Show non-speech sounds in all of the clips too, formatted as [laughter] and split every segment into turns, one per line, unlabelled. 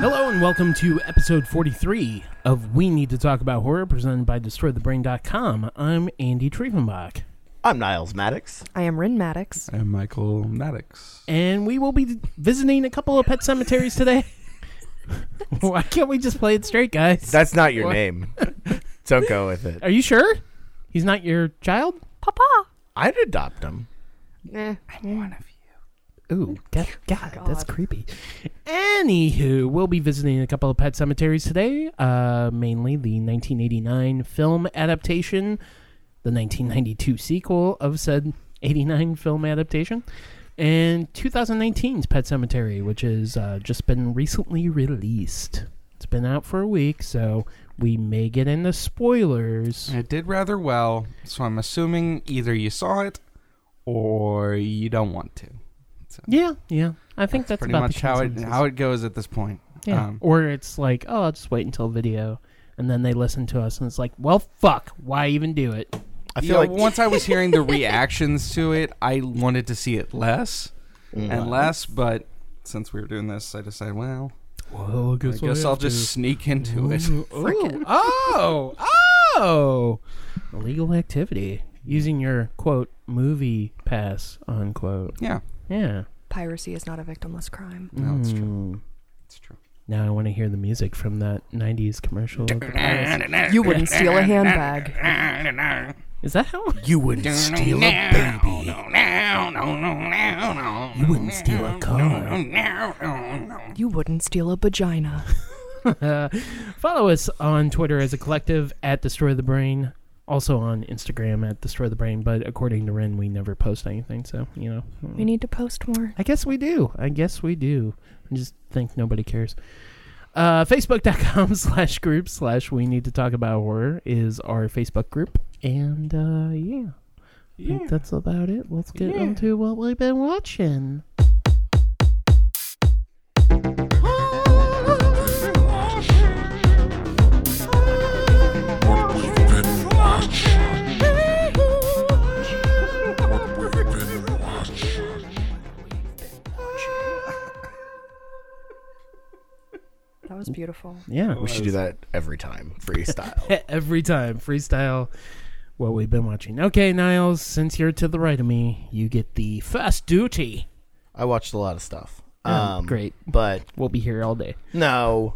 welcome to episode 43 of We Need to Talk About Horror, presented by DestroyTheBrain.com. I'm Andy Trievenbach,
I'm Niles Maddox.
I am Rin Maddox.
And Michael Maddox.
and we will be visiting a couple of pet cemeteries today. [laughs] Why can't we just play it straight, guys?
That's not your
What? [laughs]
name. Don't go with it.
Are you sure? He's not your child?
Papa.
I'd adopt him.
Eh.
Ooh, God,
oh
God, that's
God.
creepy. Anywho, we'll be visiting a couple of pet cemeteries today, uh, mainly the 1989 film adaptation, the 1992 sequel of said 89 film adaptation, and 2019's Pet Cemetery, which has uh, just been recently released. It's been out for a week, so we may get into spoilers.
It did rather well, so I'm assuming either you saw it or you don't want to. So
Yeah, yeah. I think that's,
pretty
about
much
the
how it
consensus.
how it goes at this point.
Yeah.
Um,
or it's like, oh, I'll just wait until video. And then they listen to us, and it's like, well, fuck, why even do it?
I feel
yeah,
like
once
[laughs]
I was hearing the reactions to it, I wanted to see it less
Mm.
and less, but since we were doing this, I decided, well,
Well,
I guess I'll just sneak into it.
[laughs] Oh, oh, illegal activity using your quote movie pass unquote.
[laughs] Yeah,
Yeah,
Piracy is not a victimless crime.
no, it's true.
Hmm.
Mm.
It's true.
Now I want to hear the music from that '90s commercial. of the Pirates.
You wouldn't steal a handbag.
Is that how?
you wouldn't steal a baby.
[laughs]
You wouldn't steal [laughs] a car.
You wouldn't steal a vagina.
[laughs] Uh, Follow us on Twitter as a collective at Destroy the Brain. Also on Instagram at Destroy the Brain, but according to Ren, we never post anything, so you know.
We need to post more.
I guess we do. I guess we do. I just think nobody cares. Uh, Facebook.com [laughs] slash group slash we need to talk about horror is our Facebook group. And uh, yeah. I think that's about it. Let's get into what we've been watching.
That was beautiful.
Yeah.
We should do that every time,
[laughs]
freestyle.
every time freestyle what we've been watching okay niles since you're to the right of me you get the first duty
I watched a lot of stuff. Um,
Oh, great.
but
we'll be here all day [laughs]
no,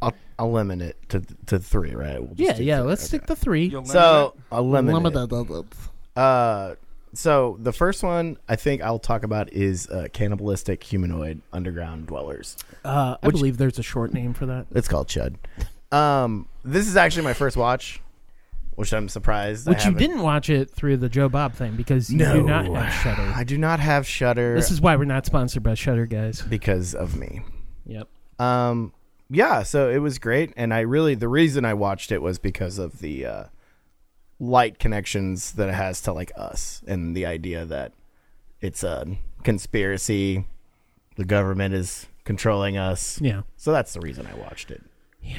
I'll, I'll limit it to to three. Right? We'll just
yeah
do
yeah
three.
let's stick to three
So I'll limit. it.
Lumada-
Uh, so the first one I think I'll talk about is uh, cannibalistic humanoid underground dwellers.
uh, i believe there's a short name for that
It's called Chud. Um, this is actually my first watch, which I'm surprised. I
which you
haven't-
didn't watch it through the joe bob thing because you do not have
I
shutter
do not have Shutter
this is why we're not sponsored by shutter guys
because of me.
yep
Um, yeah, so it was great, and I really the reason I watched it was because of the uh, light connections that it has to like us, and the idea that it's a conspiracy, the government is controlling us.
yeah
So that's the reason I watched it.
yeah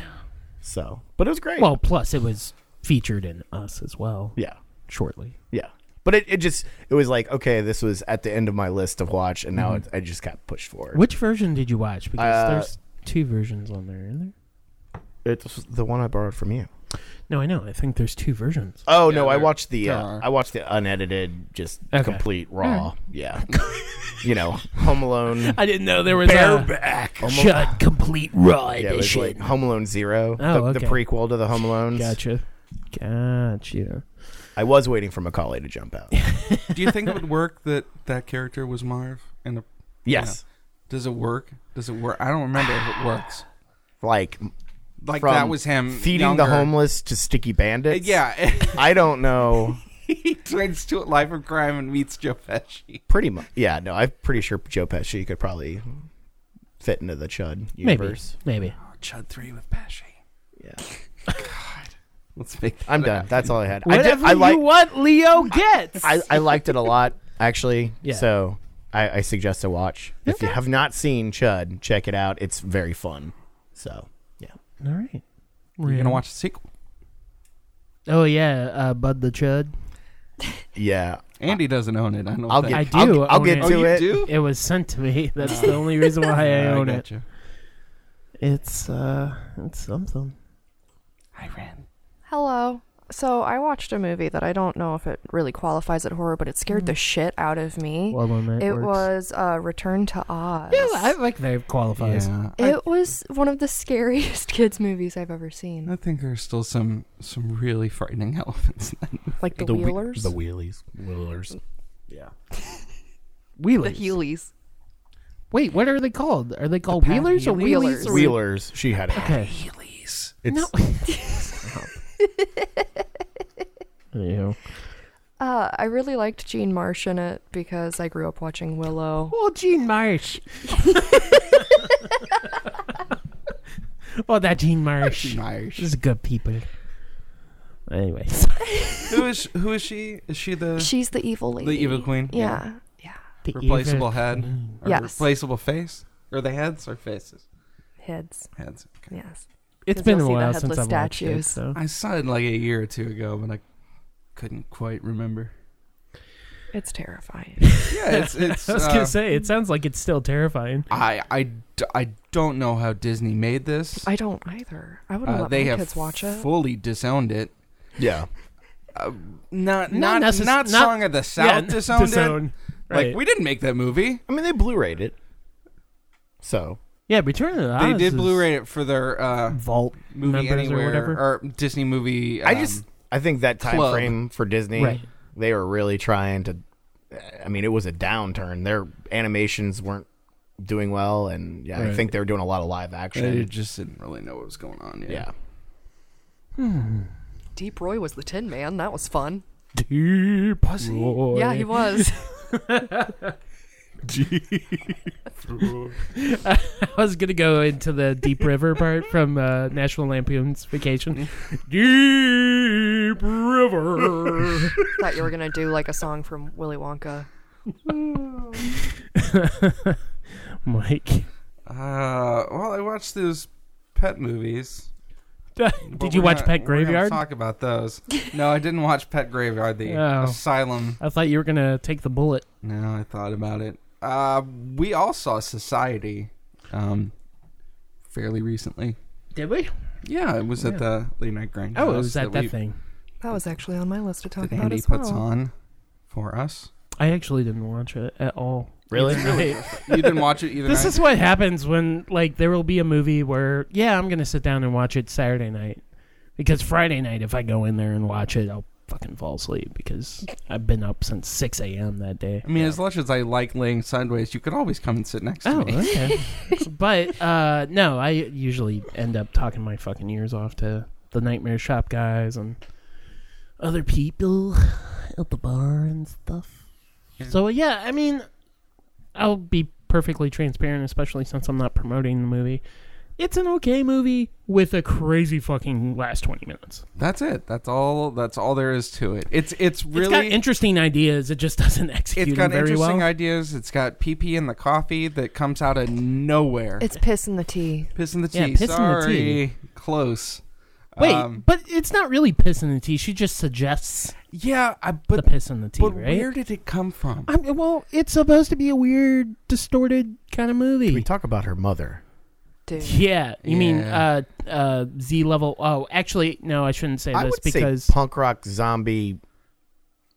So, but it was great.
well plus it was featured in us as well
yeah.
shortly
Yeah. But it, it just it was like okay this was at the end of my list of watch and
Mm-hmm.
now it, I just got pushed forward.
which version did you watch because
Uh,
there's two versions on there isn't there
It's the one I borrowed from you.
No, I know. I think there's two versions.
Oh no,
Yeah,
I
there-
watched the
there
uh,
are.
I watched the unedited, just
Okay.
complete raw. Yeah, [laughs] you know, Home Alone
I didn't know there was uh,
bareback.
a
Home Al-
shut complete raw
yeah, it was like
edition.
Home Alone Zero,
Oh,
the, the
okay.
prequel to the Home Alones.
Gotcha. Gotcha.
I was waiting for Macaulay to
[laughs]
jump out.
Do you think it would work that that character was Marv? And
yes,
does it work? Does it work? I don't remember if it works.
like
Like
from
that was him
feeding the
younger.
homeless to sticky bandits.
Yeah, [laughs]
I don't know.
he turns to a life of crime and meets Joe Pesci.
Pretty much. Yeah, no, I'm pretty sure Joe Pesci could probably fit into the Chud
Maybe.
universe.
Maybe.
Oh, Chud three with Pesci.
Yeah,
Let's make. That
I'm done. That's all I had. I, did,
Whatever
I like
you want, Leo gets.
I,
[laughs]
I liked it a lot, actually.
Yeah.
So I, I suggest a watch. If you have not seen Chud, check it out. It's very fun. So yeah.
All right.
We're gonna watch the sequel.
Oh yeah, uh, Bud the Chud.
Yeah.
Andy doesn't own it. I don't.
I'll
think.
get
I
I'll,
do
get- I'll
own
get
it.
Oh,
to
you
it.
do?
[laughs] It was sent to me. That's the only reason why I own it.
gotcha.
It's uh, it's something.
I ran.
Hello. So I watched a movie that I don't know if it really qualifies as horror, but it scared the shit out of me.
Well, then that
it
works.
was uh, Return to Oz.
Yeah, I like that it qualifies.
Yeah. I-
It was one of the scariest [laughs] kids movies I've ever seen.
I think there's still some some really frightening [laughs] elements. In that.
Like the,
whe-
Wheelers,
the wheelies, wheelers. Yeah.
the
Wheelers.
Heelys.
Wait, what are they called? Are they called
Pat
wheelers or
Heelys.
wheelies? or-
Wheelers. She had it.
Okay.
Heelys.
It's
No. Ew.
Uh, I really liked Jean Marsh in it because I grew up watching Willow.
Well, Gene
[laughs]
Marsh. well, that Gene Marsh.
Marsh.
This is good people.
[laughs]
Anyway,
who is who is she? Is she the
She's the evil lady.
the evil queen?
Yeah. Yeah.
the
Replaceable
evil-
head.
Mm.
Or
Yes.
Replaceable face. Or the heads or faces?
Heads.
Heads. Okay.
Yes.
It's
'Cause
been
you'll
a
see the
while since
headless
I've watched it.
statues.
[laughs]
So.
I saw it like a year or two ago, but I couldn't quite
[laughs]
remember.
It's terrifying.
Yeah, it's it's.
I was
uh,
gonna say it sounds like it's still terrifying.
I, I d- I don't know how Disney made this.
I don't either. I wouldn't
Uh,
let
they
my
have
kids watch it.
fully disowned it.
[laughs] yeah.
Not
Not not
necess-
not,
not-
Song of the South
Yeah,
disowned
disown.
it.
Right.
Like we didn't make that movie.
I mean, they Blu-rayed it. So
yeah, Return of the
They
Oz
did
is
Blu-ray it for their uh,
Vault
movie
members
anywhere
or whatever.
Disney movie.
I
um,
just I think that time
club.
frame for Disney,
Right.
they were really trying to. I mean, it was a downturn. Their animations weren't doing well, and yeah, I
Right.
think they were doing a lot of live action.
I just didn't really know what was going on. Yeah.
yeah.
Deep Roy was the Tin Man. That was fun.
Deep
Was he?
Roy.
Yeah, he was.
I was gonna go into the Deep River part from uh, National Lampoon's Vacation. Deep River.
Thought you were gonna do like a song from Willy Wonka.
[laughs] Mike,
Uh, well, I watched those pet movies. [laughs] but
did you
we're
watch
not-
Pet
we're gonna
Graveyard?
Talk
[laughs]
about those. No, I didn't watch Pet Graveyard. The
Oh.
Asylum.
I thought you were gonna take the bullet.
No, I thought about it. Uh, we all saw Society, um, fairly recently.
Did we?
Yeah, it was at the late night grind.
Oh, it was that that
we-
thing.
That was actually on my list to talk
that
about
Andy
as
puts
well.
on for us.
I actually didn't watch it at all.
Really?
I-
You didn't
[laughs]
watch it either.
This
night?
is what happens when like there will be a movie where yeah, I'm gonna sit down and watch it Saturday night because Friday night if I go in there and watch it, I'll fucking fall asleep because I've been up since six a.m. that day.
I mean, as much as I like laying sideways, you could always come and sit next to
Oh,
me.
okay. [laughs] but uh, no, I usually end up talking my fucking ears off to the Nightmare Shop guys and other people at the bar and stuff. So yeah, I mean, I'll be perfectly transparent, especially since I'm not promoting the movie. It's an okay movie with a crazy fucking last twenty minutes.
That's it. That's all. That's all there is to it. It's it's
It's got
really.
interesting ideas. It just [laughs] doesn't execute
it's got
them very
interesting
well.
ideas. It's got pee pee in the coffee that comes out of nowhere.
It's piss in the tea.
piss in the tea.
Yeah, piss in the
Sorry, close.
Wait,
Um,
but it's not really piss in the tea. She just suggests
yeah, I,
the
but
piss in the tea,
but
right?
where did it come from?
I mean, well, it's supposed to be a weird, distorted kind of movie.
We talk about her mother.
Dude.
yeah, you mean uh,
Yeah.
uh, Z level? Oh, actually, no, I shouldn't say
I
this
would
because
say punk rock zombie.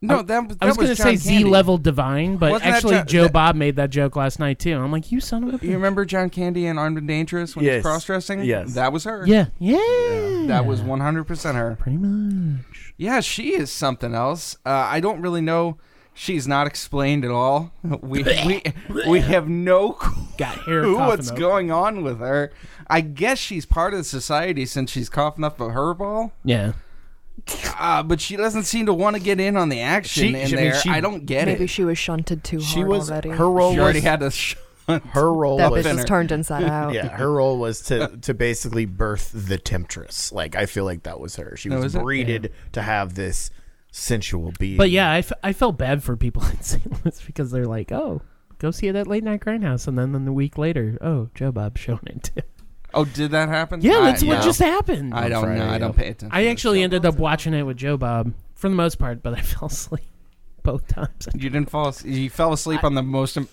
No, that, that
I was,
going to
gonna say Z level divine, but
Wasn't that
actually,
John-
Joe
that-
Bob made that joke last night too. I'm like, you son of a.
You remember John Candy and Armed and Dangerous when he
Yes.
was cross dressing?
Yes.
That was her.
Yeah, yeah,
That was 100% her.
pretty much.
Yeah, she is something else. Uh, I don't really know. She's not explained at all. We we, we have no clue
Got hair. coughing
what's
up.
going on with her. I guess she's part of the society since she's coughing up a herbal.
Yeah,
Uh, but she doesn't seem to want to get in on the action
She-
in
she- I mean,
there.
she-
I don't get
Maybe
it. She,
she was shunted too
She
hard
was
already.
her role
already
was
had to. Sh-
her role
that
was
bitch was turned inside out.
yeah her role was to to basically birth the temptress. Like I feel like that was her. She
That
was
was it?
breeded to have this sensual being.
but yeah, I, f- I felt bad for people [laughs] in St. Louis because they're like, oh, go see it at late night grindhouse, and then, then the week later, oh, Joe Bob showing it [laughs] too.
oh, did that happen?
Yeah,
I-
that's what
no.
just happened.
I don't
Friday,
know.
yeah.
I don't pay attention.
I
to
actually
the show.
ended up watching it with Joe Bob for the [laughs] most part, but I fell asleep both times.
You didn't fall. as- You fell asleep on the most. im-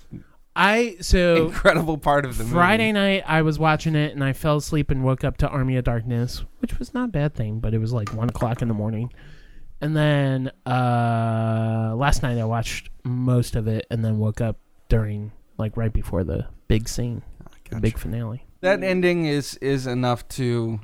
I so
incredible part of the movie.
Friday night I was watching it and I fell asleep and woke up to Army of Darkness, which was not a bad thing, but it was like one o'clock in the morning. And then uh, last night I watched most of it and then woke up during like right before the big scene, the big finale.
that ending is is enough to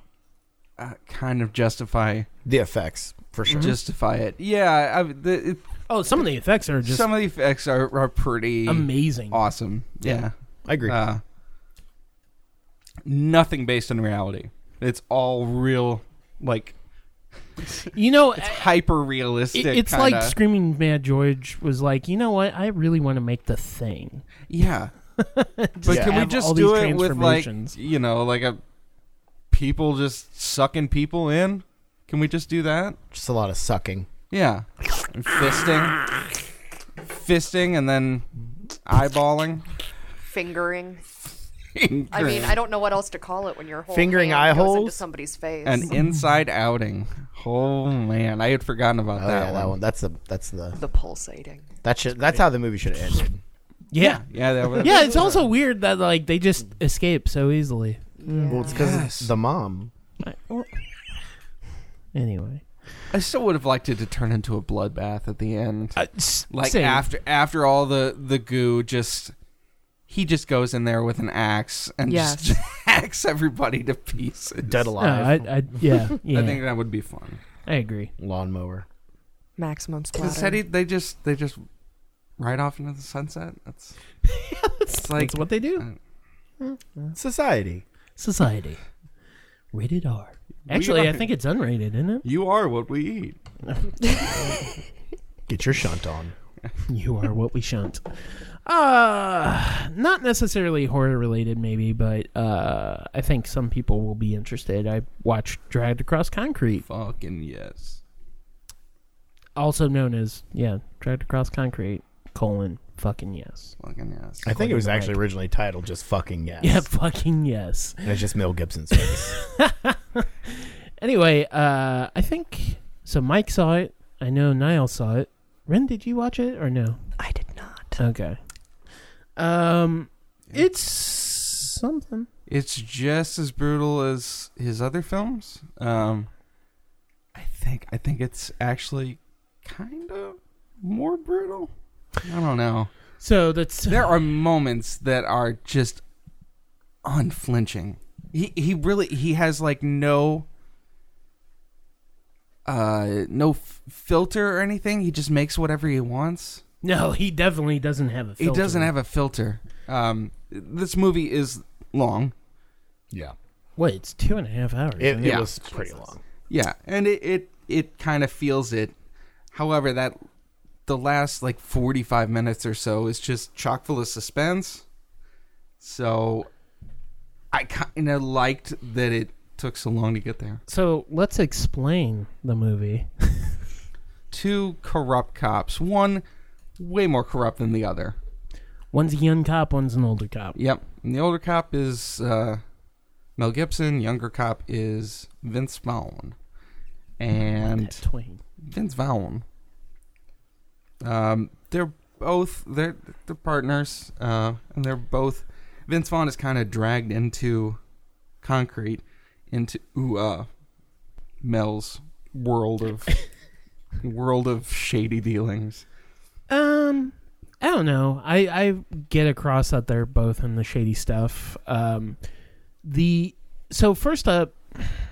uh, kind of justify
The effects for sure.
justify it. Yeah, I, the, it,
Oh, some of the effects are just
some of the effects are, are pretty
amazing.
awesome. Yeah,
I agree.
Uh, nothing based on reality. It's all real, like
You know,
hyper
it-
realistic.
it's like Screaming Mad George was like, you know what? I really want to make the thing.
yeah. But
Yeah.
Have
can we
all
just
these
do it with like
transformations.
you know like a people just sucking people in? Can we just do that?
Just a lot of sucking.
Yeah, and fisting, fisting, and then eyeballing.
Fingering. I mean, I don't know what else to call it when your whole
Fingering
hand
eye
goes into
holes?
somebody's face.
An inside outing. Oh man, I had forgotten about
Oh
that.
yeah, that
one.
one. That's the that's the
the pulsating.
that should that's how the movie should have ended.
Yeah.
Yeah, that was.
Yeah, it's also weird that like they just escape so easily.
Mm.
Well, it's because the mom.
Anyway,
I still would have liked it to turn into a bloodbath at the end. Uh, like
same.
after after all the the goo, just he just goes in there with an axe and just
Yes.
[laughs] hacks everybody to pieces.
Dead
No,
alive.
I, I, yeah, yeah,
[laughs] I
I,
think that would be fun.
agree.
Lawnmower.
Maximum
Instead,
splatter.
he, they just they just ride off into the sunset. That's [laughs] it's like uh,
That's what they do.
Society.
Society. Rated R. Actually, I think it's unrated, isn't it?
you are what we eat.
Get your shunt on.
You are what we shunt. Uh, not necessarily horror related, maybe, but uh, I think some people will be interested. I watched Dragged Across Concrete,
Fucking yes.
also known as yeah, Dragged Across Concrete colon fucking yes.
Fucking yes.
I think it was
Like-
actually originally titled just fucking yes.
Yeah, fucking yes.
[laughs]
[laughs]
And it's just Mel Gibson's face.
Anyway, uh, I think so. Mike saw it. I know Niall saw it. Ren, did you watch it or no?
I did not.
Okay. Um, it's something.
It's just as brutal as his other films. Um, I think I think it's actually kind of more brutal. I don't know.
So that's
There are moments that are just unflinching. He he really he has like no uh no f- filter or anything. He just makes whatever he wants.
no. He definitely doesn't have a. Filter.
He doesn't have a filter. Um, this movie is long.
yeah.
Wait, it's two and a half hours.
It,
isn't
it
Yeah.
was pretty long.
Yeah, and it it, it kind of feels it. However, that the last like 45 minutes or so is just chock full of suspense. So I kind of liked that it took so long to get there.
So let's explain the movie. [laughs]
Two corrupt cops, one way more corrupt than the other.
One's a young cop. One's an older cop.
Yep. And the older cop is uh, Mel Gibson, younger cop is Vince Vaughn. And
That twain.
Vince Vaughn. Um, they're both they're they're partners, uh, and they're both. Vince Vaughn is kind of dragged into concrete, into ooh, uh, Mel's world
[laughs]
of world of shady dealings.
Um, I don't know. I I get across that they're both in the shady stuff. Um, the so first up,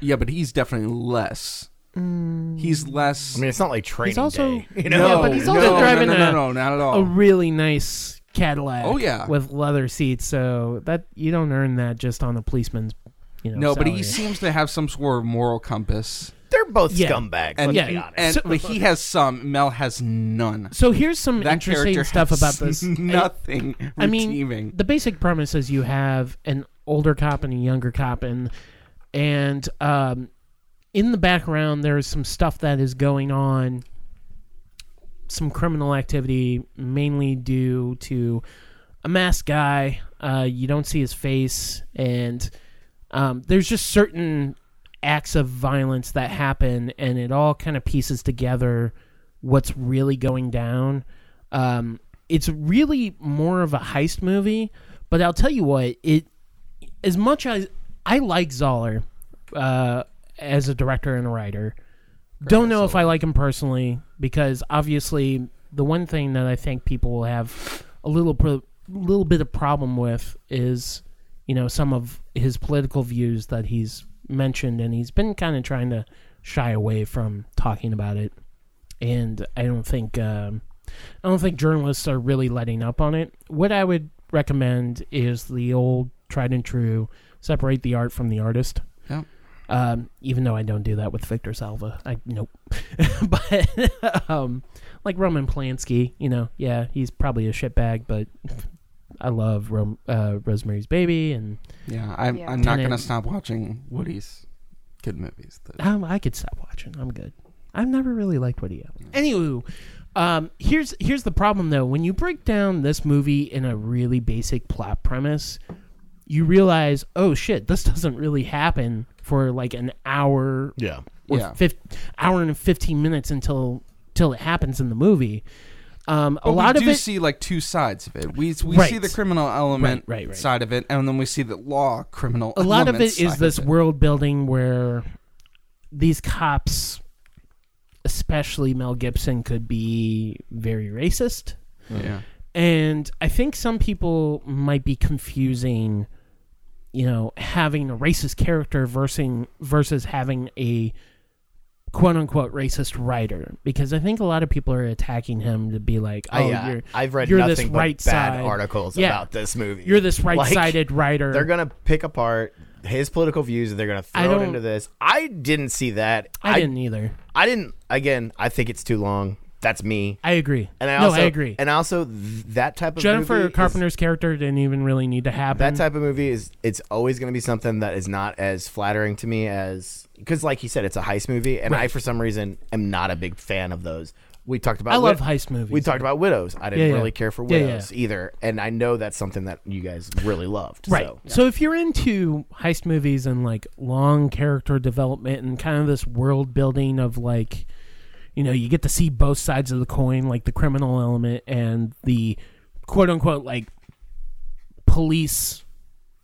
Yeah, but he's definitely less. He's less.
I mean, it's not like training
He's also-
day. [laughs] You
Mm. Yeah,
know?
but he's also
no,
driving
no, no,
a-
no, no, not at
a
all.
really nice Cadillac.
Oh, yeah.
with leather seats. So that you don't earn that just on a policeman's. You know,
no, but he
salary.
seems to have some sort of moral compass.
They're both
Yeah.
scumbags.
And-
let's
yeah,
be honest.
And
So-
but he has some. Mel has none.
So here's some
that
interesting
character
stuff
has
about
[laughs]
this.
Nothing
I mean,
redeeming.
the basic premise is you have an older cop and a younger cop, and and um, in the background there is some stuff that is going on, some criminal activity, mainly due to a masked guy. Uh, you don't see his face, and um, there's just certain acts of violence that happen, and it all kind of pieces together what's really going down. Um, It's really more of a heist movie, but I'll tell you what, it as much as I like Zoller uh, as a director and a writer, don't know if I like him personally because obviously the one thing that I think people will have a little pro- little bit of problem with is you know some of his political views that he's mentioned and he's been kind of trying to shy away from talking about it and I don't think um, I don't think journalists are really letting up on it. What I would recommend is the old tried and true separate the art from the artist.
Yep.
Um, even though I don't do that with Victor Salva, I nope. [laughs] but um, like Roman Polanski, you know, yeah, he's probably a shitbag, but I love Rom- uh, Rosemary's Baby, and
Yeah, I'm,
Yeah.
I'm not
Tenet.
gonna stop watching Woody's good movies. The-
Um, I could stop watching. I'm good. I've never really liked Woody Allen. Anywho, um, here's here's the problem though. When you break down this movie in a really basic plot premise, you realize, oh shit, this [laughs] doesn't really happen for like an hour
Yeah.
or
Yeah.
fif- hour and fifteen minutes until till it happens in the movie. Um, a
But
lot
we
of
do
it,
see like two sides of it. We we see
Right.
the criminal element
Right, right, right.
side of it, and then we see the law criminal.
a lot of
element
it
side
is this
it.
world building where these cops especially mel gibson could be very racist
Yeah,
and i think some people might be confusing you know having a racist character versus versus having a quote unquote racist writer because i think a lot of people are attacking him to be like oh
I, uh,
you're
I've read
you're
nothing
this
but
right
bad
side.
articles
Yeah.
about this movie.
you're this
Like,
right-sided writer
They're gonna pick apart his political views and they're gonna
I
throw it
don't-
into this. I didn't see that.
i didn't either
I didn't. Again, I think it's too long. That's me.
i agree
And I
no
also
i agree
And also th- that type of movie
Jennifer
is-
Carpenter's character didn't even really need to happen.
that type of movie is it's always going to be something that is not as flattering to me as because like you said it's a heist movie and I for some reason am not a big fan of those. We talked about
I love
Wid-
heist movies.
We talked about widows. I didn't
Yeah, yeah.
really care for
Yeah, yeah.
widows either, and I know that's something that you guys really loved.
right.
So.
So if you're into heist movies and like long character development and kind of this world building of like, you know, you get to see both sides of the coin, like the criminal element and the quote unquote like police,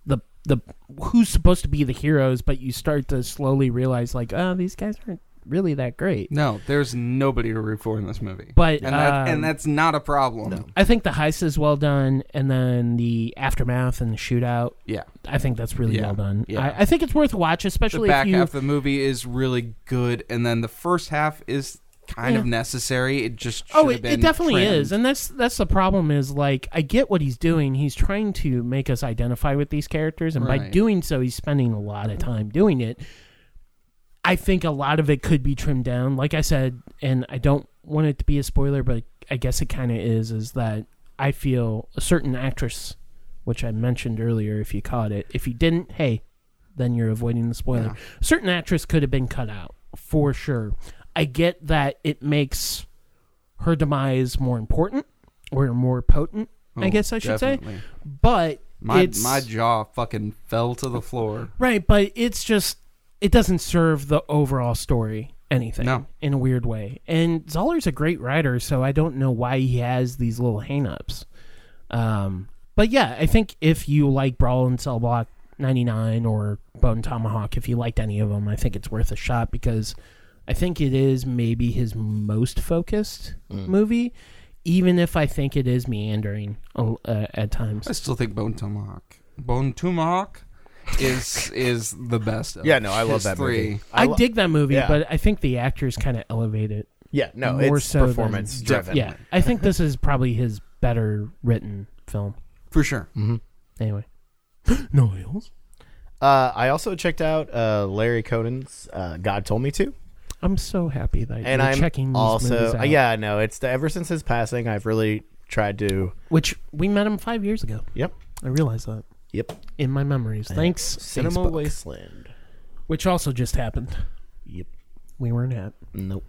the the who's supposed to be the heroes, but you start to slowly realize like, oh, these guys aren't really that great.
no, there's nobody to root for in this movie.
But,
and, that,
um,
and that's not a problem.
I think the heist is well done, and then the aftermath and the shootout
Yeah,
I think that's really
Yeah.
well done.
Yeah.
I, I think it's worth a watch,
the
especially if
back
you.
half of the movie is really good, and then the first half is kind of
Yeah.
necessary. It just
oh,
should
it,
have been
it definitely
trimmed.
is, and that's that's the problem. Is like I get what he's doing. He's trying to make us identify with these characters, and by
Right.
doing so, he's spending a lot of time doing it. I think a lot of it could be trimmed down. Like I said, and I don't want it to be a spoiler, but I guess it kind of is. Is that I feel a certain actress, which I mentioned earlier, if you caught it. If you didn't, hey, then you're avoiding the spoiler.
Yeah.
Certain actress could have been cut out for sure. I get that it makes her demise more important or more potent. I
Oh,
guess I should
definitely.
say, but
My
it's
my jaw fucking fell to the floor.
Right, but it's just it doesn't serve the overall story anything
No.
in a weird way. And Zoller's a great writer, so I don't know why he has these little hangups. Um, but yeah, I think if you like Brawl and Cell Block 99 or Bone Tomahawk, if you liked any of them, I think it's worth a shot because I think it is maybe his most focused
Mm.
movie, even if I think it is meandering uh, at times.
I still think Bone Tomahawk. Bone Tomahawk [laughs] is is the best. Of
Yeah, no, I love
his
that
three.
movie.
I,
lo-
dig that movie,
yeah.
but I think the actors kind of elevate it.
Yeah, no,
more
it's
so than-
performance driven.
Yeah, I think this is probably his better written film.
for sure.
Mm.
Anyway, Niles,
Uh, I also checked out uh, Larry Conan's uh, "God Told Me To,"
I'm so happy that
and
you're
I'm
checking these movies
also uh,
out.
yeah, no, it's the, ever since his passing, I've really tried to.
which we met him five years ago.
Yep,
I realized that
yep.
in my memories. Thanks,
Cinema
Facebook,
Wasteland.
which also just happened.
Yep.
We weren't at.
Nope.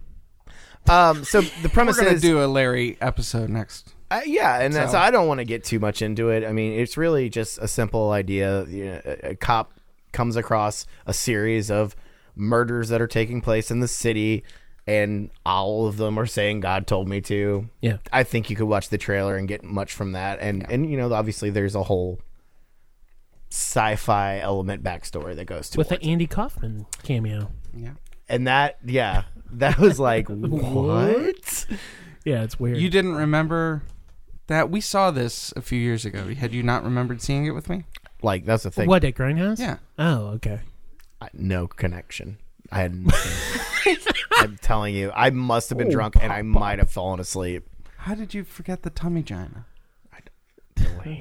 Um,
[laughs]
so the
We're
premise
gonna
is,
do a Larry episode next.
uh, yeah, and that's,
So-
I don't want to get too much into it. I mean, it's really just a simple idea. You know, a, a cop comes across a series of murders that are taking place in the city, and all of them are saying God told me to.
Yeah.
I think you could watch the trailer and get much from that. And and you know, obviously there's a whole sci-fi element backstory that goes to
With the
it.
Andy Kaufman cameo.
Yeah.
And that yeah, that was like
[laughs]
what?
[laughs] Yeah, it's weird.
You didn't remember that we saw this a few years ago. Had you not remembered seeing it with me?
Like that's the thing.
what at Grindhouse?
Yeah.
Oh, okay.
I- no connection. I had nothing. [laughs] I'm telling you, I must have been
Oh,
drunk and I might have fallen asleep.
How did you forget the tummy gina?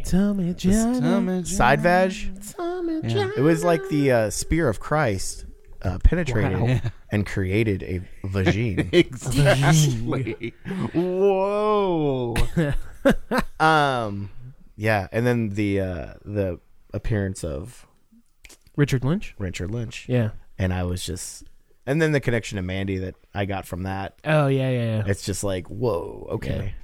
Tell me, Johnny.
Tummy
Mm-hmm. Side
gina.
vag.
Tell me,
Yeah.
Johnny.
It was like the uh, spear of Christ uh, penetrated [laughs] and created a vagine.
[laughs] Exactly.
[laughs]
Whoa.
um, yeah, and then the uh, the appearance of
Richard Lynch.
Richard Lynch,
Yeah.
and I was just, and then the connection to Mandy that I got from that.
Oh yeah, yeah, yeah.
It's just like, whoa, okay.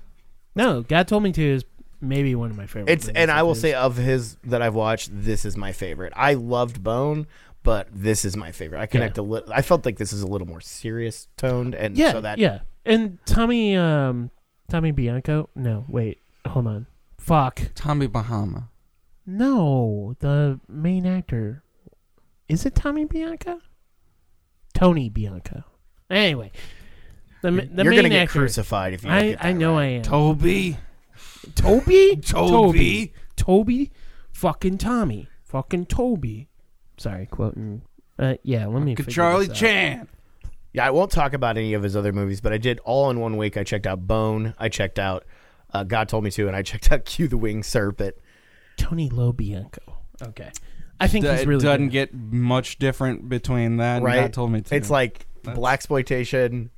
No, God told me to is maybe one of my favorite.
It's
movies
and I
of
will
his.
say of his that I've watched, this is my favorite. I loved Bone, but this is my favorite. I connect a little. I felt like this is a little more serious toned, and
yeah,
so that
yeah. And Tommy, um, Tommy Bianco. No, wait, hold on. Fuck.
Tommy Bahama.
No, the main actor. Is it Tommy Bianco? Tony Bianco. Anyway, the ma- the
you're
main
gonna get
actor.
crucified if you. don't
I
get that
I know
right.
I am.
Toby.
Toby?
Toby.
Toby. Toby? Fucking Tommy. Fucking Toby. Sorry, quoting. Uh, yeah, let me. figure
Charlie
this out.
Chan.
Yeah, I won't talk about any of his other movies, but I did all in one week. I checked out Bone, I checked out uh, God Told Me To, and I [laughs] checked out Cue the Winged Serpent.
Tony Lobianco. Okay. I think
It
he's really
doesn't
good.
get much different between that.
Right?
and God told me to.
It's like black exploitation.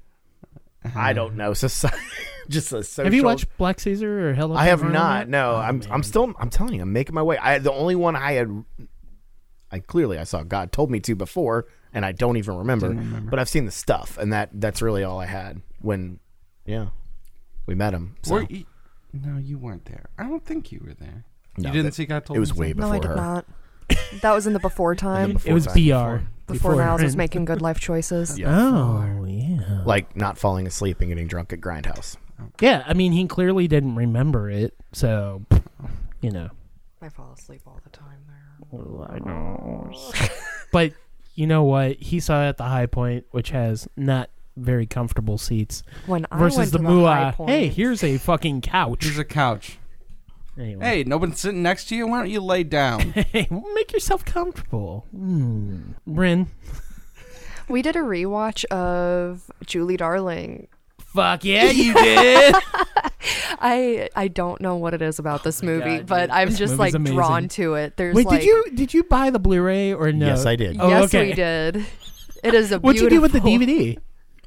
I
[laughs]
don't know society. [laughs] Just a social.
Have you watched Black Caesar or Hello?
I have
Tomorrow
not.
yet?
No,
Oh,
I'm.
man.
I'm still. I'm telling you, I'm making my way. I the only one I had. I clearly I saw God Told Me To before, and I don't even remember. But I've seen the stuff, and that that's really all I had when, yeah, we met him. So.
Were you- no, you weren't there. I don't think you were there.
No,
you didn't
that-
see God told
it was
me
way
to.
before
no, I did
her.
not. That was in
[laughs]
the before time.
It was BR. Before,
before Niles was
Ren.
making good life choices.
Yeah.
Oh yeah.
like not falling asleep and getting drunk at Grindhouse.
Yeah, I mean he clearly didn't remember it, so you know.
I fall asleep all the time there.
But you know what? He saw it at the high point, which has not very comfortable seats,
When I
versus
went
the
to the high
Moolah.
point,
Hey, here's a fucking couch.
Here's a couch.
Anyway.
[laughs] Hey, no one's sitting next to you. Why don't you lay [laughs] down?
Hey, [laughs] make yourself comfortable. Mm. Bryn,
we did a rewatch of Julie Darling.
fuck [laughs] yeah, you did.
I I don't know what it is about this
Oh
movie,
God,
but
dude.
I'm
This
just
movie's
like
amazing.
drawn to it. There's
Wait,
like
did you did you buy the Blu-ray or no?
Yes, I did.
Oh,
yes,
okay.
we did.
[laughs]
It is a
What'd you do with the
beautiful-
DVD?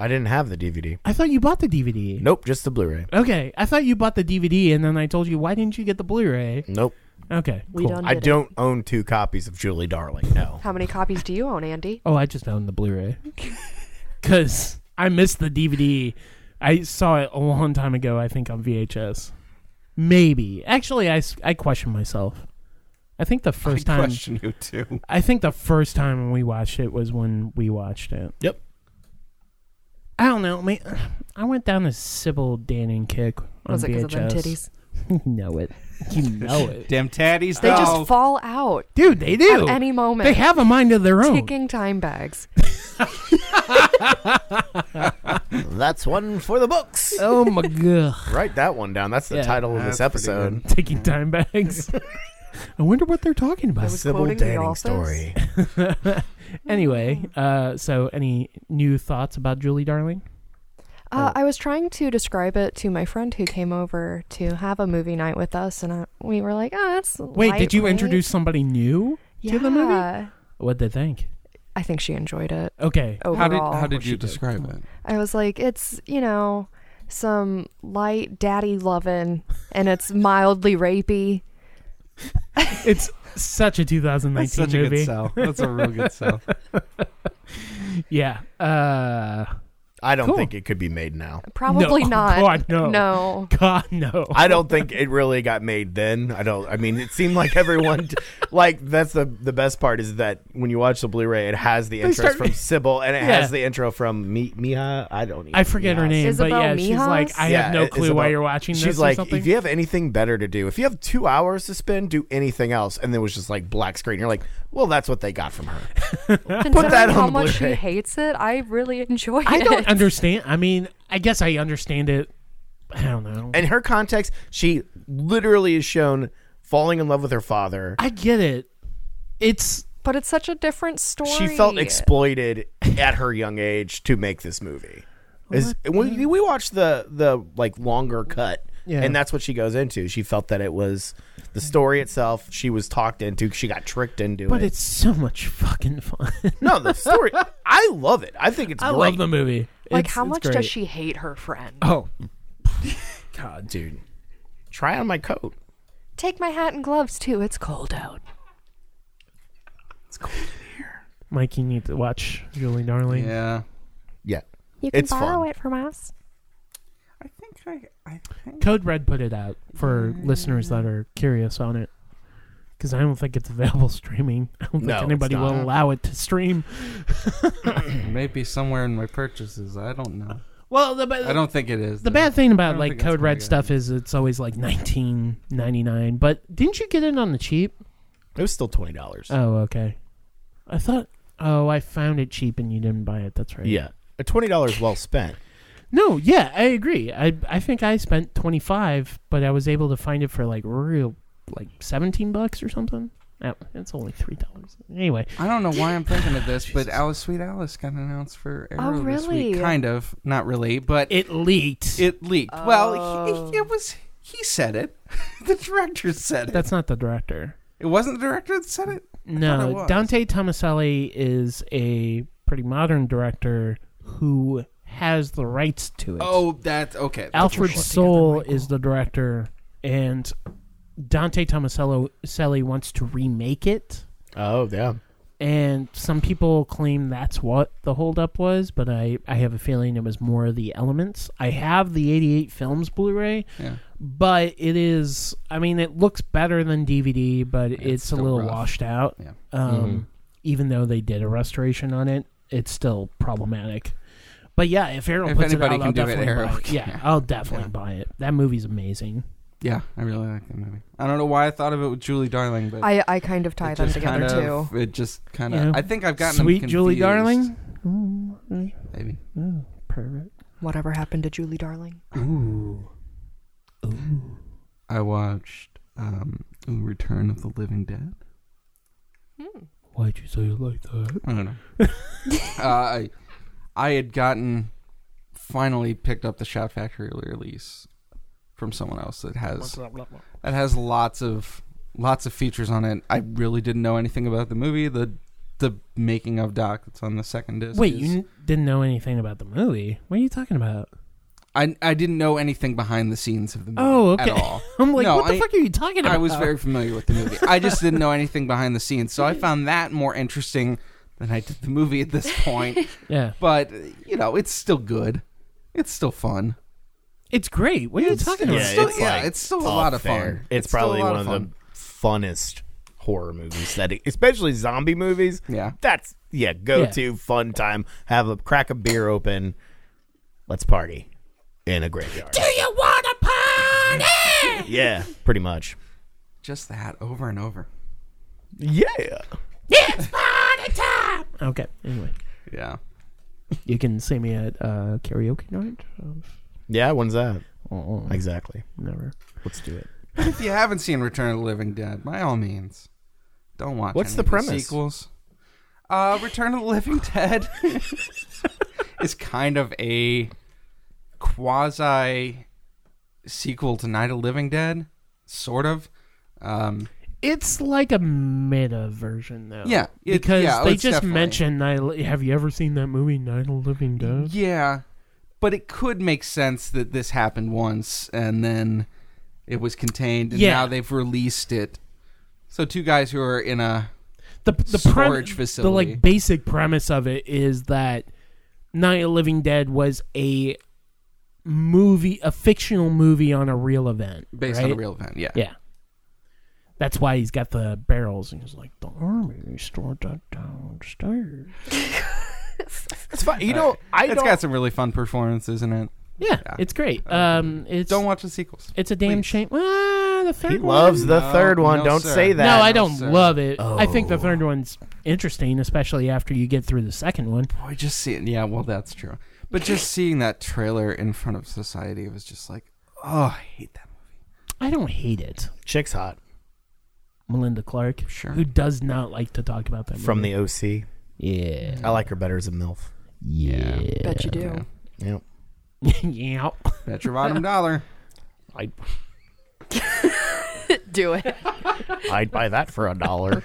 I didn't have the DVD.
I thought you bought the DVD.
Nope, just the Blu-ray.
Okay, I thought you bought the DVD, and then I told you why didn't you get the Blu-ray?
Nope,
Okay,
[laughs] We
cool.
done
I
did it.
don't own two copies of Julie Darling.
[laughs]
No,
How many copies do you own, Andy?
Oh, I just own the Blu-ray [laughs] because I missed the DVD. I saw it a long time ago. I think on VHS. Maybe actually, I, s- I question myself. I think the first
I
time
question you too.
I think the first time we watched it was when we watched it.
Yep.
I don't know. Man, [sighs] I went down a Sybil Danning kick on
Was it
VHS.
because of them titties?
[laughs] you know it. You know it,
[laughs] Damn tatties.
They
though.
just fall out
dude. Oh. They do.
at any moment.
they have a mind of their own.
ticking time bags.
that's one for
[laughs]
the books.
[laughs] Oh my god. [laughs]
Write that one down. That's the
Yeah.
title of this
That's pretty
episode.
Taking time bags. [laughs] I wonder what they're talking about.
was quoting The Office.
[laughs] anyway,
Mm.
uh, so any new thoughts about Julie Darling?
Uh,
Oh.
I was trying to describe it to my friend who came over to have a movie night with us, and I, we were like, "Oh, that's
Wait,
light,
did you
right?"
introduce somebody new
yeah.
to the movie? What'd they think?
I think she enjoyed it
Okay.
overall.
How did how did
she
you
did.
describe it?
I was like, "It's you know some light daddy lovin', and it's mildly rapey." Oh.
It's such a 2019
That's such a [laughs]
movie.
good sell. That's a real good sell.
Yeah. Uh,
I don't
Cool.
think it could be made now.
Probably
No. [laughs] Oh,
not.
God, no.
No.
[laughs] God no.
I don't think it really got made then. I don't. I mean, it seemed like everyone, [laughs] like that's the the best part is that when you watch the Blu-ray, it has the intro
start-
from Sybil and it
Yeah.
has the intro from Mi- Mia. I don't. Even,
I forget her
Mia.
name,
Isabel
but yeah, she's
Mijas?
like, I
Yeah,
have no
it-
clue
Isabel-
why you're watching
She's
this
like,
or something.
if you have anything better to do, if you have two hours to spend, do anything else. And there was just like black screen. You're like, well, that's what they got
[laughs]
from her.
Considering
that on
how
the
much she
Blu-ray.
hates it, I really enjoy
I
it.
don't understand. I mean, I guess I understand it. I don't know.
In her context, she literally is shown falling in love with her father.
I get it. It's
But it's such a different story.
She felt exploited at her young age to make this movie. Is we, we watched the the like longer cut,
Yeah.
and that's what she goes into. She felt that it was the story itself. She was talked into. She got tricked into
but
it.
it's so much fucking fun. [laughs]
no, the story. I love it. I think it's.
I
great.
love the movie.
Like,
It's-
how
it's
much
great.
does she hate her friend?
Oh, God,
dude. Try on my coat.
Take my hat and gloves too. It's cold out.
Mike, you need to watch Julie Darling.
Yeah.
Yeah,
You can
It's
borrow
fun.
it from us.
I think I, I think
Code Red put it out for listeners that are curious on it. Because I don't think it's available streaming. [laughs] I don't think
No, it's
anybody
not.
will allow it to stream.
maybe somewhere in my purchases. I don't know.
Well, the,
I don't think it is.
the
though.
bad thing
I
about
don't
like
think that's
Code
where I
Red
got
stuff is it's always like nineteen ninety nine. But didn't you get it on the cheap?
it was still twenty dollars.
Oh, okay. I thought. Oh, I found it cheap and you didn't buy it. That's right.
yeah, a Uh, twenty dollars well spent.
No, yeah, I agree. I I think I spent twenty five, but I was able to find it for like real, like seventeen bucks or something. Oh, it's only three dollars. Anyway,
I don't know why I'm thinking of this, but Alice Sweet Alice got announced for Arrow this week.
Oh, really?
Kind of, not really, but it,
it Oh. leaked.
leaked. Well, he, it was he said it. [laughs] the director said it.
That's not the director.
it wasn't the director that said it. it
No,
was.
Dante Tomaselli is a pretty modern director who has the rights to it.
Oh, that's okay.
Alfred
That's-
Soul is the director, and Dante Tomasello Selly wants to remake it.
Oh yeah,
And some people claim that's what the holdup was, but I, I have a feeling it was more of the elements. I have the 88 Films Blu ray,
Yeah.
but it is, I mean, it looks better than DVD, but it's, a
still
little
rough.
washed out.
Yeah.
Um, Even though they did a restoration on it, it's still problematic. But yeah, if Arrow
If
puts it out,
anybody
I'll
can do it,
definitely
Arrow
buy it.
can. [laughs]
Yeah, I'll definitely buy it. That movie's amazing.
Yeah, I really like that movie. I don't know why I thought of it with Julie Darling, but
I, I kind of tie
it
them
just
together
kind of,
too.
It just kind of.
Yeah.
I think I've gotten them
Sweet Julie
confused,
Darling.
Maybe.
Pervert.
Whatever happened to Julie Darling?
Ooh.
I watched um, Ooh, Return of the Living Dead.
Why'd you say it like that?
I don't know.
[laughs]
uh, I, I had gotten finally picked up the Shout Factory release from someone else that has that has lots of lots of features on it. I really didn't know anything about the movie. The the making of doc that's on the second disc.
Wait,
is-
you n- didn't know anything about the movie? What are you talking about?
I I didn't know anything behind the scenes of the movie
Oh, okay.
at all.
[laughs] I'm like,
No,
what the
I-
fuck are you talking about?
I was very familiar with the movie. I just didn't know anything behind the scenes, so I found that more interesting than I did the movie at this
[laughs]
point.
yeah.
but you know, it's still good. It's still fun.
It's great. What are you talking
yeah,
about?
it's- yeah, it's still a
up
lot of
there.
fun.
It's,
It's still a
probably
lot
one of
of
the funnest horror movies that, especially zombie movies.
Yeah.
that's yeah, go to fun time. Have a crack a beer open. Let's party in a graveyard.
Do you want a party?
yeah, pretty much.
Just that over and over.
Yeah.
it's party time. Okay. Anyway,
Yeah.
you can see me at uh, karaoke night. Of,
Yeah, when's that?
oh,
Exactly.
never.
Let's do it.
if you haven't seen Return of the Living Dead, by all means, don't watch.
What's
any
the
of
premise?
sequels. Uh, Return of the Living Dead [laughs] is kind of a quasi sequel to Night of the Living Dead, sort of. Um,
It's like a meta version, though.
Yeah, it-
because
yeah,
they
it's
just
definitely-
mentioned. Night of the- Have you ever seen that movie, Night of the Living Dead?
yeah, but it could make sense that this happened once and then it was contained, and
Yeah.
now they've released it. So two guys who are in a
The the
Storage
premise, the
facility.
like basic premise of it is that Night of the Living Dead was a movie, a fictional movie on a real event,
based on a
right?
real event. Yeah.
Yeah. That's why he's got the barrels and he's like, the army stored that downstairs.
It's fine. You know, I
It's
don't.
got some really fun performances in it.
Yeah,
Yeah.
it's great. Um, it's
Don't watch the sequels.
it's a damn
please.
shame. Ah, the third
he
one.
loves the
No,
third one.
no,
don't
sir.
say that.
No, I
No,
don't
sir.
love it. I think the
Oh.
third one's interesting, especially after you get through the second one.
Boy, Oh, just seeing. Yeah, well, that's true. But [clears throat] just seeing that trailer in front of society was just like, oh, I hate that movie.
I don't hate it.
Chick's hot
Melinda Clark,
Sure.
who does not like to talk about that
from
movie.
the OC.
yeah,
I like her better as a MILF.
yeah,
Bet you do.
Yep.
[laughs] yeah.
Bet your [laughs] bottom dollar.
I'd,
[laughs] Do it.
I'd buy that for a dollar.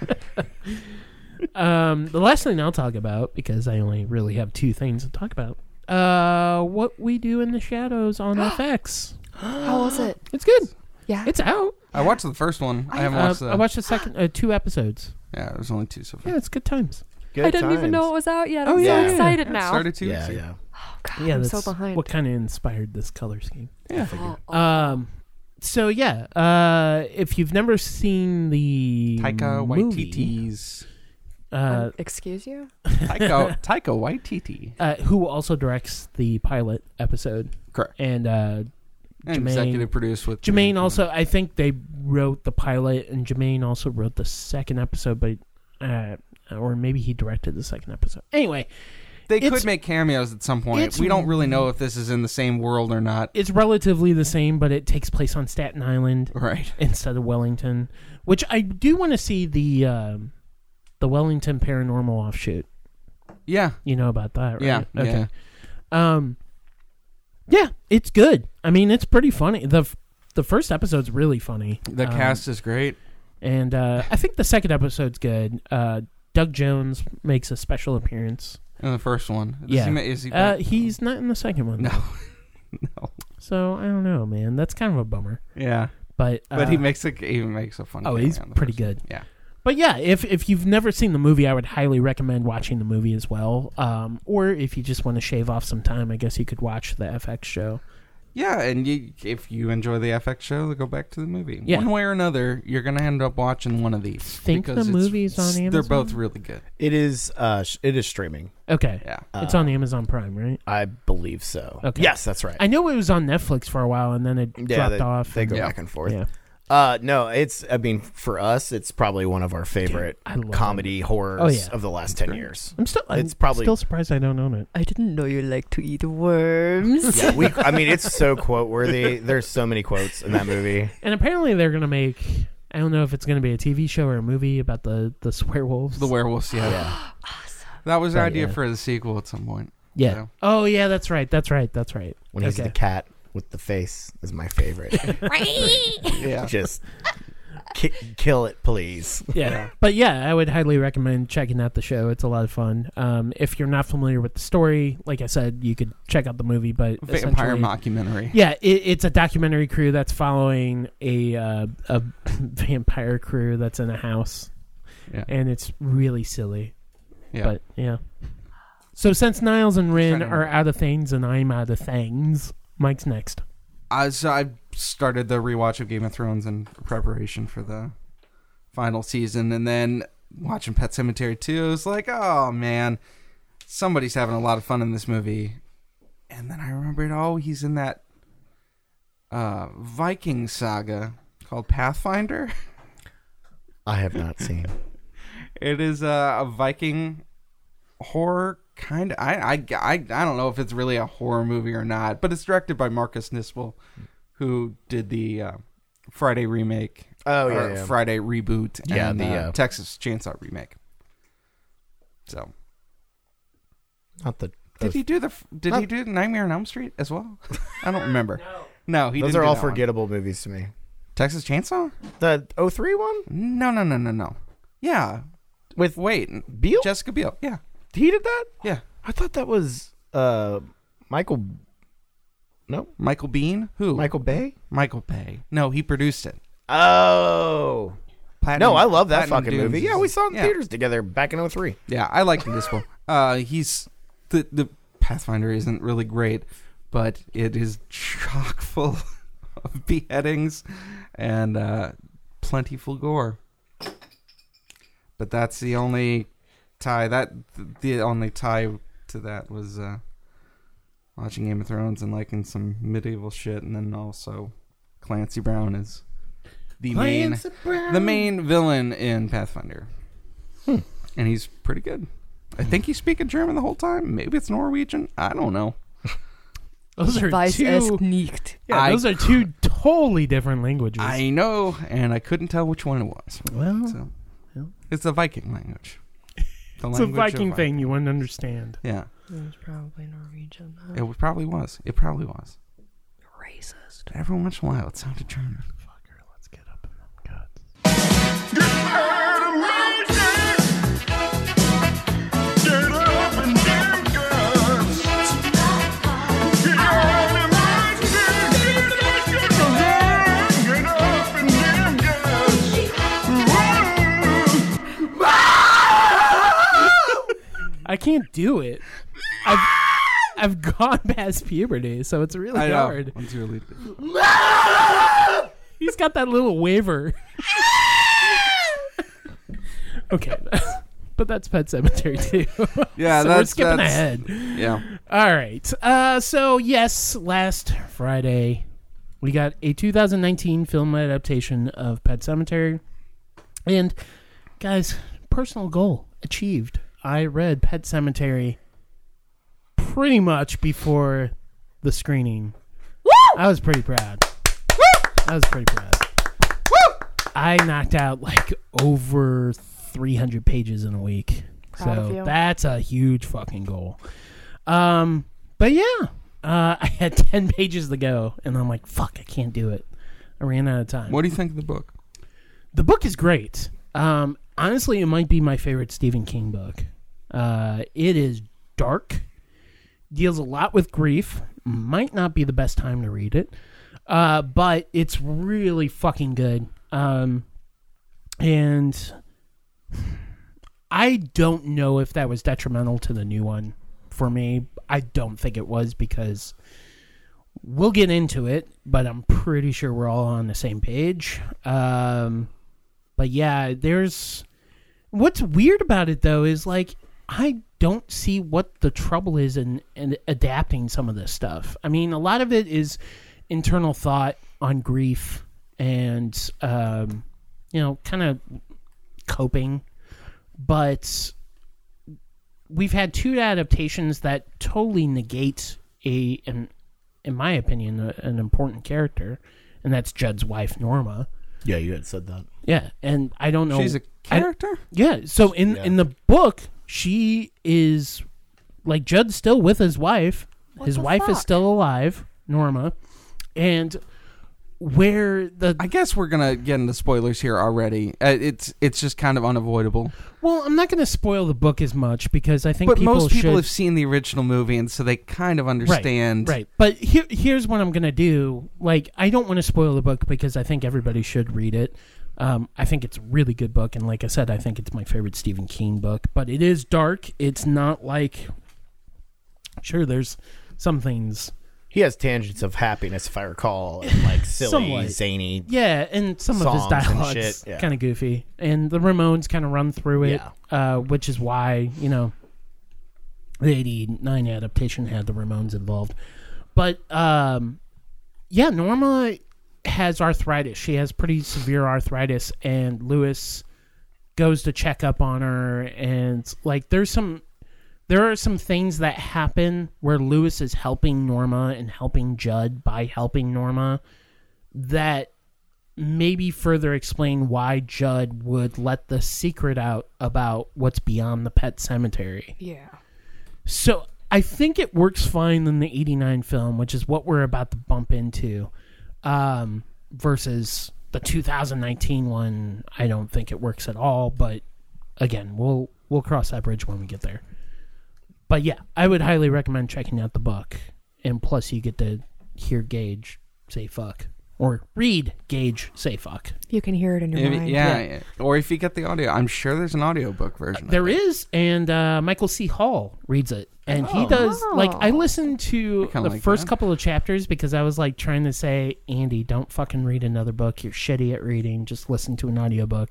Um, the last thing I'll talk about because I only really have two things to talk about. Uh, what we do in the shadows
[gasps]
on FX.
[gasps] How was [gasps] it?
It's good.
Yeah.
It's out.
I watched the first one. I haven't
Uh,
watched the.
I watched the second uh, two episodes.
yeah, there's only two so far.
Yeah, it's good times.
[laughs] Good
I didn't even
times.
know it was out yet.
Oh,
I'm
yeah.
so excited
It
now.
started two.
Yeah,
so-
yeah.
Oh, God,
yeah,
I'm
that's
so behind. Oh, Uh,
what kind of inspired this color scheme.
I figured.
Um, so yeah, uh, if you've never seen the
Taika
movie,
Waititi's.
uh,
Um, Excuse you?
[laughs]
Taika, Taika Waititi.
uh, who also directs the pilot episode,
Correct.
and uh,
And
Jermaine-
executive produced with
Jermaine also, I think they wrote the pilot, and Jermaine also wrote the second episode, but uh, or maybe he directed the second episode. Anyway,
They
It's-
could make cameos at some point.
it's-
We don't really know if this is in the same world or not.
it's relatively the same, but it takes place on Staten Island.
Right.
instead of Wellington, which I do want to see the um, the Wellington paranormal offshoot.
Yeah.
You know about that, right?
Yeah.
Okay. Um, yeah, it's good. I mean, it's pretty funny. the f- The first episode's really funny.
Yeah. The
Um,
cast is great.
and uh, I think the second episode's good. Uh, Doug Jones makes a special appearance.
In the first one. Does
yeah.
He, ma- is he
Uh,
back?
he's not in the second one.
No. [laughs] no.
So I don't know, man. That's kind of a bummer.
Yeah.
But uh,
But he makes a he makes a funny.
oh, he's pretty good.
Yeah.
But yeah, if if you've never seen the movie, I would highly recommend watching the movie as well. Um, or if you just want to shave off some time, I guess you could watch the FX show.
Yeah, and you, if you enjoy the FX show, go back to the movie.
Yeah.
One way or another, you're gonna end up watching one of these.
Think the
because it's-
movie's on
They're
Amazon?
both really good.
It is. Uh, sh- it is streaming.
Okay,
Yeah.
it's
Uh,
on Amazon Prime, right?
I believe so.
Okay.
Yes, that's right.
I know it was on Netflix for a while, and then it
yeah,
dropped
they,
off.
they
and-
go
Yeah.
back and forth.
Yeah.
Uh, no, it's. I mean, for us, it's probably one of our favorite
I love
comedy horrors
Oh, yeah.
of the last ten years.
I'm still. I'm
It's probably-
still surprised I don't own it.
I didn't know you like to eat worms.
Yeah, we. I mean, it's so quote worthy. There's so many quotes in that movie.
And apparently they're gonna make. I don't know if it's gonna be a TV show or a movie about the the [laughs] werewolves.
The werewolves. Yeah. That was the
But,
idea
yeah.
for the sequel at some point.
yeah.
so.
Oh yeah, that's right. That's right. That's right.
When he's
Okay.
the cat with the face is my favorite.
[laughs]
Yeah.
Just ki- kill it, please.
yeah. But yeah, I would highly recommend checking out the show. It's a lot of fun. Um, if you're not familiar with the story, like I said, you could check out the movie. But
Vampire
essentially-
mockumentary.
Yeah, it, it's a documentary crew that's following a uh, a [laughs] vampire crew that's in a house,
Yeah.
and it's really silly.
Yeah.
But yeah. So since Niles and Rin
Kinda-
are out of things and I'm out of things, Mike's next.
I so I started the rewatch of Game of Thrones in preparation for the final season, and then watching Pet Cemetery 2, it's like, oh man, somebody's having a lot of fun in this movie. And then I remembered, oh, he's in that uh, Viking saga called Pathfinder. [laughs]
I have not seen.
It is uh, a Viking horror kind of. I, I, I, I don't know if it's really a horror movie or not, but it's directed by Marcus Nispel, who did the uh, Friday remake.
Oh,
or
yeah, yeah.
Friday reboot.
Yeah,
and,
the,
uh,
uh,
Texas Chainsaw remake. So
Not the.
did he do the? Did he do Nightmare on Elm Street as well? I don't remember. no. he
Those
didn't
are
do
all
that one.
forgettable movies to me.
Texas Chainsaw?
The 03 one
No, no, no, no, no. Yeah,
with
wait,
Beale?
Jessica Biel. Yeah,
he did that?
yeah.
I thought that was uh Michael. No,
Michael Bean. Who?
Michael Bay.
Michael Bay. No, he produced it.
Oh.
Platinum,
No, I love that
Platinum
fucking
Dunes.
movie. Yeah, we saw it in oh
yeah.
theaters together back in 03.
Yeah, I liked this one. Uh, he's the the Pathfinder isn't really great, but it is chock full [laughs] of beheadings and uh, plentiful gore. But that's the only tie that the only tie to that was uh, watching Game of Thrones and liking some medieval shit, and then also Clancy Brown is the main the main villain in Pathfinder,
Hmm.
and he's pretty good. I think he's speaking German the whole time. Maybe it's Norwegian. I don't know.
Those are
Vice es
two.
nicht.
Yeah,
I-
those are two totally different languages.
I know, and I couldn't tell which one it was.
well,
So,
Yeah.
it's a Viking language. The
it's a
language of
Viking
Vi-
thing you wouldn't understand.
Yeah,
It was probably Norwegian.
it
Oh.
w- probably was. It probably was.
Racist.
But every once in a while, it
[laughs]
sounded German.
Fucker, let's get up in them guts. I can't do it. I've I've gone past puberty, so it's really
I know.
hard.
It's really-
He's got that little waver. [laughs] okay. [laughs] But that's Pet Cemetery [laughs] too.
Yeah,
so
that's
we're skipping
that's,
ahead.
Yeah,
All right. Uh, so yes, last Friday we got a 2019 film adaptation of Pet Cemetery, and guys, personal goal achieved. I read Pet Cemetery pretty much before the screening. I was pretty proud. I was pretty proud. I knocked out like over 300 pages in a week.
Proud
so
of you.
that's a huge fucking goal. Um, but yeah, uh, [laughs] I had 10 pages to go, and I'm like, fuck, I can't do it. I ran out of time.
what do you think of the book?
The book is great. Um, honestly, it might be my favorite Stephen King book. Uh, it is dark, deals a lot with grief. Might not be the best time to read it, uh, but it's really fucking good. Um, and I don't know if that was detrimental to the new one for me. I don't think it was because we'll get into it, but I'm pretty sure we're all on the same page. Um, but yeah, there's what's weird about it though is like I don't see what the trouble is in, in adapting some of this stuff. I mean, a lot of it is internal thought on grief and um, you know, kind of coping, but we've had two adaptations that totally negate a an in my opinion a, an important character and that's Judd's wife Norma.
Yeah, you had said that.
Yeah, and I don't know
She's a
I-
character.
yeah. So in
Yeah.
in the book, she is like Judd's still with his wife.
What
his
the
wife is
fuck?
still alive, Norma, and where the
I guess we're gonna get into spoilers here already. Uh, it's it's just kind of unavoidable.
well, I'm not going to spoil the book as much because I think
But
people
most people
should,
have seen the original movie, and so they kind of understand.
Right. But here, here's what I'm going to do. Like, I don't want to spoil the book because I think everybody should read it. Um, I think it's a really good book. And like I said, I think it's my favorite Stephen King book. But it is dark. It's not like. Sure, there's some things.
He has tangents of happiness, if I recall, and [laughs] like silly,
Somewhat.
zany.
Yeah, and some of his
Songs and
dialogue's
shit, yeah.
kind of goofy. And the Ramones kind of run through it, uh, which is why, you know, the 89 adaptation had the Ramones involved. But um, yeah, Norma has arthritis. She has pretty severe arthritis, and Lewis goes to check up on her. And like, there's some. There are some things that happen where Lewis is helping Norma and helping Judd by helping Norma that maybe further explain why Judd would let the secret out about what's beyond the pet cemetery.
Yeah.
So I think it works fine in the 89 film, which is what we're about to bump into, um, versus the 2019 one. I don't think it works at all, but again, we'll we'll cross that bridge when we get there. But yeah, I would highly recommend checking out the book. And plus you get to hear Gage say fuck or read Gage Sayfuck.
You can hear it in your
If-
mind.
yeah, or if you get the audio, I'm sure there's an audiobook version. of
There
it.
is, and uh, Michael C. Hall reads it, and he does. Like I listened to
Oh. I
the
kinda like
first
that.
couple of chapters because I was like trying to say, Andy, don't fucking read another book. You're shitty at reading. Just listen to an audiobook.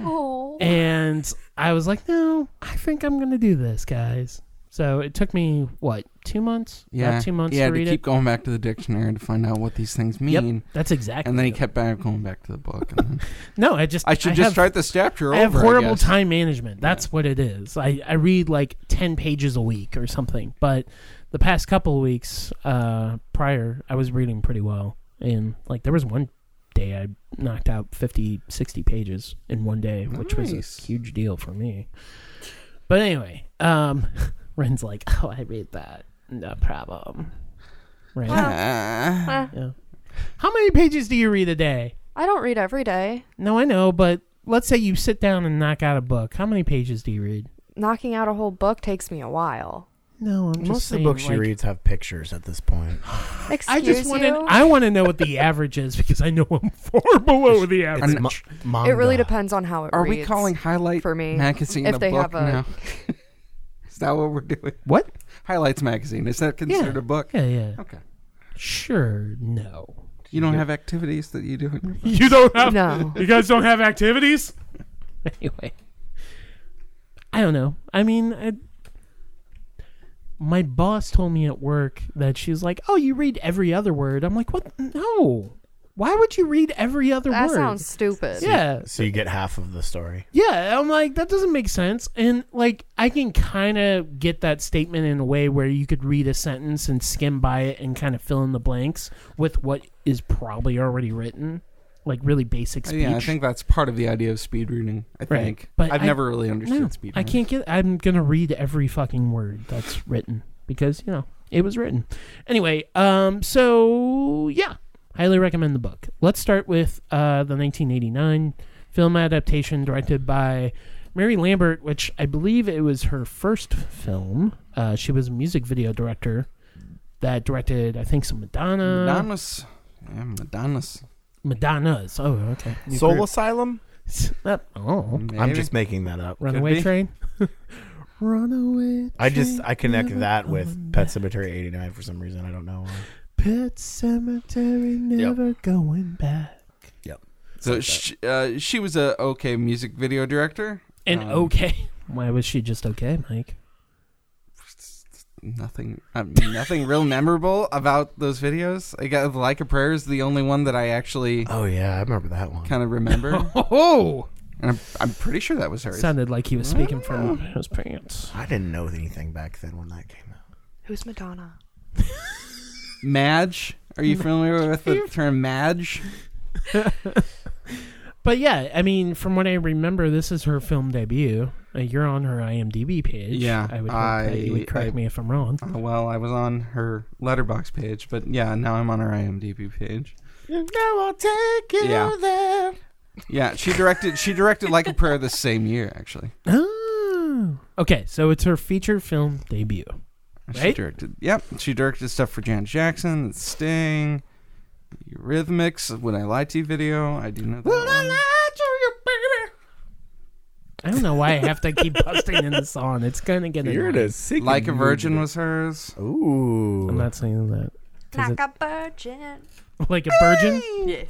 Oh.
And I was like, no, I think I'm gonna do this, guys. So it took me what two months? About
Yeah,
two months
Yeah,
to read
keep
it.
going back to the dictionary to find out what these things mean,
Yep, that's exactly.
and then he
it.
kept back going back to the book.
[laughs]
And then,
No, I just
I should
have-
just write this chapter
I have
over.
horrible
guess.
time management. That's what it is. I, I read like 10 pages a week or something. But the past couple of weeks uh, prior, I was reading pretty well. And like there was one day I knocked out 50, 60 pages in one day, which was
Nice.
a huge deal for me. But anyway, um, [laughs] Ren's like, oh, I read that. No problem. Ren.
Ah.
Yeah. How many pages do you read a day?
uh, I don't read every day.
No, I know, but let's say you sit down and knock out a book. How many pages do you read?
Knocking out a whole book takes me a while.
No, I'm
Most of the books she reads have pictures at this point.
Excuse
I just want to.
you?
I want to know what the [laughs] average is because I know I'm far below the average.
And mo-
manga.
it really depends on how it
Are
reads.
we calling highlight
for me,
magazine
if
a
they
book
have a-
now? [laughs] is that what we're doing?
What?
Highlights magazine is that considered a book?
Yeah, yeah.
Okay.
Sure, no.
You don't have activities that you do. In your book?
[laughs] You don't have.
[laughs] No.
You guys don't have activities. [laughs] Anyway, I don't know. I mean, I, my boss told me at work that she's like, "Oh, you read every other word." I'm like, "What? No. Why would you read every other
That
word?"
sounds stupid.
Yeah.
So you get half of the story.
Yeah, I'm like that doesn't make sense, and like I can kind of get that statement in a way where you could read a sentence and skim by it and kind of fill in the blanks with what is probably already written, like really basic speech.
Oh, Yeah, I think that's part of the idea of speed reading. I
Right,
think,
but
I've
I-
never really understood
no,
speed.
I
reading.
can't get. I'm gonna read every fucking word that's written because you know it was written. Anyway, um, so yeah, highly recommend the book. Let's start with uh, the 1989 film adaptation directed by Mary Lambert, which I believe it was her first film. Uh, she was a music video director that directed, I think, some Madonna,
Madonna's. Yeah, Madonna's.
Madonna's. Oh, okay.
Soul
[laughs]
Mm, Asylum?
oh,
I'm
Maybe.
just making that up.
Runaway
be.
Train. [laughs] Runaway.
I just I connect
Train,
that
run
with Pet Cemetery 89 for some reason. I don't know why.
Pet cemetery, never going back.
So she, uh, she was a okay music video director.
And
Um,
okay. Why was she just okay, Mike?
Nothing, um, nothing real memorable about those videos. I got like a prayer is the only one that I actually
Oh yeah, I remember that one.
kind of remember,
[laughs] Oh!
and I'm, I'm pretty sure that was hers.
Sounded like he was speaking from his pants.
I didn't know anything back then when that came out.
Who's Madonna?
Madge. Are you familiar with
[laughs]
the term Madge?
But yeah, I mean, from what I remember, this is her film debut. Uh, you're on her IMDb page.
Yeah,
I would hope that you
I-
would correct
I-
me if I'm wrong.
Uh, well, I was on her letterbox page, but yeah, now I'm on her IMDb page.
Now I'll take you
Yeah.
there.
Yeah, she directed. She directed Like a Prayer this same year, actually.
Oh. Okay, so it's her feature film debut.
She
Right?
directed. Yep, she directed stuff for Janet Jackson, Sting, Eurythmics, "When I Lie to You" video. I do know that. one.
I don't know why I have to keep busting in the song. It's going to get
You're in
annoying.
a singing
Like a
mood.
Virgin was hers.
Ooh.
I'm not saying that. 'Cause it-
a virgin.
like a virgin?
Yes.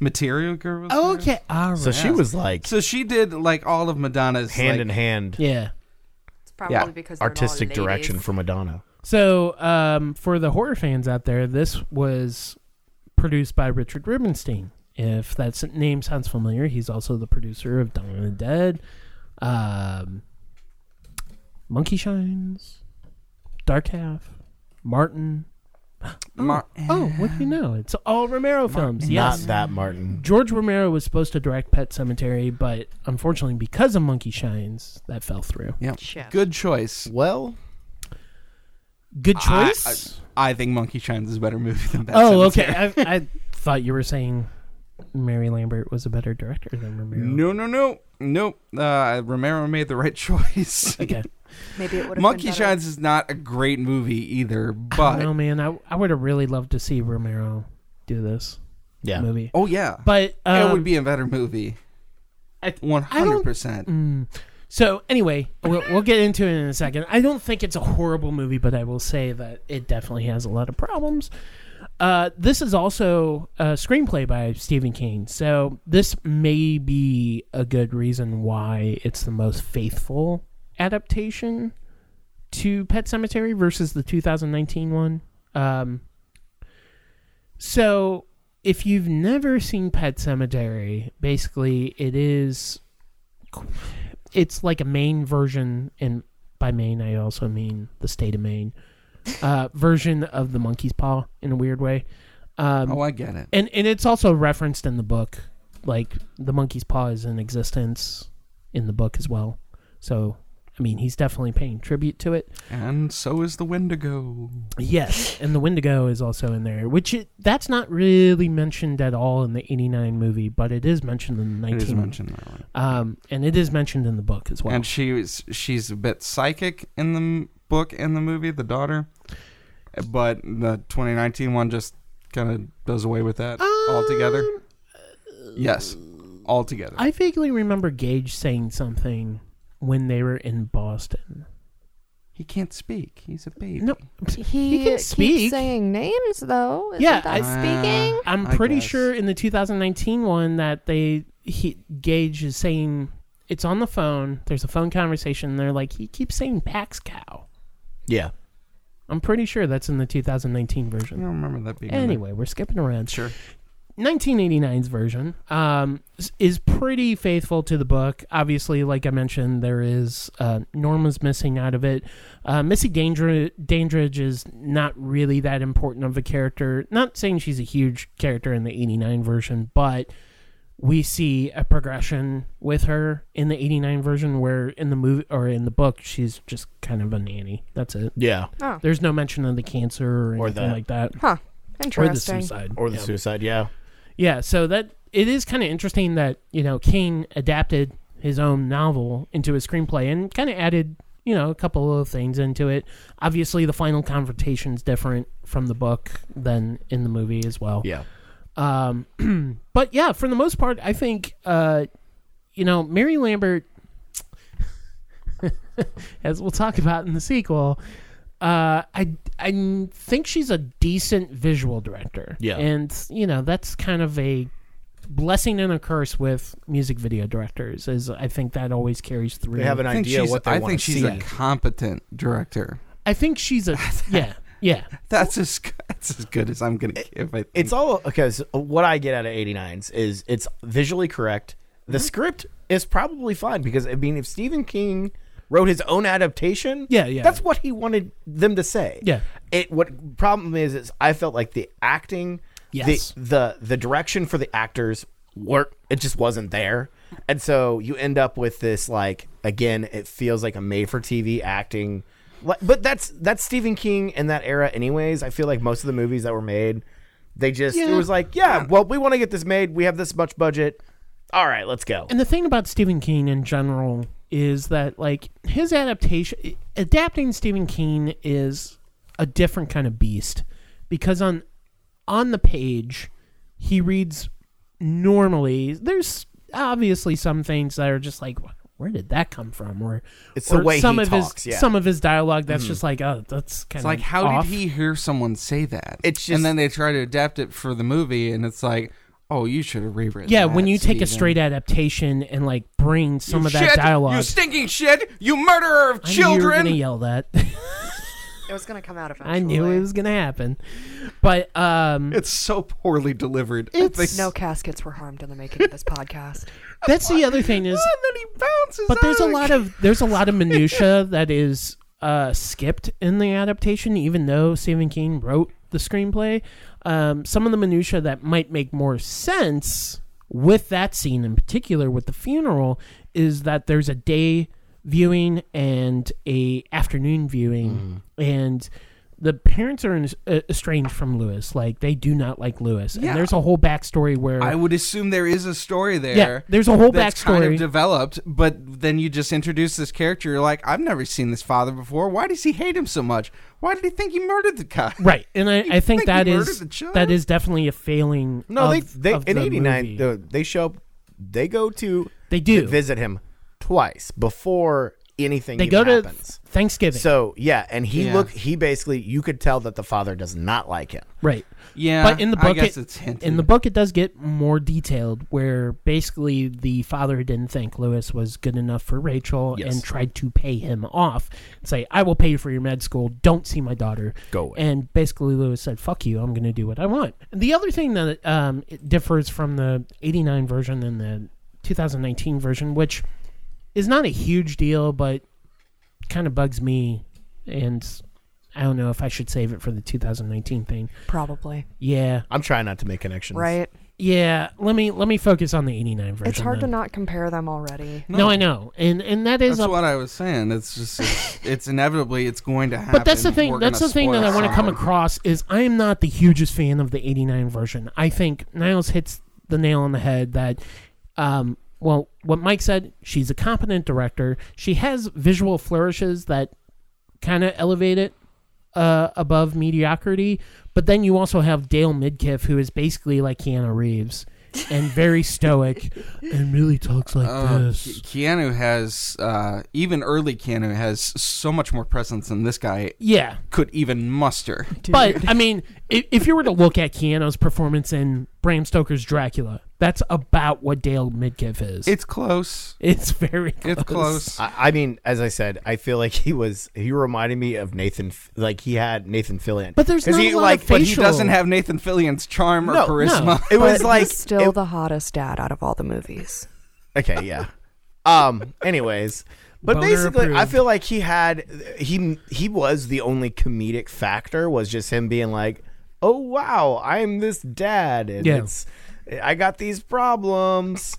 Material Girl was hers.
Okay, all right.
so she was like
So she did like all of Madonna's
hand
like,
in hand
yeah.
It's probably
Yeah.
because they're all
artistic
ladies.
direction for Madonna.
So, um, for the horror fans out there, this was produced by Richard Rubenstein. If that s- name sounds familiar, he's also the producer of Dawn of the Dead, um, Monkey Shines, Dark Half, Martin.
Mar-
Oh, what do you know? It's all Romero films. Yes.
Not that Martin.
George Romero was supposed to direct Pet Cemetery, but unfortunately, because of Monkey Shines, that fell through.
Yep.
Shit.
Good choice.
Well,
Good
I-
choice.
I, I think Monkey Shines is a better movie than Pet
Oh,
Sematary.
okay. I, I thought you were saying Mary Lambert was a better director than Romero.
No, no, no, nope. Uh, Romero made the right [laughs] choice.
[laughs] Okay.
Maybe it would have
Monkey
been better.
Shines is not a great movie either,
I
but
don't know, man. I, I would have really loved to see Romero do this
Yeah.
movie.
oh yeah,
But um,
it would be a better movie.
I- I don't-
One hundred percent.
Mm. So anyway, we'll, we'll get into it in a second. I don't think it's a horrible movie, but I will say that it definitely has a lot of problems. Uh, this is also a screenplay by Stephen King, so this may be a good reason why it's the most faithful adaptation to Pet Cemetery versus the 2019 one. Um, so, if you've never seen Pet Cemetery, basically it is it's like a Maine version, and by Maine I also mean the state of Maine, uh, version of the Monkey's Paw in a weird way. Um,
Oh, I get it.
and and it's also referenced in the book. Like the monkey's paw is in existence in the book as well. So I mean, he's definitely paying tribute to it.
And so is the Wendigo.
Yes, and the Wendigo is also in there, which it, that's not really mentioned at all in the '89 movie, but it is mentioned in the
It is
19.
mentioned that one.
um, and it is mentioned in the book as well.
And she was she's a bit psychic in the m- book and the movie, the daughter. But the 2019 one just kind of does away with that
Um,
altogether. Yes, altogether.
I vaguely remember Gage saying something when they were in Boston.
he can't speak. He's a baby.
No,
He,
can
keeps
speak.
saying names though. Isn't
Yeah,
that
I-
speaking.
I'm
I
pretty
guess.
sure in the 2019 one that they he, Gage is saying it's on the phone. There's a phone conversation. And they're like he keeps saying Pax Cow.
Yeah.
I'm pretty sure that's in the 2019
I
version.
don't remember that being. in there.
Anyway, we're skipping around.
sure.
1989's version um, s- is pretty faithful to the book. Obviously, like I mentioned, there is uh, Norma's missing out of it. Uh, Missy Dandridge, Dandridge is not really that important of a character. Not saying she's a huge character in the 89 version, but we see a progression with her in the 89 version where in the movie or in the book she's just kind of a nanny. That's it.
Yeah.
Oh,
There's no mention of the cancer or anything
Or that.
like that.
huh.
Or the
Interesting.
suicide.
Or the
Yeah.
suicide. Yeah.
Yeah, so that it is kind of interesting that you know King adapted his own novel into a screenplay and kind of added you know a couple of things into it. Obviously, the final confrontation is different from the book than in the movie as well.
Yeah.
Um, [clears throat] but yeah, for the most part, I think uh, you know Mary Lambert, [laughs] as we'll talk about in the sequel, uh, I I think she's a decent visual director.
Yeah.
and you know that's kind of a blessing and a curse with music video directors. Is I think that always carries through.
They have an
I think
idea
she's,
what they
I
want
think
to
she's
see.
a competent director.
I think she's
[laughs]
a yeah yeah.
That's as [laughs] g- that's as good as I'm gonna give. I think.
it's all because what I get out of 89s is it's visually correct.
Mm-hmm.
The script is probably fine because I mean, if Stephen King wrote his own adaptation,
Yeah, yeah.
that's what he wanted them to say.
Yeah.
It what problem is is I felt like the acting,
Yes.
the the the direction for the actors work. It just wasn't there, and so you end up with this like again, it feels like a made for TV acting. Like- But that's that's Stephen King in that era, anyways. I feel like most of the movies that were made they just it was like, yeah, well, we want to get this made. We have this much budget. All right, let's go.
And the thing about Stephen King in general is that like his adaptation adapting Stephen King is a different kind of beast because on on the page he reads normally there's obviously some things that are just like where did that come from or
It's the
or
way
some
he
of
talks,
his
yeah.
some of his dialogue that's just like oh that's kind
Mm-hmm.
of
It's like how
off.
did he hear someone say that?
It's just-
and then they try to adapt it for the movie, and it's like, oh, you should have rewritten.
yeah
that,
when you take a
Steven.
straight adaptation and like bring some of that
Shit,
dialogue
You stinking shit! You murderer of
I knew you were
children!
gonna yell that [laughs]
It was going to come out eventually.
I knew it was gonna happen. But um
It's so poorly delivered.
It's-
They-
No caskets were harmed in the making of this podcast.
that's the other thing
[laughs]
is
Ah, and then he bounces.
but there's a
out.
lot of there's a lot of
[laughs]
minutia that is uh skipped in the adaptation, even though Stephen King wrote the screenplay. Um some of the minutia that might make more sense with that scene in particular with the funeral is that there's a
Mm-hmm.
day viewing and a afternoon viewing and the parents are in, uh, estranged from Lewis. Like they do not like Lewis,
Yeah.
and there's a whole backstory where
I would assume there is a story there.
yeah, there's a whole
that's kind
backstory.
of developed, but then you just introduce this character. You're like, I've never seen this father before. Why does he hate him so much? Why did he think he murdered the guy?
Right, and I, I
think
think
[laughs] he
that
murdered
is
the child?
that is definitely a failing.
No,
of-
they they
of
in
the
'89
movie.
they, they show up. They go to
They do.
visit him twice before anything.
they go
even
to
happens.
Thanksgiving.
So yeah, and he
Yeah.
look he basically you could tell that the father does not like him.
right,
Yeah,
but in the book,
I guess
it-
it's hinted.
in the book it does get more detailed, where basically the father didn't think Lewis was good enough for Rachel
Yes.
and tried to pay him off, and say, "I will pay you for your med school. Don't see my daughter."
Go away.
And basically, Lewis said, "Fuck you. I'm going to do what I want." And the other thing that um, it differs from the '89 version and the 2019 version, which is not a huge deal, but kind of bugs me, and I don't know if I should save it for the 2019 thing.
Probably.
Yeah,
I'm trying not to make connections.
Right?
yeah. Let me let me focus on the '89 version.
It's hard to
then.
not compare them already.
No. I know, and and that is
That's
a
what I was saying. It's
[laughs]
just it's, it's inevitably it's going to happen.
But that's the thing.
We're
That's the
gonna
thing that I
spoil
want to come
something.
across is I am not the hugest fan of the '89 version. I think Niles hits the nail on the head that, um, well, what Mike said. She's a competent director. She has visual flourishes that kind of elevate it uh, above mediocrity. But then you also have Dale Midkiff, who is basically like Keanu Reeves and
[laughs]
very stoic and really talks like
Uh,
this.
Ke- Keanu has uh, even early Keanu has so much more presence than this guy
Yeah,
could
[laughs]
even muster.
But I mean, if, if you were to look at Keanu's performance in Bram Stoker's Dracula, that's about what Dale Midkiff is.
It's close.
it's very close.
It's close.
I, I mean, as I said, I feel like he was he reminded me of Nathan. F- Like he had Nathan Fillion,
But there's
'Cause
not
he,
a lot
like,
of
but he
He
facial-
doesn't have Nathan Fillion's charm or
No, no.
charisma.
It was
But
like
he's still
it-
the hottest dad out of all the movies.
okay, yeah. Um. Anyways, but
Boner
basically, I
approved.
feel like he had he he was the only comedic factor was just him being like, "Oh wow, I'm this dad, and
Yeah.
it's I got these problems."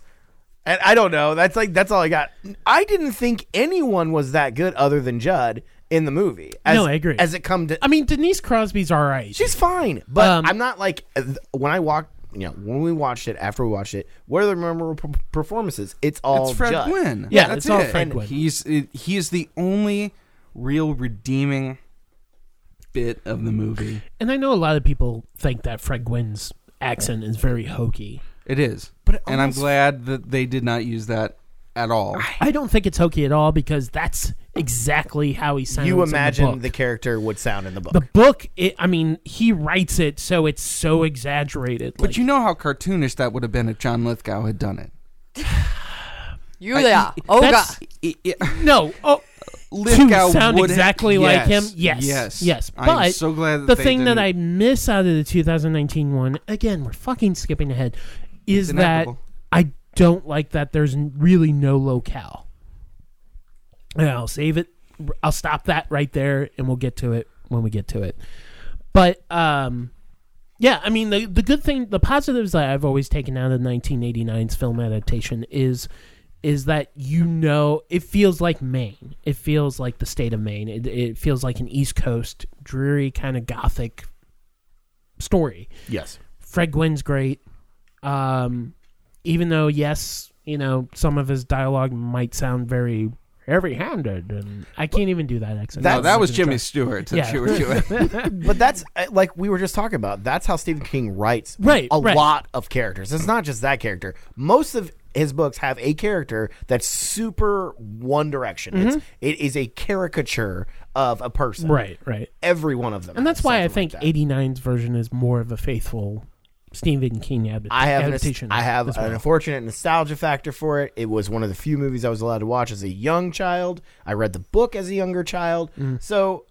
And I don't know. That's like that's all I got. I didn't think anyone was that good other than Judd in the movie. As,
No, I agree.
As it come to
I mean, Denise Crosby's all right.
She's fine, but
Um,
I'm not like uh, th- when I walked. You know, when we watched it, after we watched it, what are the memorable per- performances? It's all
[laughs] It's Fred
Judd.
Gwynn.
Yeah,
that's
it's all
it.
Fred Gwynn.
He's he is the only real redeeming bit of the movie.
and I know a lot of people think that Fred Gwynn's accent is very hokey.
It is,
But it
and I'm
almost-
glad that they did not use that at all.
I don't think it's hokey at all because that's exactly how he sounds. in
You
the
imagine
book.
the, character would sound in the book.
The book, it, I mean, he writes it so it's so exaggerated.
But you know how cartoonish that would have been if John Lithgow had done it.
You yeah. Oh god.
that's-
I- [laughs] I-
no, oh,
Lithgow
to sound
would have-
exactly like him.
Yes,
Yes,
yes,
yes,
I'm
But
so glad that
the
they
thing that I
didn't-
miss out of the 2019 one, again, we're fucking skipping ahead, is that
inevitable.
I don't like that there's n- really no locale. And I'll save it. I'll stop that right there, and we'll get to it when we get to it. But um, yeah, I mean the the good thing, the positives that I've always taken out of 1989's film adaptation is is that you know it feels like Maine. It feels like the state of Maine. It, it feels like an East Coast dreary kind of gothic story.
yes.
Fred Gwynn's great. Um, even though, yes, you know, some of his dialogue might sound very heavy-handed, and I can't even do that accent.
No,
That's-
Oh, that was Jimmy Stewart that
Yeah.
you were doing.
[laughs] But that's uh, like we were just talking about. That's how Stephen King writes
Right,
a
right.
lot of characters. It's not just that character. Most of his books have a character that's super one direction. It's, it is a caricature of a person.
[laughs] Mm-hmm. right, right,
Every one of them.
and that's
has
why I
something
think
like that.
89's version is more of a faithful Stephen King ad-
I have
adaptation.
an, I have
as
an
well.
unfortunate nostalgia factor for it. It was one of the few movies I was allowed to watch as a young child. I read the book as a younger child,
Mm-hmm.
so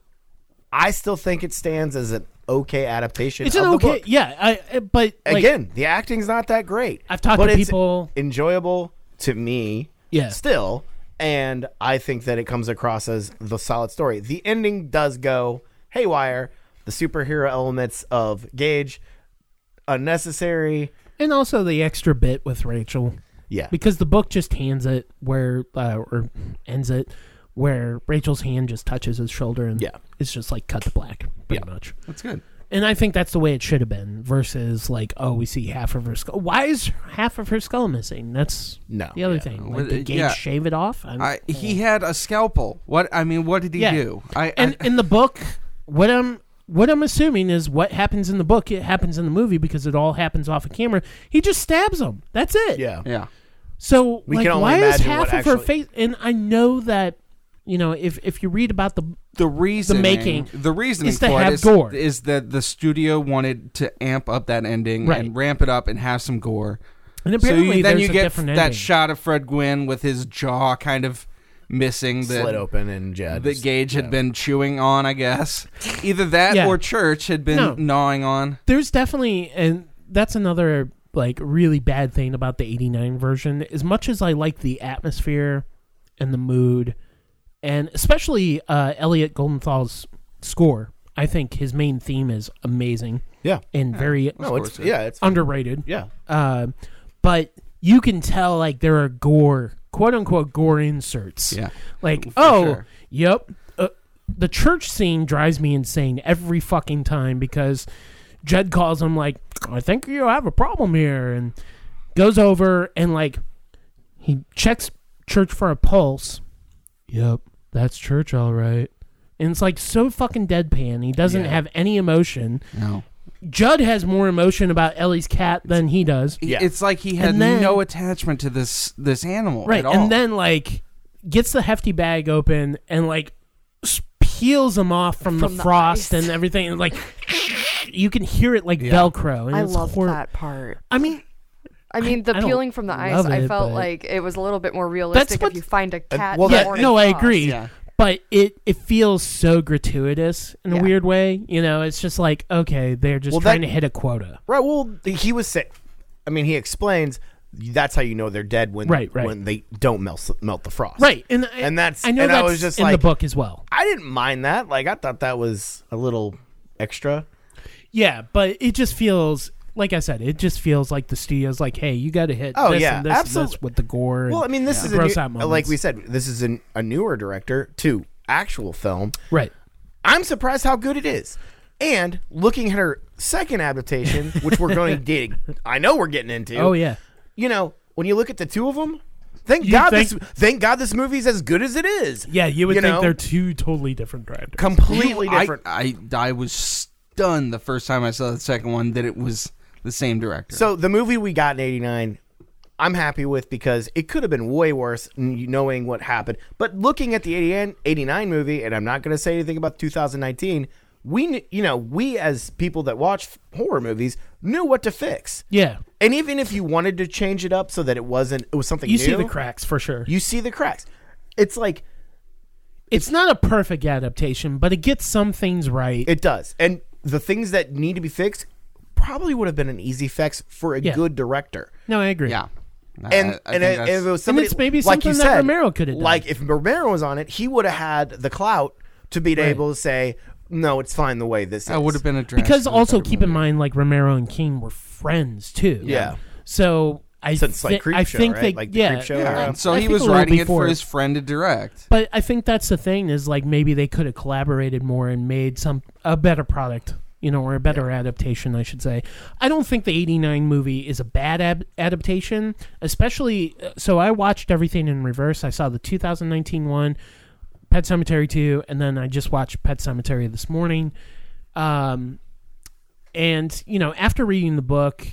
I still think it stands as an okay adaptation.
It's
of
an
the
okay,
book.
yeah. I I- but like,
Again, the acting's not that great.
I've talked
but
to
it's
people-
enjoyable to me.
Yeah.
still, and I think that it comes across as the solid story. The ending does go haywire. The superhero elements of Gage unnecessary.
and also the extra bit with Rachel
Yeah.
because the book just hands it where uh, or ends it where Rachel's hand just touches his shoulder and
Yeah.
it's just like cut to black, pretty much.
That's good.
And I think that's the way it should have been. Versus like, oh, we see half of her skull. Why is half of her skull missing? That's
No,
the other
yeah.
thing.
Well,
Like, did
uh,
Gage
yeah.
shave it off? I'm-
I, he had a scalpel. What I mean, what did he
Yeah.
do? I,
and
I
in the book, what I'm what I'm assuming is what happens in the book, it happens in the movie because it all happens off of camera. He just stabs him. That's it.
Yeah.
[laughs] yeah.
So
We
like,
can only
why is
imagine
half
what
of her
actually-
face? And I know that you know if if you read about the
The reason
making
the reasoning
is to
for
have
it is,
gore.
is that the studio wanted to amp up that ending
Right.
and ramp it up and have some gore.
and
So
apparently
you, then
there's
you
a
get
different
that
ending.
shot of Fred Gwynn with his jaw kind of missing that
Slit open and yeah,
that
just-
Gage had
yeah.
been chewing on.
[laughs]
I guess either that
Yeah.
or Church had been
No.
gnawing on.
there's definitely and that's another like really bad thing about the 89 version as much as i like the atmosphere and the mood and especially uh, elliot goldenthal score i think his main theme is amazing
Yeah.
and very
No, it's yeah, it's
underrated
yeah.
uh, but you can tell like there are gore quote unquote gore inserts
Yeah.
like
For
oh
sure.
yep uh, the church scene drives me insane every fucking time because jed calls him like i think you have a problem here and goes over and like he checks church for a pulse yep that's church all right and it's like so fucking deadpan he doesn't
Yeah.
have any emotion
No.
judd has more emotion about ellie's cat than he does
Yeah.
It's like he had
And then-
no attachment to this this animal
right
at all.
and then like gets the hefty bag open and like s- peels them off from,
From
the
the
frost
ice.
and everything and like you can hear it like
Yeah.
velcro and
I
it's
love
hor-
that part.
i mean
I mean, the
I don't
peeling from the ice.
love
I
it,
felt
but-
like it was a little bit more realistic
what-
if you find a cat.
well,
in the
yeah
that-
morning
no i
frost.
agree
yeah.
but it it feels so gratuitous in a
Yeah.
weird way you know it's just like okay they're just
Well,
trying
that-
to hit a quota
Right. Well, he was sick. I mean, he explains that's how you know they're dead when
Right, right.
when they don't melt melt the frost.
right and, I-
And that's-
i know
and I
that's
was just
in the
like-
book as well
I didn't mind that. Like I thought that was a little extra.
yeah but it just feels like I said, it just feels like the studio's like, "Hey, you got to hit
Oh,
this
yeah,
and this and
absolute-
this with the gore." and
Well, I mean, this
the
is a
gross
new-
out
like
moments.
we said, this is an, a newer director to actual film.
right?
I'm surprised how good it is. And looking at her second adaptation, which
[laughs]
we're going to dig, I know we're getting into.
Oh yeah,
You know, when you look at the two of them, thank
You
God
think-
this thank God this movie's as good as it is.
yeah. You would think
know?
they're two totally different directors.
completely
I-
different.
I, I was stunned the first time I saw the second one that it was the same director.
So the movie we got in '89, I'm happy with because it could have been way worse, n- knowing what happened. But looking at the '89 89 movie, and I'm not going to say anything about 2019. We, kn- you know, we as people that watch horror movies knew what to fix.
Yeah,
And even if you wanted to change it up so that it wasn't, it was something
you
new,
see the cracks for sure.
You see the cracks. It's like
it's not a perfect adaptation, but it gets some things right.
It does. And the things that need to be fixed probably would have been an easy fix for a
Yeah.
good director.
no, I agree.
yeah.
And
I- I- I
and
think
if
that's-
it was somebody
it's maybe
like you
something that
said,
Romero could have done.
Like if Romero was on it, he would have had the clout to be
Right.
able to say, "No, it's fine the way this is."
that would have been addressed.
because
in the
also
third
keep
movie.
in mind, like Romero and King were friends too.
Yeah.
So I
Since, like,
thi- I
Creepshow,
think
right?
they
Like, the
yeah.
Creepshow
Yeah,
era.
I-
and so
uh, I
he
think a
was
little
writing it
before.
for his friend to direct.
But I think that's the thing is like maybe they could have collaborated more and made some a better product, you know, or a better adaptation, I should say. I don't think the 89 movie is a bad ab- adaptation, especially uh, so I watched everything in reverse. I saw the 2019 one, Pet Cemetery 2, and then I just watched Pet Cemetery this morning. Um and you know, after reading the book,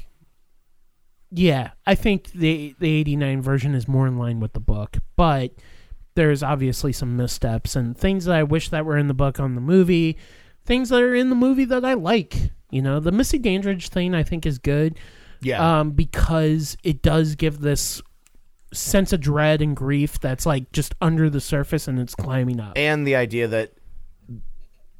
yeah, I think the the 89 version is more in line with the book, but there's obviously some missteps and things that I wish that were in the book on the movie, things that are in the movie that I like. You know, the Missy Dandridge thing I think is good
yeah.
um, because it does give this sense of dread and grief that's like just under the surface and it's climbing up.
and the idea that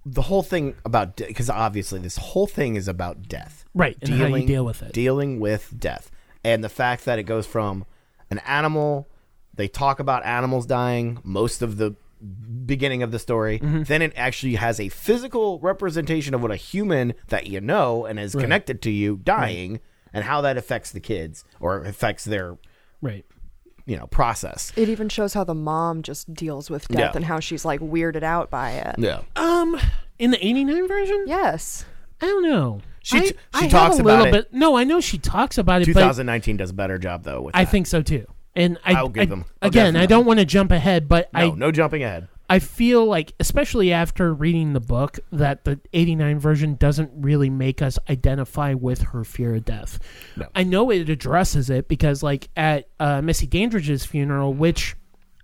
the whole thing about because obviously this whole thing is about death.
right, and how you deal with it.
Dealing with death. And the fact that it goes from an animal, they talk about animals dying most of the beginning of the story.
Mm-hmm.
Then it actually has a physical representation of what a human that you know and is connected to you dying and how that affects the kids or affects their
right.
you know process.
It even shows how the mom just deals with death
Yeah.
and how she's like weirded out by it.
Yeah,
Um, in the '89 version,
Yes.
I don't know.
She-
I-
she
I have
talks
a
about
little
it.
bit. No, I know she talks about it, but
2019 does a better job though. With
I
that.
think so too. And I,
I'll give
I-
them- I'll
again. I
definitely.
don't want to jump ahead, but
no,
I
no jumping ahead.
I feel like, especially after reading the book, that the 89 version doesn't really make us identify with her fear of death.
No.
I know it addresses it because, like, at uh, Missy Dandridge's funeral, which,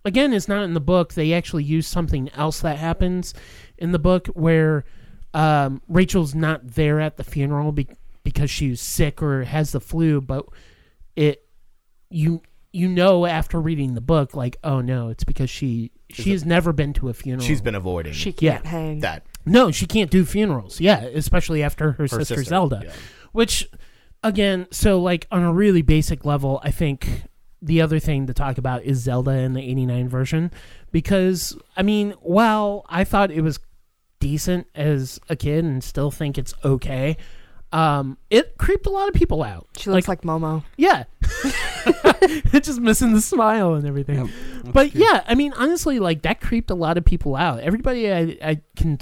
again, is not in the book, they actually use something else that happens in the book where um, Rachel's not there at the funeral be- because she's sick or has the flu, but it you you know after reading the book like oh no it's because she she's never been to a funeral
She's been avoiding
She
Yeah.
can't hang.
that.
no she can't do funerals yeah especially after her, sister,
sister,
zelda
yeah.
which again so like on a really basic level i think the other thing to talk about is zelda in the 89 version because i mean while i thought it was decent as a kid and still think it's okay um it creeped a lot of people out
She looks like, Momo.
[laughs]
yeah. [laughs] it's just missing the smile and everything. but yeah, I mean, honestly, like that creeped a lot of people out. Everybody I, I can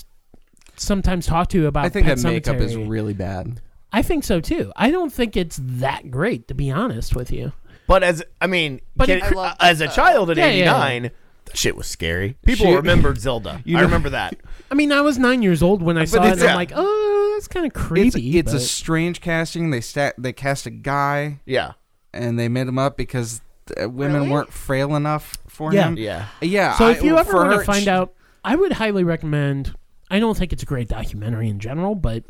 sometimes talk to about
I think
Uh, Pet
that makeup is
Sematary-
really bad.
I think so too. I don't think it's that great, to be honest with you.
But as I mean,
But
kid-
it- I
love
as a child at
Yeah, yeah, yeah.
89, that shit was scary. People
She-
[laughs]
remembered Zelda.
You
I
know-
remember that.
I mean, I was nine years old when I saw it, and
it's-
I'm like, oh, that's kind of
It's,
creepy.
it's a
but-
strange casting. They stat, they cast a guy
Yeah,
and they made him up because uh, women
Really?
weren't frail enough for
Yeah.
him.
yeah.
Yeah.
So if
I-
you ever
for
want to
her,
find
she-
out, I would highly recommend. I don't think it's a great documentary in general, but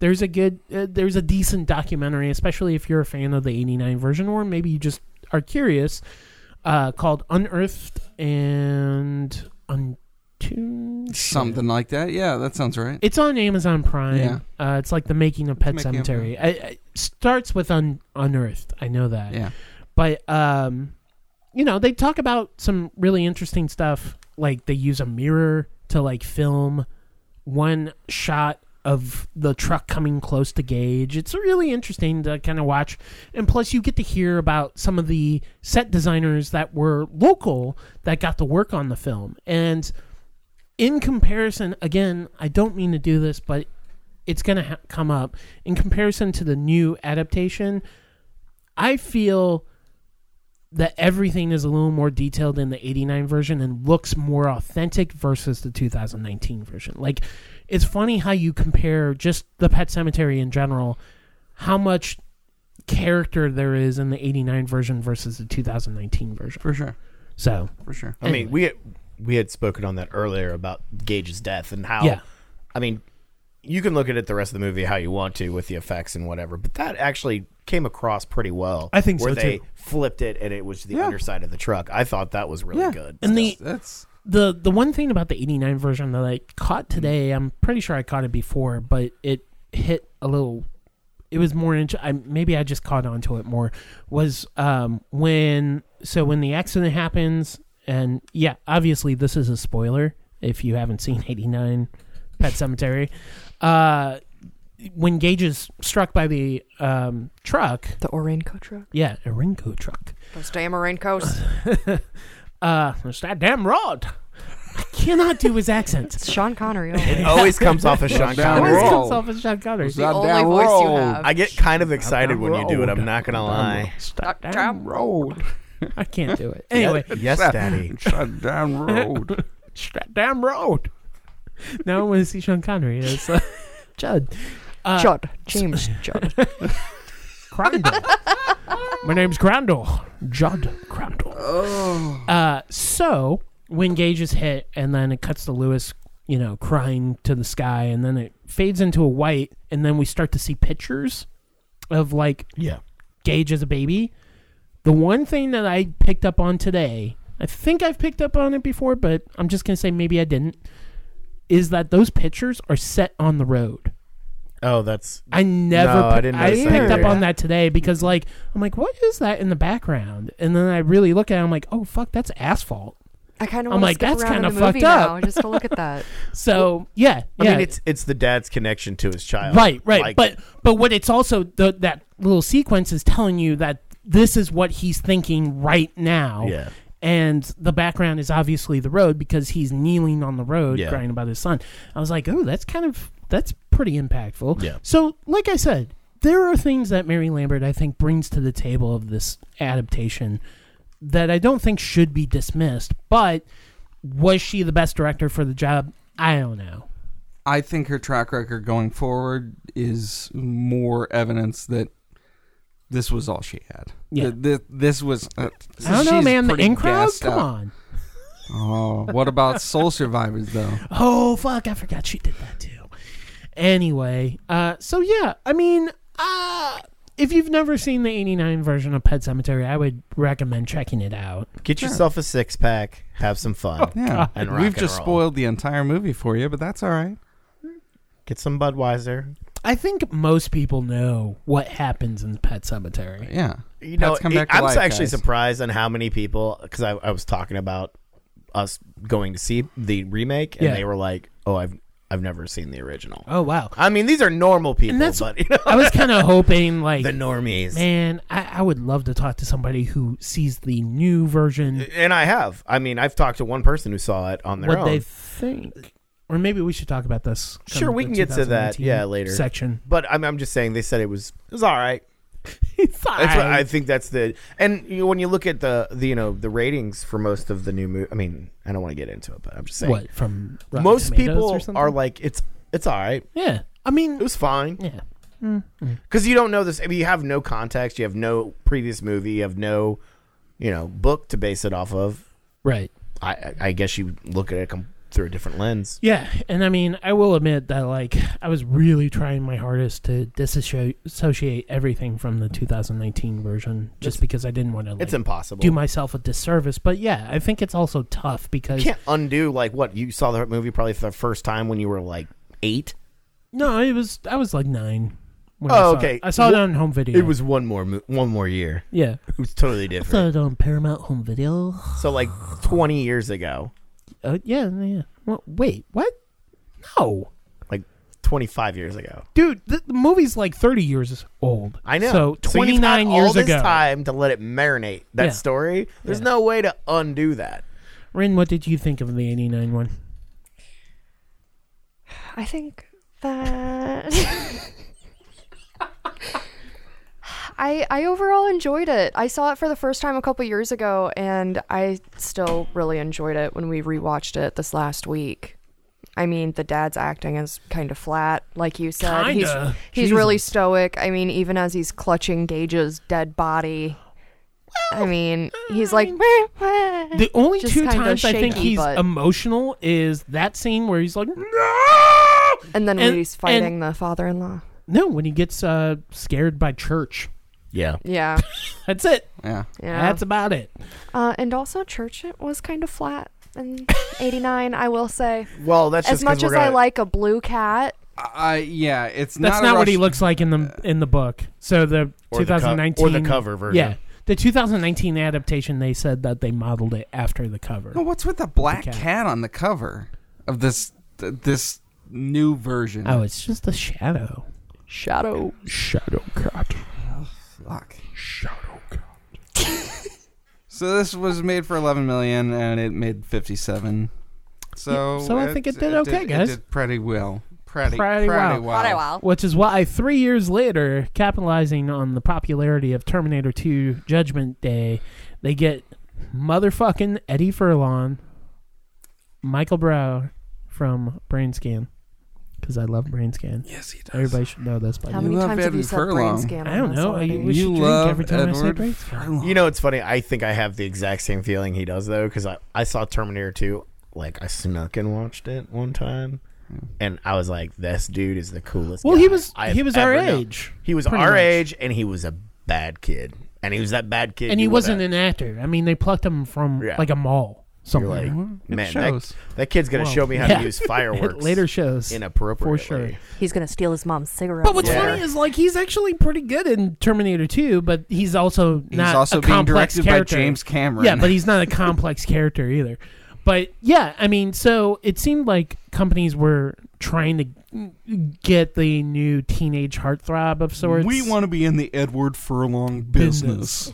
there's a good, uh, there's a decent documentary, especially if you're a fan of the '89 version, or maybe you just are curious, uh, called "Unearthed" and "Untuned."
something like that, yeah, that sounds right.
It's on Amazon Prime.
Yeah.
Uh, it's like the making of Pet
Making of-
Cemetery. I, I, starts with un, "Unearthed." I know that
yeah.
but um you know they talk about some really interesting stuff like they use a mirror to like film one shot of the truck coming close to gauge it's really interesting to kind of watch and plus you get to hear about some of the set designers that were local that got to work on the film and in comparison again i don't mean to do this but it's going to ha- come up in comparison to the new adaptation I feel that everything is a little more detailed in the 89 version and looks more authentic versus the 2019 version. Like, it's funny how you compare just the Pet Cemetery in general, how much character there is in the 89 version versus the 2019 version.
For sure.
So,
For sure.
I mean, we had, we had spoken on that earlier about Gage's death and how.
Yeah.
I mean, you can look at it the rest of the movie how you want to with the effects and whatever, but that actually came across pretty well.
I think
where
so,
they
too.
flipped it and it was the
Yeah.
underside of the truck. I thought that was really
Yeah.
good.
and the
That's
the the one thing about the 89 version that I caught today, I'm pretty sure I caught it before, but it hit a little it was more inch I maybe I just caught onto it more was um when so when the accident happens and yeah, obviously this is a spoiler if you haven't seen [laughs] 89 Pet Cemetery. Uh when Gage is struck by the um truck,
The Orenco truck.
yeah, a Rinko truck.
Those damn
[laughs]
Orencos.
Uh it's that damn rod. I cannot do his accent.
It's Sean Connery. over
[laughs]
there.
It always comes off
[laughs]
as Sean
Down
Always
Connery.
roll.
comes off as Sean Connery.
the
Down
only
that
voice you
road.
have.
I get kind of excited when you do it. I'm not gonna lie.
Stop
Down
down.
road.
I can't do it. Anyway,
Yes, Daddy.
Shut
[laughs]
down road.
stop down road. Now I want to see Sean Connery as uh, Judd. Uh, [laughs]
Judd. James Judd.
Crandall. [laughs] My name's Crandall. Judd Crandall.
Oh.
Uh, so when Gage is hit, and then it cuts to Lewis, you know, crying to the sky, and then it fades into a white, and then we start to see pictures of like
Yeah.
Gage as a baby. The one thing that I picked up on today, I think I've picked up on it before, but I'm just gonna say maybe I didn't, is that those pictures are set on the road.
Oh, that's
I never
No, I
pick-
didn't notice
that
picked up
either.
on that today because like I'm like, what is that in the background? And then I really look at it, I'm like, oh fuck, that's asphalt.
I kind of
I'm
want
like,
to skip
that's
around
kinda
in the movie
fucked up.
now just to look at that.
So yeah,
I
yeah.
mean, it's it's the dad's connection to his child.
right right
Like,
but but what it's also the, that little sequence is telling you that this is what he's thinking right now.
Yeah.
And the background is obviously the road because he's kneeling on the road
Yeah.
crying about his son. I was like, oh, that's kind of that's pretty impactful.
Yeah.
So, like I said, there are things that Mary Lambert I think brings to the table of this adaptation that I don't think should be dismissed. But was she the best director for the job? I don't know.
I think her track record going forward is more evidence that this was all she had.
Yeah.
Th- th- this was. Uh,
I don't know,
she's
man. The
pretty
in crowd?
gassed
Come
up.
on.
Oh, what about Soul Survivors
[laughs]
though?
Oh fuck, I forgot she did that too. Anyway, uh so yeah, I mean, uh if you've never seen the 89 version of Pet Cemetery, I would recommend checking it out.
Get yourself a six pack. Have some
Oh,
fun.
Yeah,
And rock
we've
and
just
roll.
spoiled the entire movie for you, but that's all right.
Get some Budweiser.
I think most people know what happens in Pet Cemetery.
Yeah,
You know,
Pets come back to
I'm
life,
actually
guys.
surprised on how many people because I, I was talking about us going to see the remake, and
Yeah.
they were like, "Oh, I've I've never seen the original."
Oh wow.
I mean, these are normal people,
And that's-
but you know,
I was kind
[laughs]
of hoping like
the normies.
man, I, I would love to talk to somebody who sees the new version
And I have. I mean, I've talked to one person who saw it on their
what
own.
they think. Or maybe we should talk about this. come
Sure, we
the
can get to that,
2019
yeah, later. [laughs]
Section.
But I'm, I'm just saying, they said it was it was all right.
It's
That's what,
fine.
I think that's the and you know, when you look at the, the you know the ratings for most of the new movie. I mean, I don't want to get into it, but I'm just saying
what from Rotten
most
Tomatoes or
people
something?
are like it's it's all right.
yeah. I
It
mean,
was fine
yeah,
because you don't know this. I mean, you have no context. You have no previous movie. You have no you know book to base it off of.
right.
I I, I guess you look at it com- through a different lens.
Yeah, and I mean, I will admit that like I was really trying my hardest to disassociate everything from the 2019 version, just because I didn't want to like
It's impossible.
do myself a disservice. But yeah, I think it's also tough because
you can't undo like what you saw the movie probably for the first time when you were like eight.
no, it was I was like nine. When I
Oh,
saw
okay.
It. I saw it
Well,
on home video.
It was one more mo- one more year.
yeah.
It was totally
I saw
different.
it on Paramount Home Video.
So like 20 years ago,
Uh, yeah, yeah. Well, wait, what? No.
like 25 years ago.
dude the, the movie's like 30 years old
I know.
so
you've
29
had all
years
this
ago
time to let it marinate that
Yeah.
story. There's
Yeah.
no way to undo that.
rin what did you think of the 89 one
I think that [laughs] I I overall enjoyed it. I saw it for the first time a couple years ago and I still really enjoyed it when we rewatched it this last week. I mean, the dad's acting is kind of flat, like you said.
Kinda.
He's he's really
Jesus.
stoic. I mean, even as he's clutching Gage's dead body. I mean, he's like
the only
Eh, Just
two
kinda
times i think
shaky,
he's
but-
emotional is that scene where he's like no
and then when
and-
he's fighting the father-in-law.
no when he gets uh, scared by church
Yeah.
Yeah.
that's it
yeah.
Yeah.
that's about it
Uh, and also, church it was kind of flat [laughs] in '89. I will say,
Well, that's
as
just 'cause
much
we're
as I
gonna-
like a blue cat,
I yeah, it's
that's
not, a
not, what
rush-
he looks like in the in the book so the
Or the co-
2019
or the cover version.
yeah the 2019 adaptation they said that they modeled it after the cover
No, what's with the black
The cat.
cat. on the cover of this th- this new version?
oh it's just a shadow
shadow.
shadow cat
fuck.
shadow cat
So this was made for 11 million and it made 57. So
Yeah, so I think it did okay, guys.
It did pretty well. Pretty,
Pretty
pretty,
well.
well.
Which is why three years later, capitalizing on the popularity of Terminator 2 Judgment Day, they get motherfucking Eddie Furlong, Michael Brower from Brain Scan. Because I love Brain Scan.
Yes, he does.
Everybody should know this by
How
now.
You
many
love
times have you
Edward
said brain
Furlong.
scan?
I don't
on
know.
this
I,
already?
we should
You
drink
love
every time I say
Edward
Brain Scan.
Furlong.
You know, it's funny. I think I have the exact same feeling he does though, because I, I saw Terminator 2. Like I snuck and watched it one time, and I was like, "This dude is the coolest."
Well, he
guy
was-
I've
he was our
ever known."
age,
He was
pretty
our
much.
age, and he was a bad kid, and he was that bad kid.
And he
you would
wasn't
have-
an actor. I mean, they plucked him from
Yeah.
like a mall. Something
You're like,
It
man, that,
shows.
that kid's gonna
Well,
show me how
yeah.
to use
It
fireworks
[laughs] later shows.
inappropriately.
For sure.
He's gonna steal his mom's cigarette.
But what's
Yeah.
funny is like he's actually pretty good in Terminator 2, but he's also
He's
not
also
a
being
complex
directed
character.
by James Cameron.
Yeah, but he's
[laughs]
not a complex character either. But yeah, I mean, so it seemed like companies were trying to get the new teenage heartthrob of sorts.
We want to be in the Edward Furlong
[laughs]
business.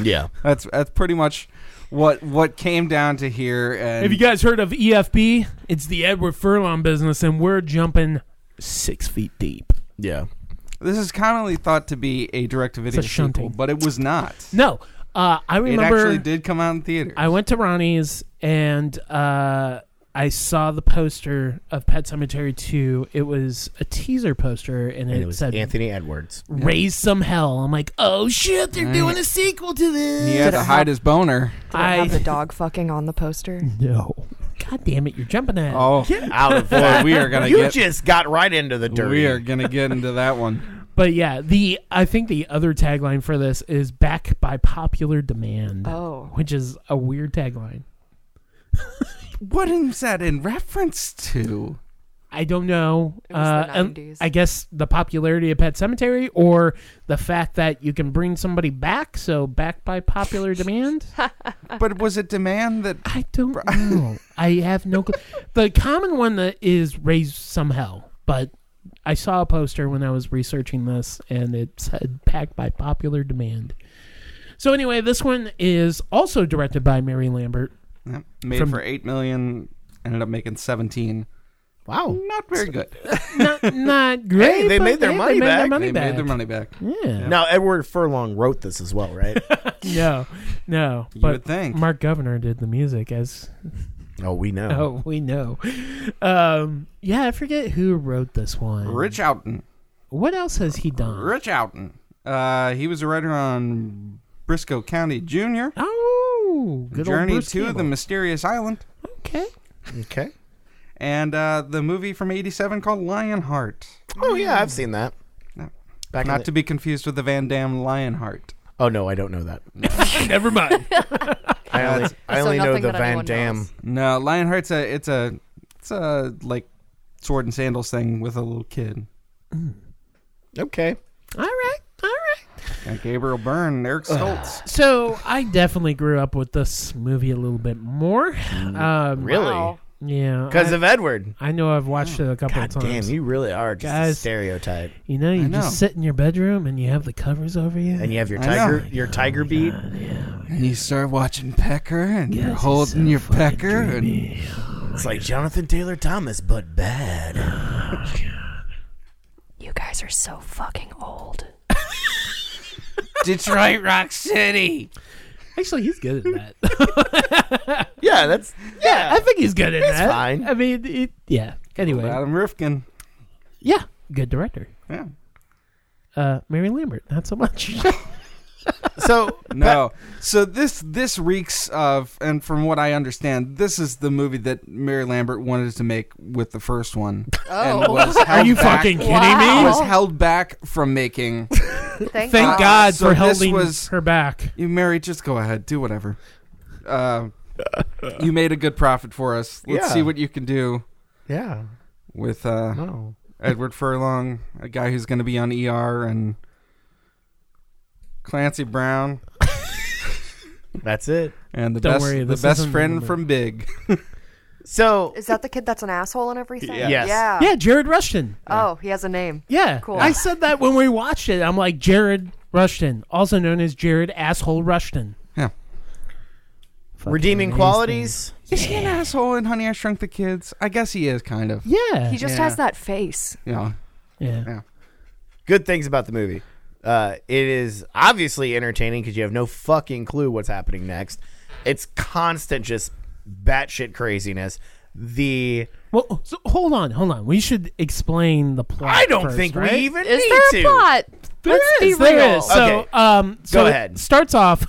Yeah.
that's that's pretty much what what came down to here. And
Have you guys heard of EFB? It's the Edward Furlong business, and we're jumping six feet deep.
Yeah.
this is commonly thought to be a direct-to-video
It's a shunting.
sequel, but it was not.
No, uh, I
it
remember.
actually did come out in theaters.
I went to Ronnie's and uh, I saw the poster of Pet Cemetery 2. It was a teaser poster and,
And
it,
it was
said
Anthony
[laughs]
Edwards.
raise some hell. I'm like, "Oh shit, they're
Right.
doing a sequel to this."
he had to hide his boner.
Did I have the [laughs]
I-
dog fucking on the poster?
No. God damn it, you're jumping at. it.
Oh,
Out of
boy, we are gonna
You
get
just got right into the dirt.
we are gonna get into that one.
But yeah, the I think the other tagline for this is back by popular demand,
Oh.
which is a weird tagline.
What is that in reference to?
I don't know.
It was the
uh, and
90s.
I guess the popularity of Pet Cemetery or the fact that you can bring somebody back, so back by
[laughs]
popular demand.
But was it demand that
I don't
[laughs]
know. I have no clue. The common one that is raise some hell, but I saw a poster when I was researching this and it said back by popular demand. So anyway, this one is also directed by Mary Lambert.
Yeah, made
From-
for eight million, ended up making seventeen.
Wow.
Not very good.
Not
[laughs]
not great.
they
but
made their
hey,
money
they Made their
back.
money
They
back.
made their money back.
Yeah.
Now Edward Furlong wrote this as well,
[laughs]
right?
No, no.
You
but
would think.
Mark Governor did the music, as [laughs]
oh, we know.
oh we know. Um, yeah, I forget who wrote this one.
Rich Outen.
What else has he done?
Rich Outen. Uh, he was a writer on Briscoe County Junior,
Oh, good old
Journey
Bruce
to the
Campbell.
Mysterious Island,
Okay.
Okay.
and uh, the movie from '87 called Lionheart.
Oh yeah, I've seen that.
No.
Back in
Not
the-
to be confused with the Van Damme Lionheart.
Oh no, I don't
[laughs]
know that.
Never mind.
I only I
So
only know
nothing
the
that
Van
anyone
Damme.
knows.
No, Lionheart's a it's a it's a like sword and sandals thing with a little kid.
Okay.
[laughs] all right. All right.
Got Gabriel Byrne, Eric Stoltz.
So I definitely grew up with this movie a little bit more.
Mm.
Um,
Really?
Wow.
Yeah.
Because
uh,
I,
of Edward.
I know I've watched it a couple
God
of times.
damn, you really are just a
Guys.
stereotype.
You know, you
I know.
just sit in your bedroom and you have the covers over you.
And you have your
I know.
tiger your tiger beat.
And you start watching Pecker, and
Guys,
you're
it's
holding
so
your
fucking
Pecker, and
dreamy.
It's like Jonathan Taylor Thomas, but bad.
You guys are so fucking old.
[laughs]
Detroit Rock City.
Actually, he's good at that.
[laughs]
Yeah, that's
I think he's good at that.
fine.
I mean, it, yeah. Anyway,
Adam Rifkin.
yeah, good director.
Yeah.
Uh, Mary Lambert, not so much.
so
[laughs] No. So this this reeks of, and from what I understand, this is the movie that Mary Lambert wanted to make with the first one. Oh.
[laughs]
And was held
Are you
back-
fucking kidding
Wow.
me?
Was held back from
[laughs]
making.
Thank,
Thank
Uh,
God
so
for
this
holding
was-
her back.
You Mary, just go ahead, do whatever. Uh, you made a good profit for us. Let's
Yeah.
see what you can do
Yeah.
with uh,
No.
Edward Furlong, a guy who's going to be on ER, and Clancy Brown,
That's it.
and the
Don't
best
worry,
the
this
best
isn't
friend
number.
from Big.
So
Is that the kid that's an asshole and everything?
Yeah. Yes.
Yeah.
Yeah, Jared Rushton.
Oh, he has a name.
Yeah,
Cool.
I said that when we watched it. I'm like Jared Rushton, also known as Jared Asshole Rushton.
Yeah.
Fucking
redeeming
amazing.
qualities.
Is he an asshole in Honey I Shrunk the Kids? I guess he is kind of.
Yeah,
He just
Yeah.
has that face.
Yeah.
yeah.
Yeah.
Good things about the movie. Uh, it is obviously entertaining because you have no fucking clue what's happening next. It's constant, just batshit craziness. The
Well, so hold on, hold on. We should explain the plot.
I don't
first,
think
right?
we even
Is
need
there a
to.
plot?
There
Let's
is,
be
there
real.
is. So,
Okay.
um, so
Go
it
ahead.
Starts off.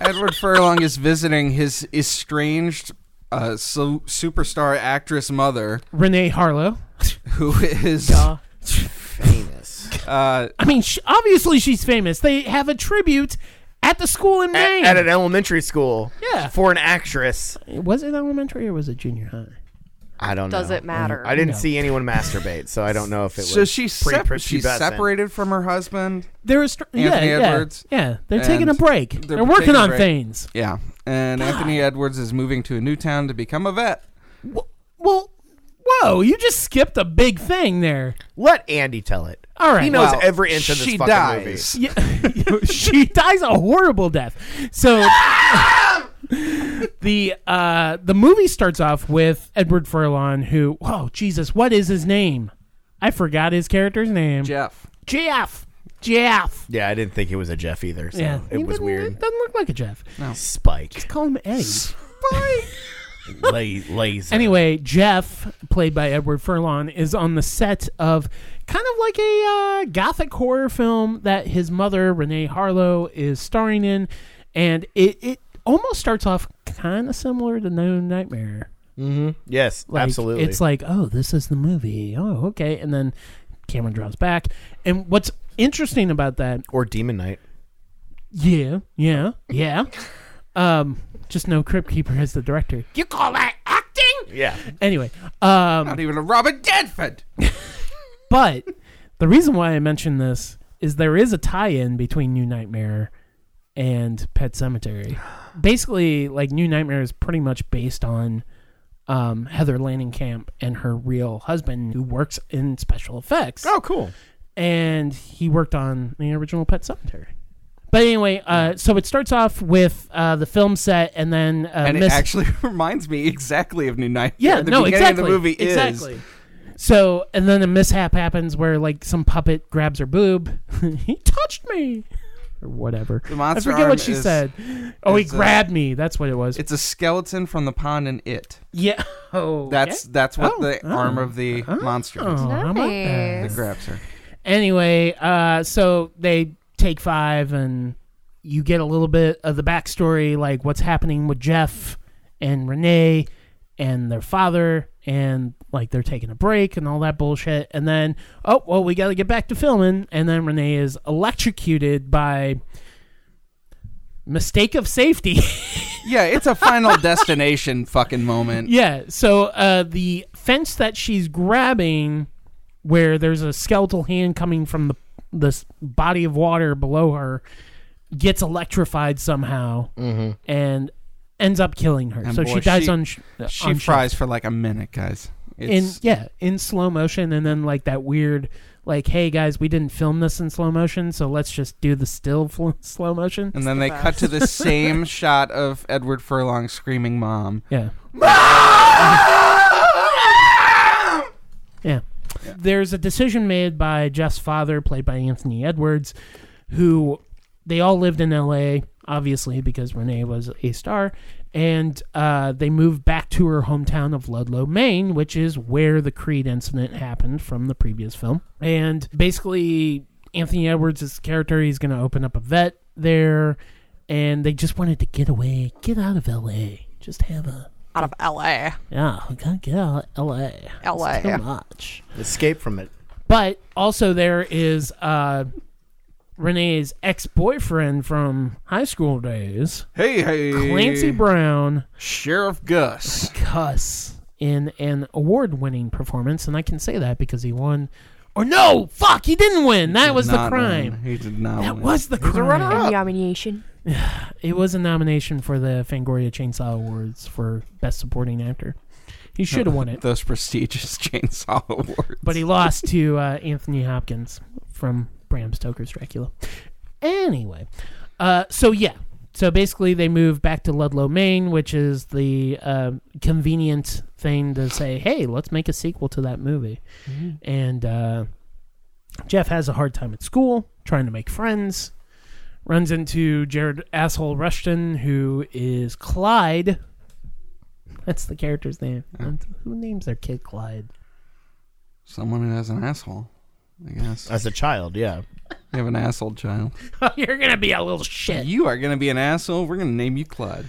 Edward Furlong is visiting his estranged uh, so- superstar actress mother,
Renee Harlow.
who is.
Duh.
Famous.
Uh,
I mean, sh obviously she's famous. They have a tribute at the school in Maine.
at, at an elementary school.
Yeah.
For an actress.
was it elementary or was it junior high?
I don't know.
Does it matter?
I didn't
No.
see anyone masturbate, so I don't know if it was.
so she's, sep-
pre-prepubescent.
she's separated from her husband.
There is
Anthony
yeah,
Edwards.
Yeah, yeah. they're taking a
And
break.
they're
They're, working
taking a
on
break.
things.
Yeah. And Anthony Edwards is moving to a new town to become a vet.
Well, well, Whoa, you just skipped a big thing there.
Let Andy tell it.
All right.
He knows
Well,
every inch of this
she
fucking movie.
dies.
Yeah, [laughs] she dies a horrible death. So [laughs] the uh, the movie starts off with Edward Furlong, who oh Jesus, what is his name? I forgot his character's name.
Jeff.
Jeff. Jeff.
Yeah, I didn't think it was a Jeff either. So
yeah,
it
He
was
doesn't- It
weird.
doesn't look like a Jeff.
Spike.
Call him [laughs] Eddie.
La- laser.
Anyway, Jeff, played by Edward Furlong, is on the set of kind of like a uh, gothic horror film that his mother Renee Harlow is starring in, and it it almost starts off kind of similar to No Nightmare.
Yes,
Like,
absolutely.
it's like oh, this is the movie. Oh, okay, and then Cameron draws back, and what's interesting about that
or Demon Knight.
yeah, yeah, yeah. [laughs] um, just no Crypt Keeper as the director. You call that acting?
Yeah.
Anyway, um,
[laughs] Not even a Robert Deadford.
but the reason why I mention this is there is a tie-in between New Nightmare and Pet
[sighs]
Cemetery. Basically, like New Nightmare is pretty much based on um, Heather Langenkamp and her real husband, who works in special effects.
Oh, cool.
and he worked on the original Pet Cemetery. But anyway, uh, so it starts off with uh, the film set, and then uh,
and
Miss-
it actually [laughs] reminds me exactly of New Nightmare.
yeah,
the
no,
beginning
exactly,
of the movie is
exactly. So, and then a mishap happens where like some puppet grabs her boob. [laughs] he touched me, or whatever.
the
I
monster
forget
arm
what she
is-
said. Oh, he
is, uh,
grabbed me. That's what it was.
It's a skeleton from the pond in It.
yeah. [laughs] Oh,
That's that's what
Oh,
the
oh,
arm of the monster
Oh,
is.
how about that?
That
Nice.
grabs her.
anyway, uh, so they take five, and you get a little bit of the backstory, like what's happening with Jeff and Renee and their father, and like they're taking a break and all that bullshit. And then, oh, well, we got to get back to filming. And then Renee is electrocuted by mistake of safety. [laughs]
Yeah, it's a [laughs] final destination fucking moment.
Yeah. So uh, the fence that she's grabbing, where there's a skeletal hand coming from the this body of water below her, gets electrified somehow and ends up killing her.
And
so
boy,
she dies
she-
on sh- uh,
She
on
fries for like a minute, guys.
in
It's,
yeah in slow motion, and then like that weird. Like, hey guys, we didn't film this in slow motion, so let's just do the still [laughs] fl- slow motion.
and then they cut to the [laughs] same shot of Edward Furlong screaming "Mom."
Yeah. yeah. There's a decision made by Jeff's father, played by Anthony Edwards, who they all lived in LA, obviously, because Renee was a star. And uh, they moved back to her hometown of Ludlow, Maine, which is where the Creed incident happened from the previous film. And basically, Anthony Edwards' character, he's going to open up a vet there. And they just wanted to get away, get out of LA, just have a
Out of LA.
yeah, we gotta get out of LA.
LA.
It's too much.
Escape from it.
But also there is uh Renee's ex boyfriend from high school days,
Hey, hey,
Clancy Brown,
Sheriff Gus.
cuss in an award winning performance, and I can say that because he won or no, fuck, he didn't win. That was the
Not
crime.
win. He did not
That
win.
was the crime.
Up.
Nomination.
It was a nomination for the Fangoria Chainsaw Awards for Best Supporting Actor. He should have won it.
those prestigious [laughs] chainsaw awards.
but he lost to uh, Anthony Hopkins from Bram Stoker's Dracula. Anyway, uh, so yeah, so basically they move back to Ludlow, Maine, which is the uh, convenient thing to say, hey, let's make a sequel to that movie. And uh, Jeff has a hard time at school, trying to make friends. Runs into Jared Asshole Rushton, who is Clyde. That's the character's name. Who names their kid Clyde?
Someone who has an asshole. I guess
As a child, yeah.
you have an asshole child.
[laughs] You're gonna be a little shit.
You are gonna be an asshole. We're gonna name you Clyde.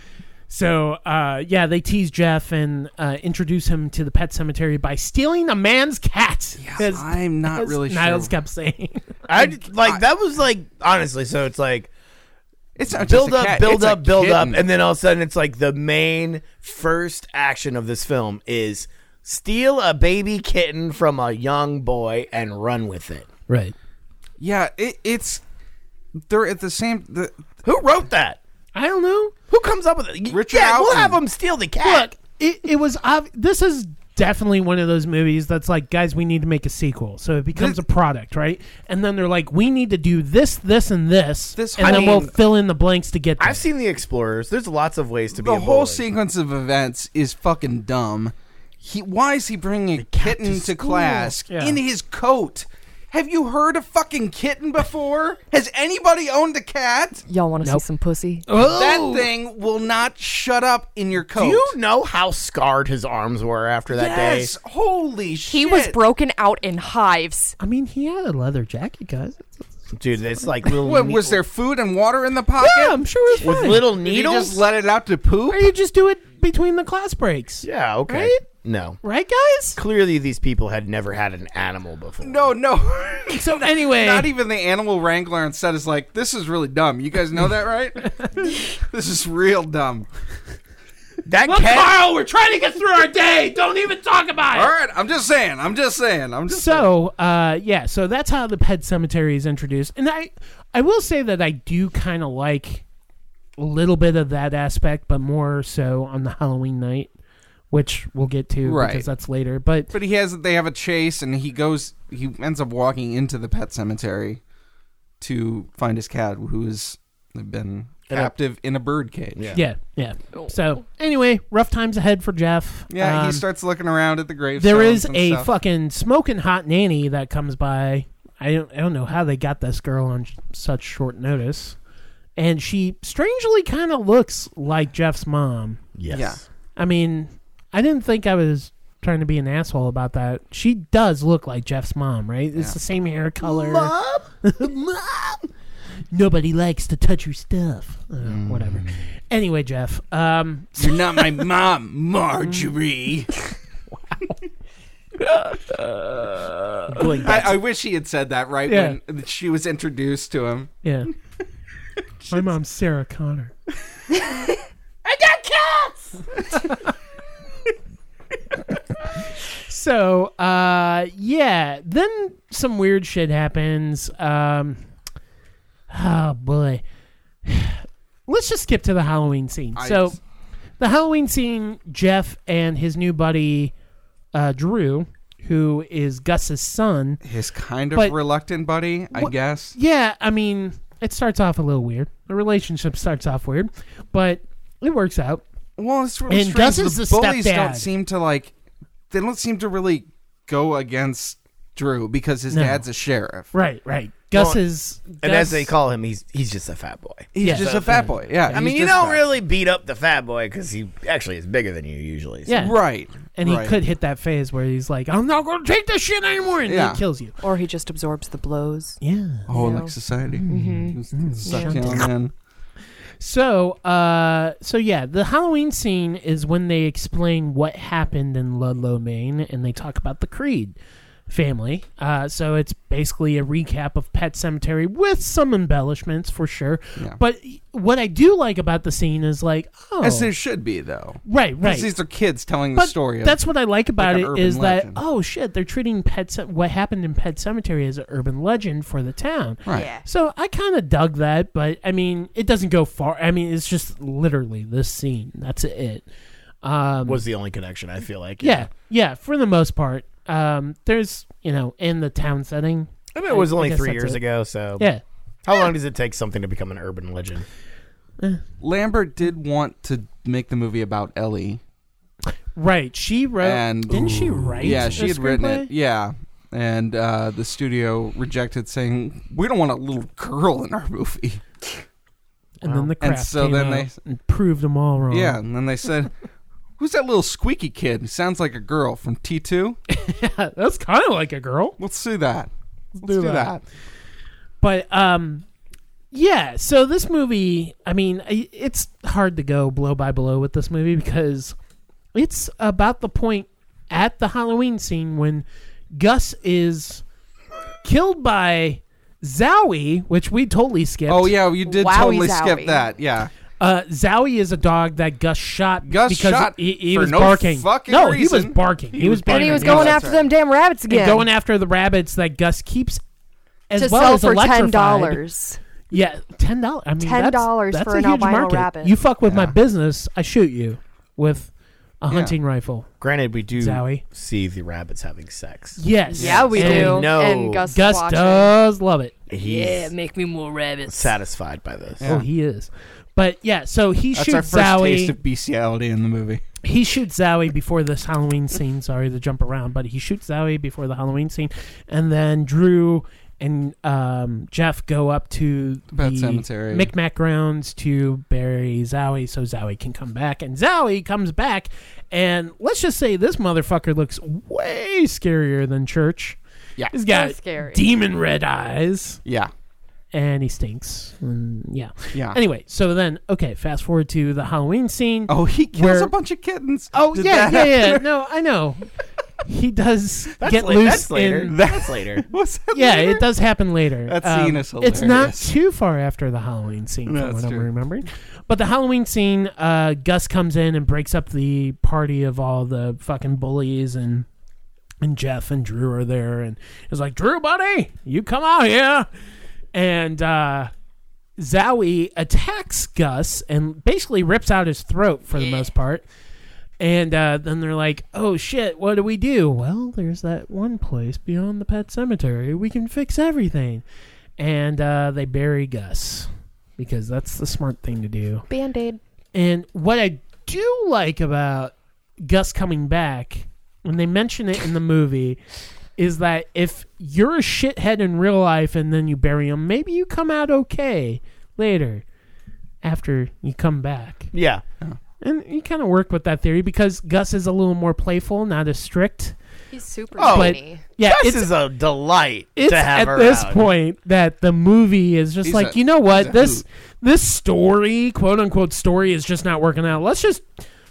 So, uh, yeah, they tease Jeff and uh, introduce him to the pet cemetery by stealing a man's cat. as-
I'm not
as
really
Niles
sure.
kept saying.
I like that was like honestly, so it's like
It's not
build
just a
up,
cat,
build
it's a
up, build up,
kitten.
and then all of a sudden it's like the main first action of this film is steal a baby kitten from a young boy and run with it.
right.
yeah, it, it's they're at the same. The,
Who wrote that?
I don't know.
Who comes up with it? Y-
Richard
yeah, we'll
Outland.
have them steal the cat.
Look, it, it was. Ob- this is definitely one of those movies that's like, guys, we need to make a sequel. So it becomes a product, right? And then they're like, we need to do this, this, and this,
This
and
I
then we'll
mean-
fill in the blanks to get. There.
I've seen the explorers. There's lots of ways to be
the
a
whole
bully.
sequence of events is fucking dumb. He, why is he bringing a kitten to, class
Yeah.
in his coat? Have you heard a fucking kitten before? Has anybody owned a cat?
Y'all want to
Nope.
see some pussy?
Oh,
That thing will not shut up in your coat.
Do you know how scarred his arms were after that
yes,
day?
holy shit.
He was broken out in hives.
I mean, he had a leather jacket, guys.
Dude, it's like little.
What,
ne-
was there food and water in the pocket?
Yeah, I'm sure it was
[laughs] with
fine.
little
Did he
needles?
just let it out to poop?
Or you just do it between the class breaks,
yeah. Okay.
Right?
No.
right, guys?
Clearly, these people had never had an animal before.
No, no.
[laughs] So anyway,
Not even the animal wrangler on set is like, this is really dumb. You guys know that,
[laughs]
right? this is real dumb.
that
Look,
cat.
Carl, we're trying to get through our day. Don't even talk about it.
All right, I'm just saying. I'm just saying. I'm just saying.
So, uh, yeah, so that's how the Pet Cemetery is introduced, and I, I will say that I do kind of like a little bit of that aspect, but more so on the Halloween night, which we'll get to
Right.
because that's later. But
But he has. They have a chase, and he goes. He ends up walking into the pet cemetery to find his cat, who has been captive in a bird cage.
Yeah.
yeah, yeah. So anyway, rough times ahead for Jeff.
Oh. Yeah,
Um,
he starts looking around at the gravestones.
There is
and
a
stuff.
fucking smoking hot nanny that comes by. I don't, I don't know how they got this girl on sh- such short notice, and she strangely kind of looks like Jeff's mom.
Yes.
Yeah.
I mean, I didn't think I was trying to be an asshole about that. She does look like Jeff's mom, right? It's
Yeah.
the same hair color. [laughs] Mom? Nobody likes to touch your stuff. Uh,
Mm.
Whatever. Anyway, Jeff. Um,
You're not my mom, Marjorie.
going back-
I, I wish he had said that right
Yeah.
when she was introduced to him.
yeah. My mom's Sarah Connor. [laughs] So, uh, yeah. Then some weird shit happens. Um, oh boy. [sighs] Let's just skip to the Halloween scene.
I-
so, the Halloween scene, Jeff and his new buddy, uh, Drew, who is Gus's son.
His kind of
But-
reluctant buddy, I
What-
guess.
Yeah, I mean, it starts off a little weird. The relationship starts off weird, but it works out.
Well, it's really
And
strange.
Gus is
the
the
bullies
stepdad.
don't seem to like. They don't seem to really go against Drew because his
No.
dad's a sheriff.
Right, right. Gus
Well,
is.
And
Gus-
as they call him, he's he's just a fat boy.
He's
Yeah.
just
So-
a fat boy. Yeah.
I
he's
mean, you
just
don't
fat.
really beat up the fat boy because he actually is bigger than you usually. so-
Yeah.
Right.
and he
right.
could hit that phase where he's like, "I'm not going to take this shit anymore," and
Yeah.
he kills you.
Or he just absorbs the blows.
Yeah.
Oh,
Yeah.
like society. Mm-hmm. Sucked
Yeah.
in and-
So, uh, so yeah, the Halloween scene is when they explain what happened in Ludlow, Maine, and they talk about the Creed family. Uh, so it's basically a recap of Pet Cemetery with some embellishments for sure.
Yeah.
But what I do like about the scene is like, oh,
As there should be, though.
right, right.
Because these are kids telling the
but
story. Of,
that's what I like about
an
it
urban
is
legend.
that oh shit, they're treating Pet Ce- what happened in Pet Cemetery as an urban legend for the town.
right.
So I kind of dug that, but I mean, it doesn't go far. I mean, it's just literally this scene. That's it. Um,
Was the only connection I feel like.
yeah, yeah, for the most part. Um, there's, you know, in the town setting.
I mean, it was
I- I
only
guess
three
that's
years
it.
ago, so
Yeah.
how long does it take something to become an urban legend?
Lambert did want to make the movie about Ellie.
Right. She wrote.
And-
didn't she write?
yeah, she
the
had written
screenplay?
it. Yeah. And uh, the studio rejected, saying, We don't want a little girl in our movie.
And then the
And
craft
so
came
then
out
they-
and proved them all wrong.
Yeah. And then they said, Who's that little squeaky kid who sounds like a girl from
[laughs]
T2?
that's kind of like a girl.
Let's do that. Let's
do
do,
that.
that.
But um, yeah. So this movie, I mean, I- it's hard to go blow by blow with this movie because it's about the point at the Halloween scene when Gus is killed by Zowie, which we totally skipped.
Oh, yeah. You did
Wowie
totally
zowie.
skip that. Yeah.
Uh, Zowie is a dog that Gus shot.
Gus
because
shot
he, he
for
was
no
barking.
fucking
no, he
reason.
was barking. He, was
And
barking.
he was
Yeah,
going
that's
after
right.
them damn rabbits again.
And going after the rabbits that Gus keeps. As
to
well
sell
as
for ten
electrified.
dollars.
Yeah, ten dollars. I mean,
$10
that's- that's
for
a
an
huge
albino
market.
rabbit.
You fuck with my business, I shoot you with a hunting rifle.
Granted, we do
Zowie.
see the rabbits having sex.
Yes.
Yeah, we
And
do.
No.
And Gus,
Gus
watching.
does love it.
He's
make me more rabbits.
satisfied by this.
Yeah.
Oh, he is. But yeah, so he
That's our
shoots
first
Zowie.
taste of bestiality in the movie.
he shoots Zowie before this Halloween scene. Sorry to jump around, but he shoots Zowie before the Halloween scene, and then Drew and um, Jeff go up to
Pet
the
Sematary.
Micmac grounds to bury Zowie, so Zowie can come back. And Zowie comes back, and let's just say this motherfucker looks way scarier than Church.
Yeah.
he's got
So scary.
demon red eyes,
Yeah.
and he stinks. And yeah.
Yeah.
Anyway, so then okay, fast forward to the Halloween scene.
oh, he kills
Where-
a bunch of kittens.
Oh
Did
yeah,
that
yeah, yeah.
happen? [laughs]
No, I know. He does
That's
get
la-
loose.
That's later.
in-
that's later.
What's that?
yeah,
later?
it does happen later. Um,
That scene is
It's not
hilarious.
too far after the Halloween scene,
No,
from
that's
what I'm
true.
remembering. But the Halloween scene, uh, Gus comes in and breaks up the party of all the fucking bullies and. And Jeff and Drew are there, and it's like, Drew, buddy, you come out here. And uh, Zowie attacks Gus and basically rips out his throat for the most part. And uh, then they're like, "Oh shit, what do we do?" Well, there's that one place beyond the pet cemetery. We can fix everything. And uh, they bury Gus because that's the smart thing to do.
Band aid.
And what I do like about Gus coming back, when they mention it in the movie, is that if you're a shithead in real life and then you bury him, maybe you come out okay later after you come back.
Yeah.
And you kind of work with that theory because Gus is a little more playful, not as strict.
He's super
Oh.
But-
skinny.
Yeah, [laughs]
this
it's,
is a delight
it's
to
at
have around.
this point that the movie is just
He's
like,
a-
you know
he's
what,
a
this
hoot.
this story, quote unquote story, is just not working out. Let's just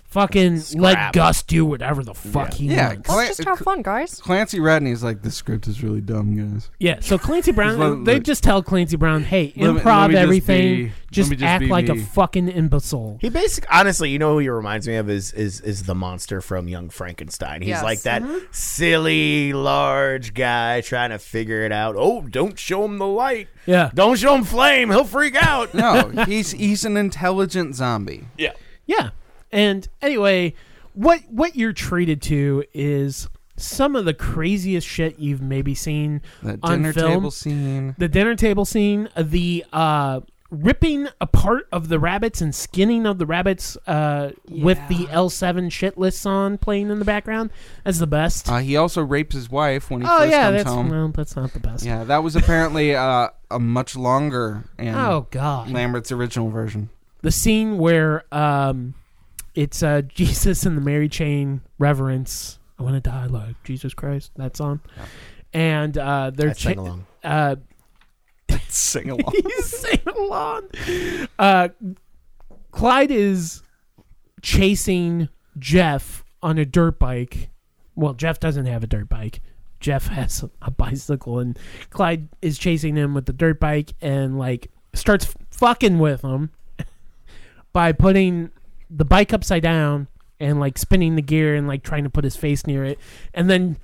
fucking let
Scrap.
Gus do whatever the fuck he
Yeah,
wants.
Cla-
Let's just have fun, guys.
Clancy Rodney's like the script is really dumb,
[laughs]
guys.
Yeah, so Clancy Brown,
Let-
they
let-
just tell Clancy Brown, hey,
Let me-
improv
let me just
everything,
be-
just,
let me just
act
be
like a
me."
fucking imbecile.
He basically, honestly, you know who he reminds me of is is is the monster from Young Frankenstein. He's
Yes.
like that
Mm-hmm.
silly, large guy trying to figure it out. Oh, don't show him the light.
Yeah.
Don't show him flame. He'll freak out.
No, he's he's an intelligent zombie.
yeah.
Yeah. And anyway, what what you're treated to is some of the craziest shit you've maybe seen
That
on
dinner
film.
table scene.
The dinner table scene, the uh, ripping apart of the rabbits and skinning of the rabbits uh, with the L7 shit list on playing in the background. That's the best.
Uh, he also rapes his wife when he
oh
first
yeah,
comes
that's
home.
well, that's not the best.
Yeah, that was apparently uh, a much longer and
Oh god.
Lambert's original version.
the scene where um, it's uh, [laughs] Jesus and the Mary Chain reverence. I want to die like Jesus Christ. That song, and uh, they're
I
cha-
sing along.
uh,
[laughs] Sing along.
he's singing along. Uh, Clyde is chasing Jeff on a dirt bike. Well, Jeff doesn't have a dirt bike. Jeff has a bicycle, and Clyde is chasing him with the dirt bike and like starts fucking with him by putting the bike upside down and like spinning the gear and like trying to put his face near it, and then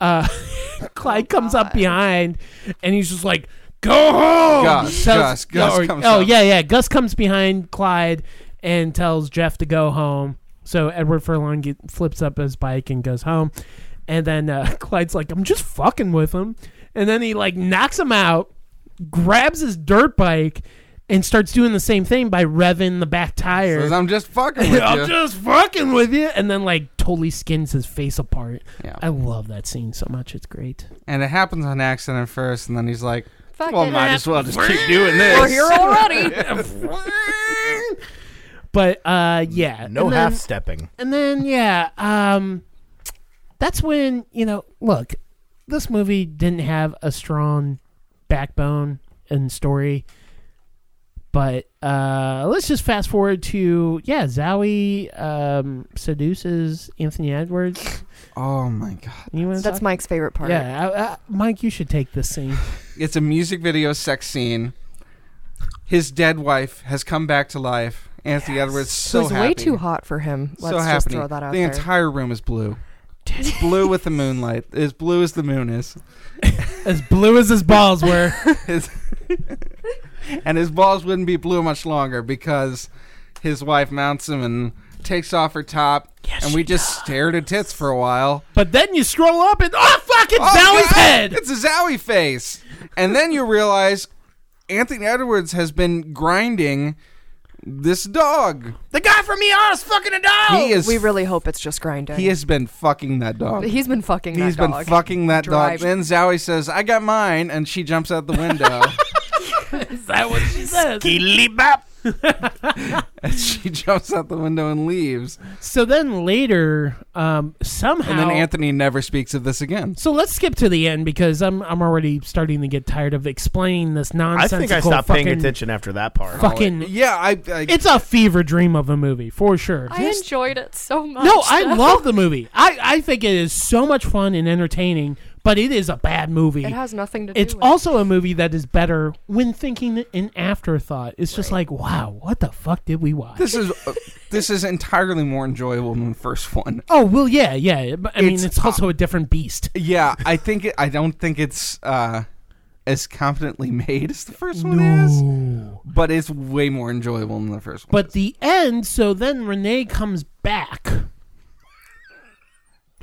uh, [laughs] Clyde comes up
God.
behind and he's just like, "Go home."
Gus, Gus, Gus
or-
comes
oh
up.
yeah, yeah. Gus comes behind Clyde and tells Jeff to go home. So Edward Furlong get, flips up his bike and goes home. And then uh, [laughs] Clyde's like, "I'm just fucking with him," and then he like knocks him out, grabs his dirt bike, and starts doing the same thing by revving the back tire. [laughs]
Says, I'm just fucking with
I'm
you.
just fucking with you, and then like totally skins his face apart. I
Yeah.
love that scene so much; it's great.
And it happens on accident first, and then he's like,
Fuck
well,
it.
might as well just keep doing this.
We're
[laughs]
here
[laughs]
already.
But uh, yeah,
No
and
half
then,
stepping.
and then yeah, um, that's when you know. Look, this movie didn't have a strong backbone and story, but uh, let's just fast forward to yeah, Zowie um, seduces Anthony Edwards.
Oh my god.
You wanna
That's
talk?
Mike's favorite part.
yeah, I, I, Mike. You should take this scene.
It's a music video sex scene. His dead wife has come back to life. Anthony Edwards
So
so
it's
happy.
way too hot for him. Let's
so
just
happy.
throw that out
the
there.
entire room
[laughs]
is blue. It's blue with the moonlight. As blue as the moon is.
as blue as his balls [laughs] were.
[laughs] His- and his balls wouldn't be blue much longer because his wife mounts him and takes off her top, and we just stared at tits for a while.
But then you scroll up and oh fuck, it's
Oh,
Zowie's
God!
head.
It's a Zowie face. And then you realize Anthony Edwards has been grinding this dog.
the guy from ER is fucking a dog.
He is.
Oh, we really hope it's just grinding.
He has been fucking that dog.
He's been fucking.
He's
that
been
dog.
fucking that
Drive-
dog. Then Zowie says, "I got mine," and she jumps out the
[laughs]
window.
is that what she says?
and she jumps out the window and leaves.
So then later, um, somehow.
And then Anthony never speaks of this again.
so let's skip to the end because I'm I'm already starting to get tired of explaining this
I
nonsensical
think I stopped
fucking,
paying attention Oh, after that part.
Fucking,
Yeah, I. I
it's a fever dream of a movie for sure.
I enjoyed it so much.
No, I
[laughs] though.
love the movie. I, I think it is so much fun and entertaining, but it is a bad movie.
It has nothing to do.
it's
with
also a movie that is better when thinking in afterthought. It's just like, wow, what the fuck did we watch?
this is uh, this is entirely more enjoyable than the first one.
oh well, yeah, yeah. But, I mean,
It's-
it's also a different beast.
Yeah, I think it, I don't think it's uh, as competently [laughs] made as the first one is, but it's way more enjoyable than the first one.
But the end. So then Renee comes back.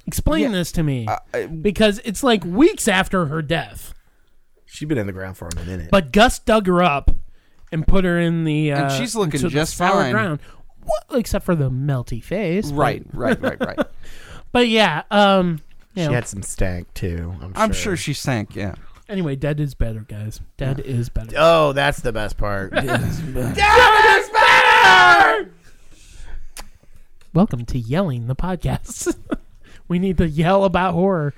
Explain
Yeah,
this to me,
I-
because it's like weeks after her death.
She's been in the ground for a minute.
But Gus dug her up and put her in the. Uh,
And she's looking
into the
just
sour
fine.
Ground. What, except for the melty face. but-
right, right, right, right.
[laughs] But yeah. Um. You
she
know,
had some stank too. I'm,
I'm
sure.
sure she sank. Yeah.
anyway, dead is better, guys. Dead is better.
Oh, that's the best [laughs] part.
Welcome to Yelling the podcast. [laughs] we need to yell about horror.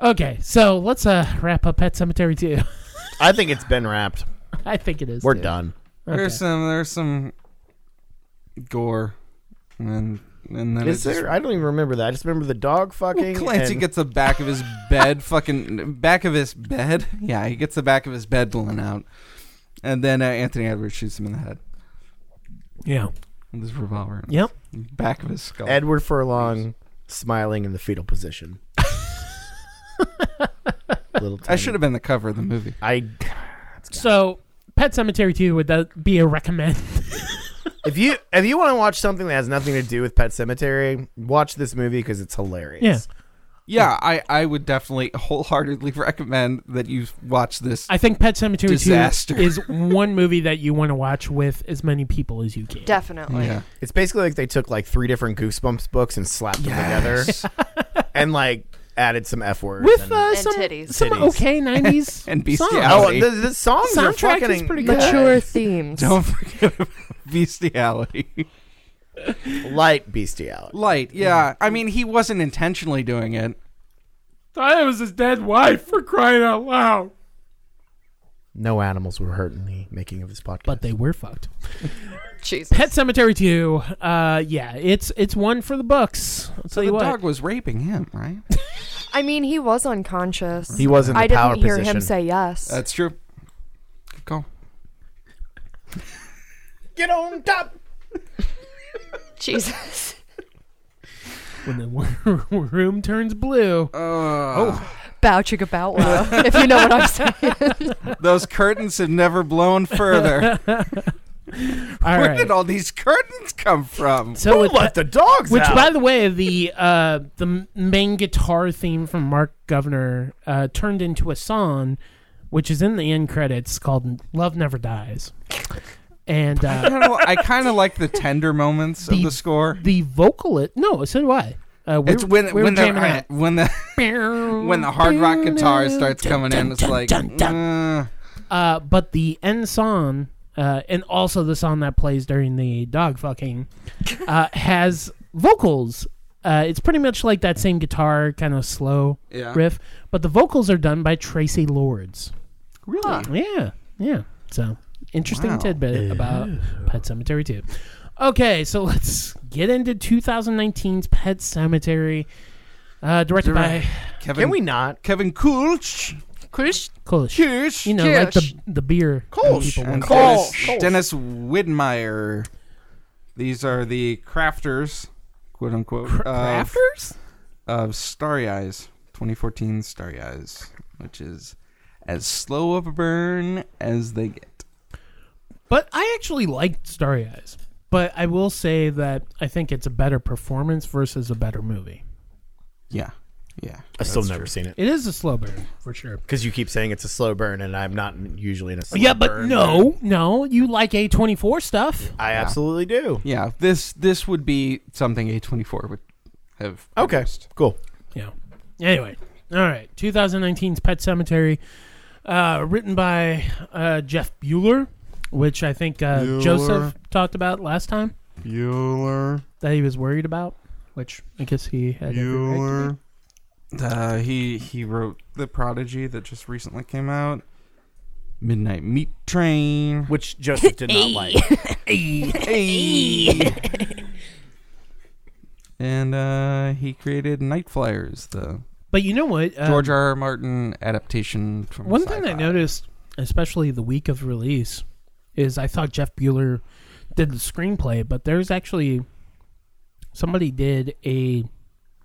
Okay, so let's uh, wrap up Pet Cemetery 2.
I think it's been wrapped.
[laughs] I think it is.
We're
too.
done.
There's some there's some gore and and then
Is
it just- [laughs]
there? I don't even remember that. I just remember the dog fucking.
Clancy
and-
gets the back of his bed fucking back of his bed. [laughs] Yeah, he gets the back of his bed blown out. And then uh, Anthony Edwards shoots him in the head
Yeah.
with his revolver.
Yep.
Back of his skull.
Edward Furlong smiling in the fetal [laughs] position. Little
I
tiny-
should have been the cover of the movie.
I
So, Pet Cemetery 2, would that be a recommend? [laughs]
if you if you want to watch something that has nothing to do with Pet Cemetery, watch this movie because it's hilarious.
Yeah.
Yeah, I, I would definitely [laughs] wholeheartedly recommend that you watch this.
I think Pet Cemetery
Disaster.
2 is one movie that you want to watch with as many people as you can.
definitely.
yeah.
It's basically like they took like three different Goosebumps books and slapped them together, and like added some f words.
With
and-
uh,
And
some,
titties.
some
Titties.
okay 90s
And
songs.
oh,
bestiality.
the, the songs are
Soundtrack
fucking
is pretty good.
Mature
[laughs]
themes. [laughs]
[laughs] Don't forget about bestiality.
light bestiality.
Light, yeah. I mean, he wasn't intentionally doing it.
Thought it was his dead wife for crying out loud.
No animals were hurt in the making of this podcast.
But they were fucked.
Jesus.
Pet Cemetery 2, uh, yeah, it's it's one for the books. I'll tell
The
you what.
dog was raping him, right?
[laughs]
I mean, he was unconscious.
he was in the
I
power
didn't hear
position.
him say yes.
That's true. Good call.
"Get on top."
[laughs] Jesus.
When the [laughs] w- room turns blue.
oh,
Bow chicka bow wow. [laughs] if you know what I'm saying.
those curtains have never blown further.
[laughs] All
Where
right.
did all these curtains come from?
so with
Let the dogs
Which,
out.
by the way, the uh, the m- main guitar theme from Mark Governor uh, turned into a song, which is in the end credits called "Love Never Dies," and
I
uh,
don't know, I kind of like the tender moments of
The-
the score.
the vocal. No, so do I. Uh, we
It's when
we
when
jamming
the [laughs] when the
out.
when the hard rock guitar starts coming in, it's like uh,
Uh, but the end song, uh, and also the song that plays during the dog fucking, uh, has vocals. Uh, it's pretty much like that same guitar kind of slow
Yeah.
riff, but the vocals are done by Tracy Lords.
really.
Yeah, yeah. So interesting
Wow.
tidbit about Pet Cemetery 2. Okay, so let's get into 2019's Pet Cemetery, uh, directed by
Kevin,
Can we not?
Kevin Coolidge,
Kulish.
Coolidge,
You know, like the
Kulish.
the beer. that people
and
want.
Cole.
Dennis, Dennis Widmeyer. These are the crafters, quote unquote, of-
Crafters?
of Starry Eyes, 2014 Starry Eyes, which is as slow of a burn as they get.
But I actually liked Starry Eyes. But I will say that I think it's a better performance versus a better movie.
Yeah, yeah.
I've still never seen it
It is a slow burn for sure.
because you keep saying it's a slow burn, and I'm not usually in a slow
yeah, but
burn.
no, no, you like A twenty four stuff.
I absolutely do.
Yeah, this this would be something A24 would have.
Okay,
produced.
cool.
Yeah. Anyway, all right. 2019's Pet Cemetery, uh, written by uh, Jeff Bueller, which I think uh,
Bueller.
Joseph talked about last time
Bueller,
that he was worried about, which I guess he had. every right to be.
Bueller. Uh, he he wrote The Prodigy that just recently came out. Midnight Meat Train.
Which Joseph [laughs] did not like. [laughs]
And uh, he created Night Flyers, the
But you know what? Um,
George R. R. Martin adaptation from
One thing I
sci-fi.
noticed, especially the week of release, is I thought Jeff Bueller did the screenplay, but there's actually somebody did a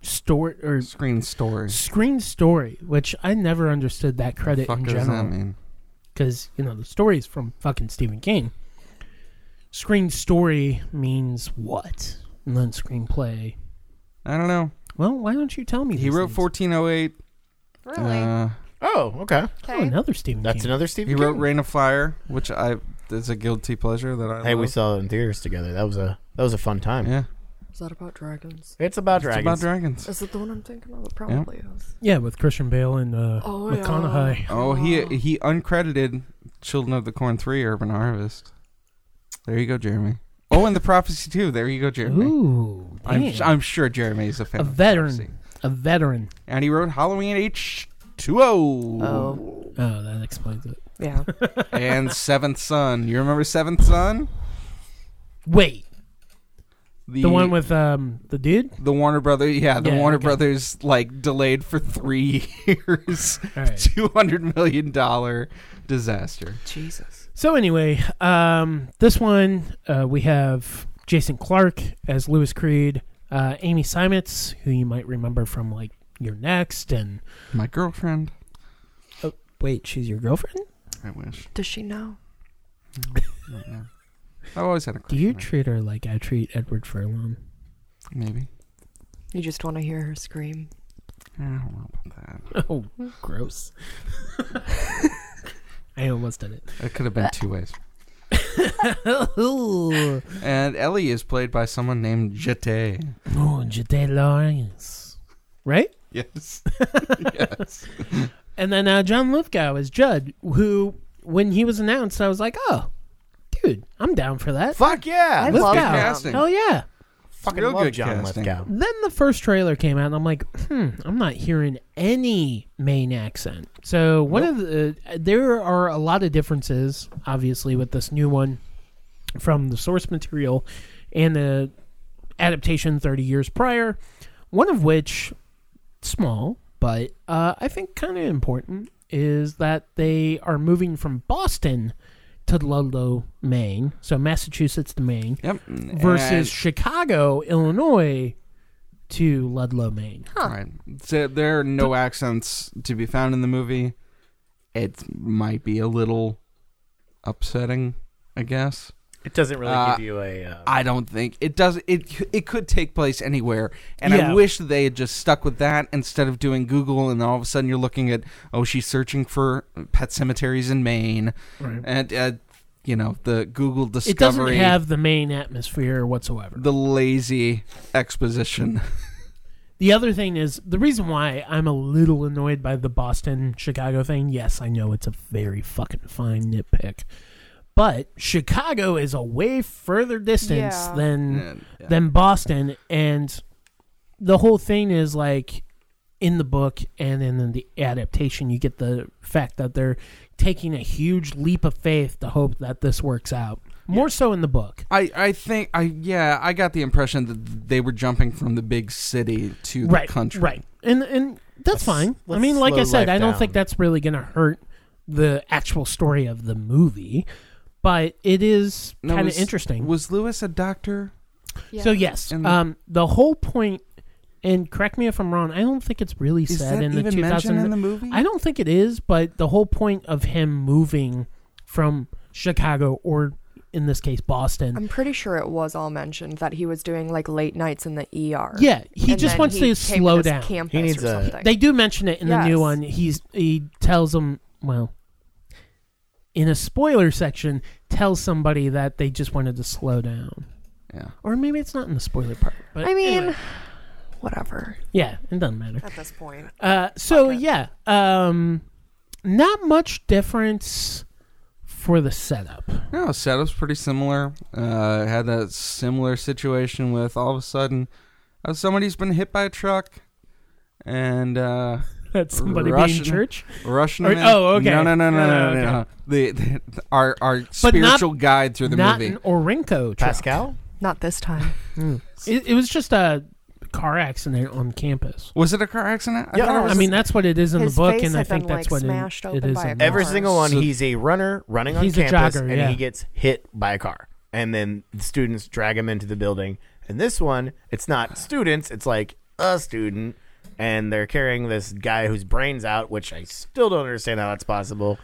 story or
Screen Story.
screen story, which I never understood that credit
Fuck
in
does that
general
mean?
because you know the story is from fucking Stephen King. Screen story means what? And then screenplay.
I don't know.
Well, why don't you tell me?
He
these
wrote
things?
1408.
[laughs] Really?
Uh,
Oh, okay.
Oh,
okay.
another Stephen
That's
King.
another Stephen
he wrote
King.
Rain of Fire, which I is a guilty pleasure that I.
Hey, we
love.
saw it in theaters together. That was a that was a fun time.
Yeah,
Is that about dragons?
It's about
it's
dragons.
about dragons.
Is it the one I'm thinking of? It probably is.
yeah, with Christian Bale and uh,
Oh, yeah.
McConaughey.
Oh, he he uncredited Children of the Corn Three, Urban Harvest. There you go, Jeremy. Oh, and the Prophecy too. There you go, Jeremy.
Ooh,
I'm
damn.
I'm sure Jeremy is a
a
fan. of the Prophecy.
veteran, a veteran.
and he wrote Halloween H two O
Oh,
Oh, that explains it.
yeah.
[laughs] and Seventh Son. You remember Seventh Son?
Wait, the, one with um the dude.
the Warner Brothers, yeah, the
Yeah,
Warner
okay.
Brothers like delayed for three [laughs] years,
All right.
[laughs] two hundred million dollar disaster.
[laughs] Jesus.
So anyway, um, this one uh, we have Jason Clark as Lewis Creed, uh, Amy Simons, who you might remember from like Your Next, and oh,
My girlfriend,
wait, she's your girlfriend?
I wish.
Does she know?
Right now. I've always had a
Do
crush
you
on her.
treat her like I treat Edward Furlong?
Maybe.
You just want to hear her scream.
I don't know about that.
Oh, gross! [laughs] I almost did
It could have been two ways.
it. [laughs] Ooh.
And Ellie is played by someone named Jete.
Oh, Jade Lawrence, right?
Yes.
And then uh, John Lithgow is Judd, who, when he was announced, I was like, oh, dude, I'm down for that.
Fuck yeah!
I
Let's
love
Lithgow.
him.
casting.
Hell yeah.
fucking
Real
love
good
John
casting.
Lithgow.
Then the first trailer came out, and I'm like, hmm, I'm not hearing any main accent. So one of the uh, there are a lot of differences, obviously, with this new one from the source material and the adaptation 30 years prior. One of which, small but uh, I think kind of important, is that they are moving from Boston to Ludlow, Maine, so Massachusetts to Maine
Yep.
versus
And-
Chicago, Illinois to Ludlow, Maine.
Right. So there are no accents to be found in the movie. It might be a little upsetting, I guess.
It doesn't really
Uh,
give you a. Uh,
I don't think it does. It it could take place anywhere, and
Yeah.
I wish they had just stuck with that instead of doing Google, and all of a sudden you're looking at oh she's searching for pet cemeteries in Maine, and uh, you know the Google discovery,
It doesn't have the Maine atmosphere whatsoever.
the lazy exposition.
The other thing is the reason why I'm a little annoyed by the Boston Chicago thing. Yes, I know it's a very fucking fine nitpick, but Chicago is a way further distance
Yeah.
than
And, yeah.
than Boston. And the whole thing is like in the book and in the adaptation, you get the fact that they're taking a huge leap of faith to hope that this works out. More so in the book.
I, I think I yeah I got the impression that they were jumping from the big city to
Right.
the country.
Right. And and that's
Let's-
fine. I
let's
mean, like I
slow
said,
life
I don't
down.
think that's really gonna hurt the actual story of the movie. But it is
Now,
kind of
was-
interesting.
Was Lewis a doctor?
so yes,
And-
um, the whole point, and correct me if I'm wrong. I don't think it's really
Is
said
that
in the
even
2000
mentioned in the movie?
I don't think it is, but the whole point of him moving from Chicago or in this case Boston.
I'm pretty sure it was all mentioned that he was doing like late nights in the ER.
yeah, he
And
just
then
wants
he
to
came
slow
this
down.
Campus
He needs
or
a-
something.
They do mention it in the new
Yes.
one. He's he tells them well in a spoiler section tells somebody that they just wanted to slow down.
Yeah.
Or maybe it's not in the spoiler part. But
I mean,
anyway,
whatever.
yeah, it doesn't matter.
At this point,
Uh, so
Fuck it.
yeah, um, not much difference for the setup.
No, setup's pretty similar. Uh, had that similar situation with all of a sudden uh, somebody's been hit by a truck and uh,
[laughs] That somebody being
Russian-
church,
Russian.
Or- [laughs]
man-
oh, okay.
No, no, no, no,
No, no,
no, no. no. The, the, our our
not-
spiritual guide through the
not
movie.
an Orenco truck.
Pascal?
not this
[laughs]
time.
It, it was just a car accident on campus.
Was it a car accident?
Yeah.
thought it
I
was-
mean, that's what it is in the
his
book,
face
and I
had
think
been,
that's
like,
what it-
smashed
it
open
is.
by a
in the
car.
Every
book.
single one,
So-
he's a runner running on
He's a
campus,
jogger,
and
yeah.
he gets hit by a car, and then the students drag him into the building. And this one, it's not students; it's like a student, and they're carrying this guy whose brains out, which I still don't understand how that's possible.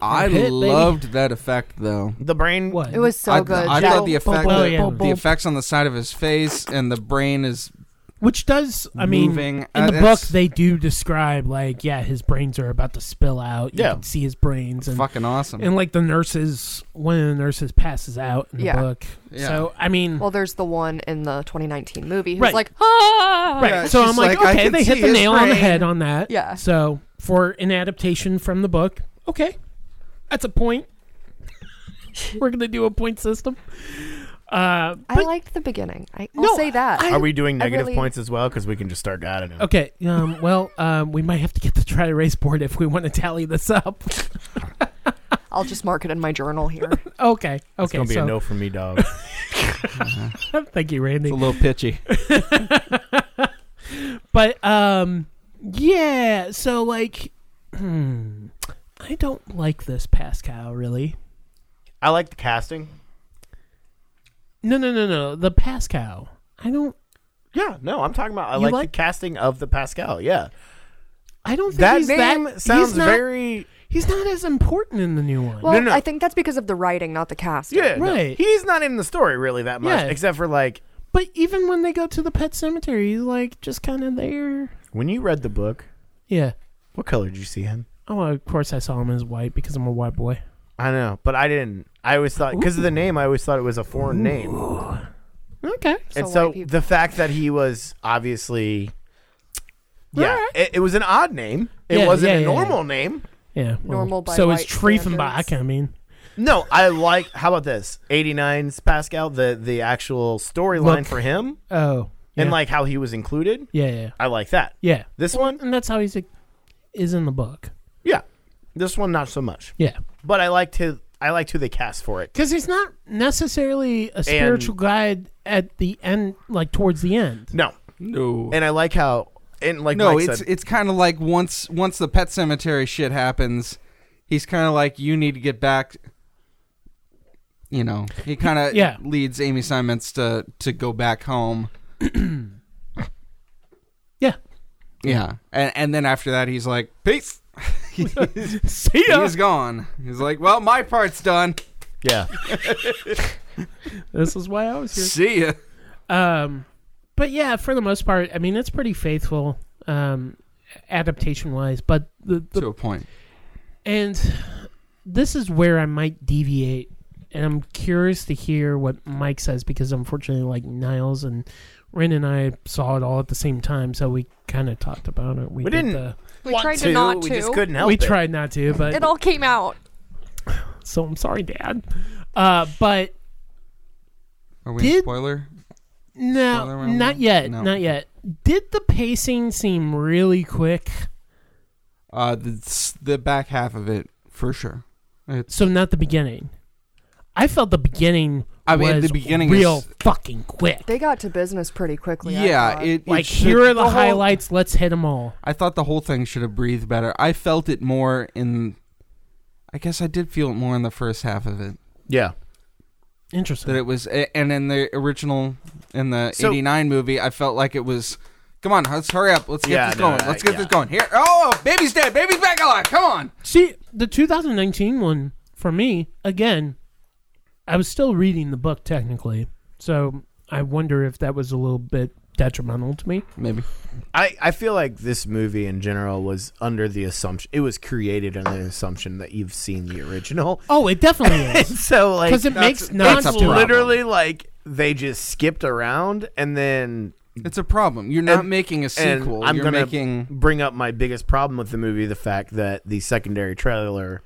I
Hit, baby.
loved that effect though.
The brain,
What?
It was so
I,
good.
I
Jack.
thought the effect,
boom,
the,
boom, boom.
the effects on the side of his face and the brain is
Which does, I mean,
Moving,
in
uh,
the book
it's-
they do describe like, yeah, his brains are about to spill out. You
Yeah.
can see his brains, and
fucking awesome.
and like the nurses, one of the nurses passes out in the
Yeah.
book.
Yeah.
So I mean,
Well, there's the one in the 2019 movie who's
Right.
like, ah,
Right.
Yeah, it's
so I'm
just
like,
like, I
okay,
can
they hit
see
the
his
nail on the
brain.
head on that.
Yeah.
So for an adaptation from the book, okay, that's a point. [laughs] We're gonna do a point system. Uh,
I
but
liked the beginning. I, I'll
No,
say that.
I-
Are we doing
I
negative
really-
points as well? Because we can just start. I don't know.
okay, um, well, um, we might have to get the try erase board if we want to tally this up. [laughs]
I'll just mark it in my journal here.
okay,
It's
okay.
gonna be
so
a no for
[laughs]
me, dog.
thank you, Randy.
it's a little pitchy.
[laughs] but um yeah so like [clears throat] hmm, i don't like this pascal really
I like the casting.
no no no no the pascal i don't
Yeah, no, I'm talking about. I
You
like,
like-
the casting of the Pascal. Yeah,
i don't think
that
he's
name
that,
sounds
he's not,
very.
he's not as important in the new one
Well,
no.
I think that's because of the writing, not the casting.
Yeah, no.
Right.
He's not in the story really that much,
Yeah.
except for like
but even when they go to the pet cemetery he's like just kind of there
when you read the book.
yeah
What color did you see him?
oh of course i saw him as white because i'm a white boy
I know, but I didn't. I always thought because of the name, I always thought it was a foreign name,
okay
and
So
so
white people-
the fact that he was obviously, yeah,
Alright.
it, it was an odd name. It
Yeah,
wasn't
yeah,
a
yeah,
normal name.
yeah well,
Normal by
so is
white
Triefenbach, i mean
No, I like. How about this? 89's Pascal, the the actual storyline
Look.
for him,
oh yeah.
and like how he was included.
yeah yeah
I like that.
yeah
This one,
and that's how he's is in the book
yeah. This one, not so much.
yeah
But I liked his. I liked who they cast for it.
Because he's not necessarily a spiritual guide at the end, like towards the end.
No,
No.
and I like how and like
no,
Mike
it's
said,
it's kind of like once once the pet cemetery shit happens, he's kind of like you need to get back. You know, he kind of
Yeah.
leads Amy Simons to to go back home.
Yeah. [laughs]
Yeah, and and then after that, he's like, peace.
[laughs]
[laughs] he's
See ya.
gone. He's like, well, my part's done.
yeah.
This is why I was here.
See ya.
Um, but yeah, for the most part, I mean, it's pretty faithful, um, adaptation wise. But the, the
To a point.
and this is where I might deviate, and I'm curious to hear what Mike says because unfortunately, like Niles and Ren and I saw it all at the same time, so we kind of talked about it. We,
We
did
didn't
the-
[laughs] We
want
tried to
to,
not
we
to.
just couldn't help
we
it.
tried not to, but
It all came out.
so I'm sorry, Dad. Uh, but
Are we in
Did-
spoiler? Spoiler
no,
round?
not yet,
No.
not yet. Did the pacing seem really quick?
Uh, the the back half of it for sure. It's
So not the beginning. I felt the beginning.
I mean,
was
the beginning
real
is-
fucking quick.
They got to business pretty quickly. I
yeah.
thought.
It, it
Like
should- Oh.
here are the,
whole-
highlights. Let's hit them all.
I thought the whole thing should have breathed better. I felt it more in. I guess I did feel it more in the first half of it.
Yeah.
Interesting.
That it was, a- and in the original, in the
So-
'89 movie, I felt like it was. Come on, let's hurry up. Let's get
Yeah,
this
no,
going.
no,
let's get
yeah.
this going. Here. Oh, baby's dead. Baby's back alive. Come on.
See the 2019 one for me again. I was still reading the book technically, so I wonder if that was a little bit detrimental to me.
Maybe.
I, I feel like this movie in general was under the assumption it was created under the assumption that you've seen the original. [laughs]
Oh, it definitely
[laughs]
is
So like
because it makes no
it's
that's a problem.
literally like they just skipped around and then
It's a problem. You're not
And-
making a
and
sequel.
I'm
You're
gonna
making
bring up my biggest problem with the movie, the fact that the secondary trailer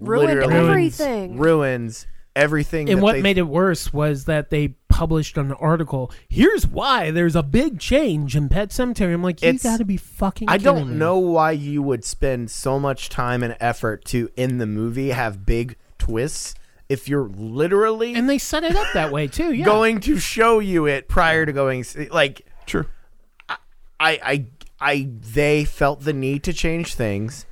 Ruined
literally
everything.
ruins everything.
And
that
what
they-
made it worse was that they published an article. Here's why there's a big change in Pet Cemetery. I'm like, you
It's-
got to be fucking.
I
kidding
don't
me.
know why you would spend so much time and effort to in the movie have big twists if you're literally
And they set it up that way too. Yeah.
going to show you it prior to going s- like
true.
I I I they felt the need to change things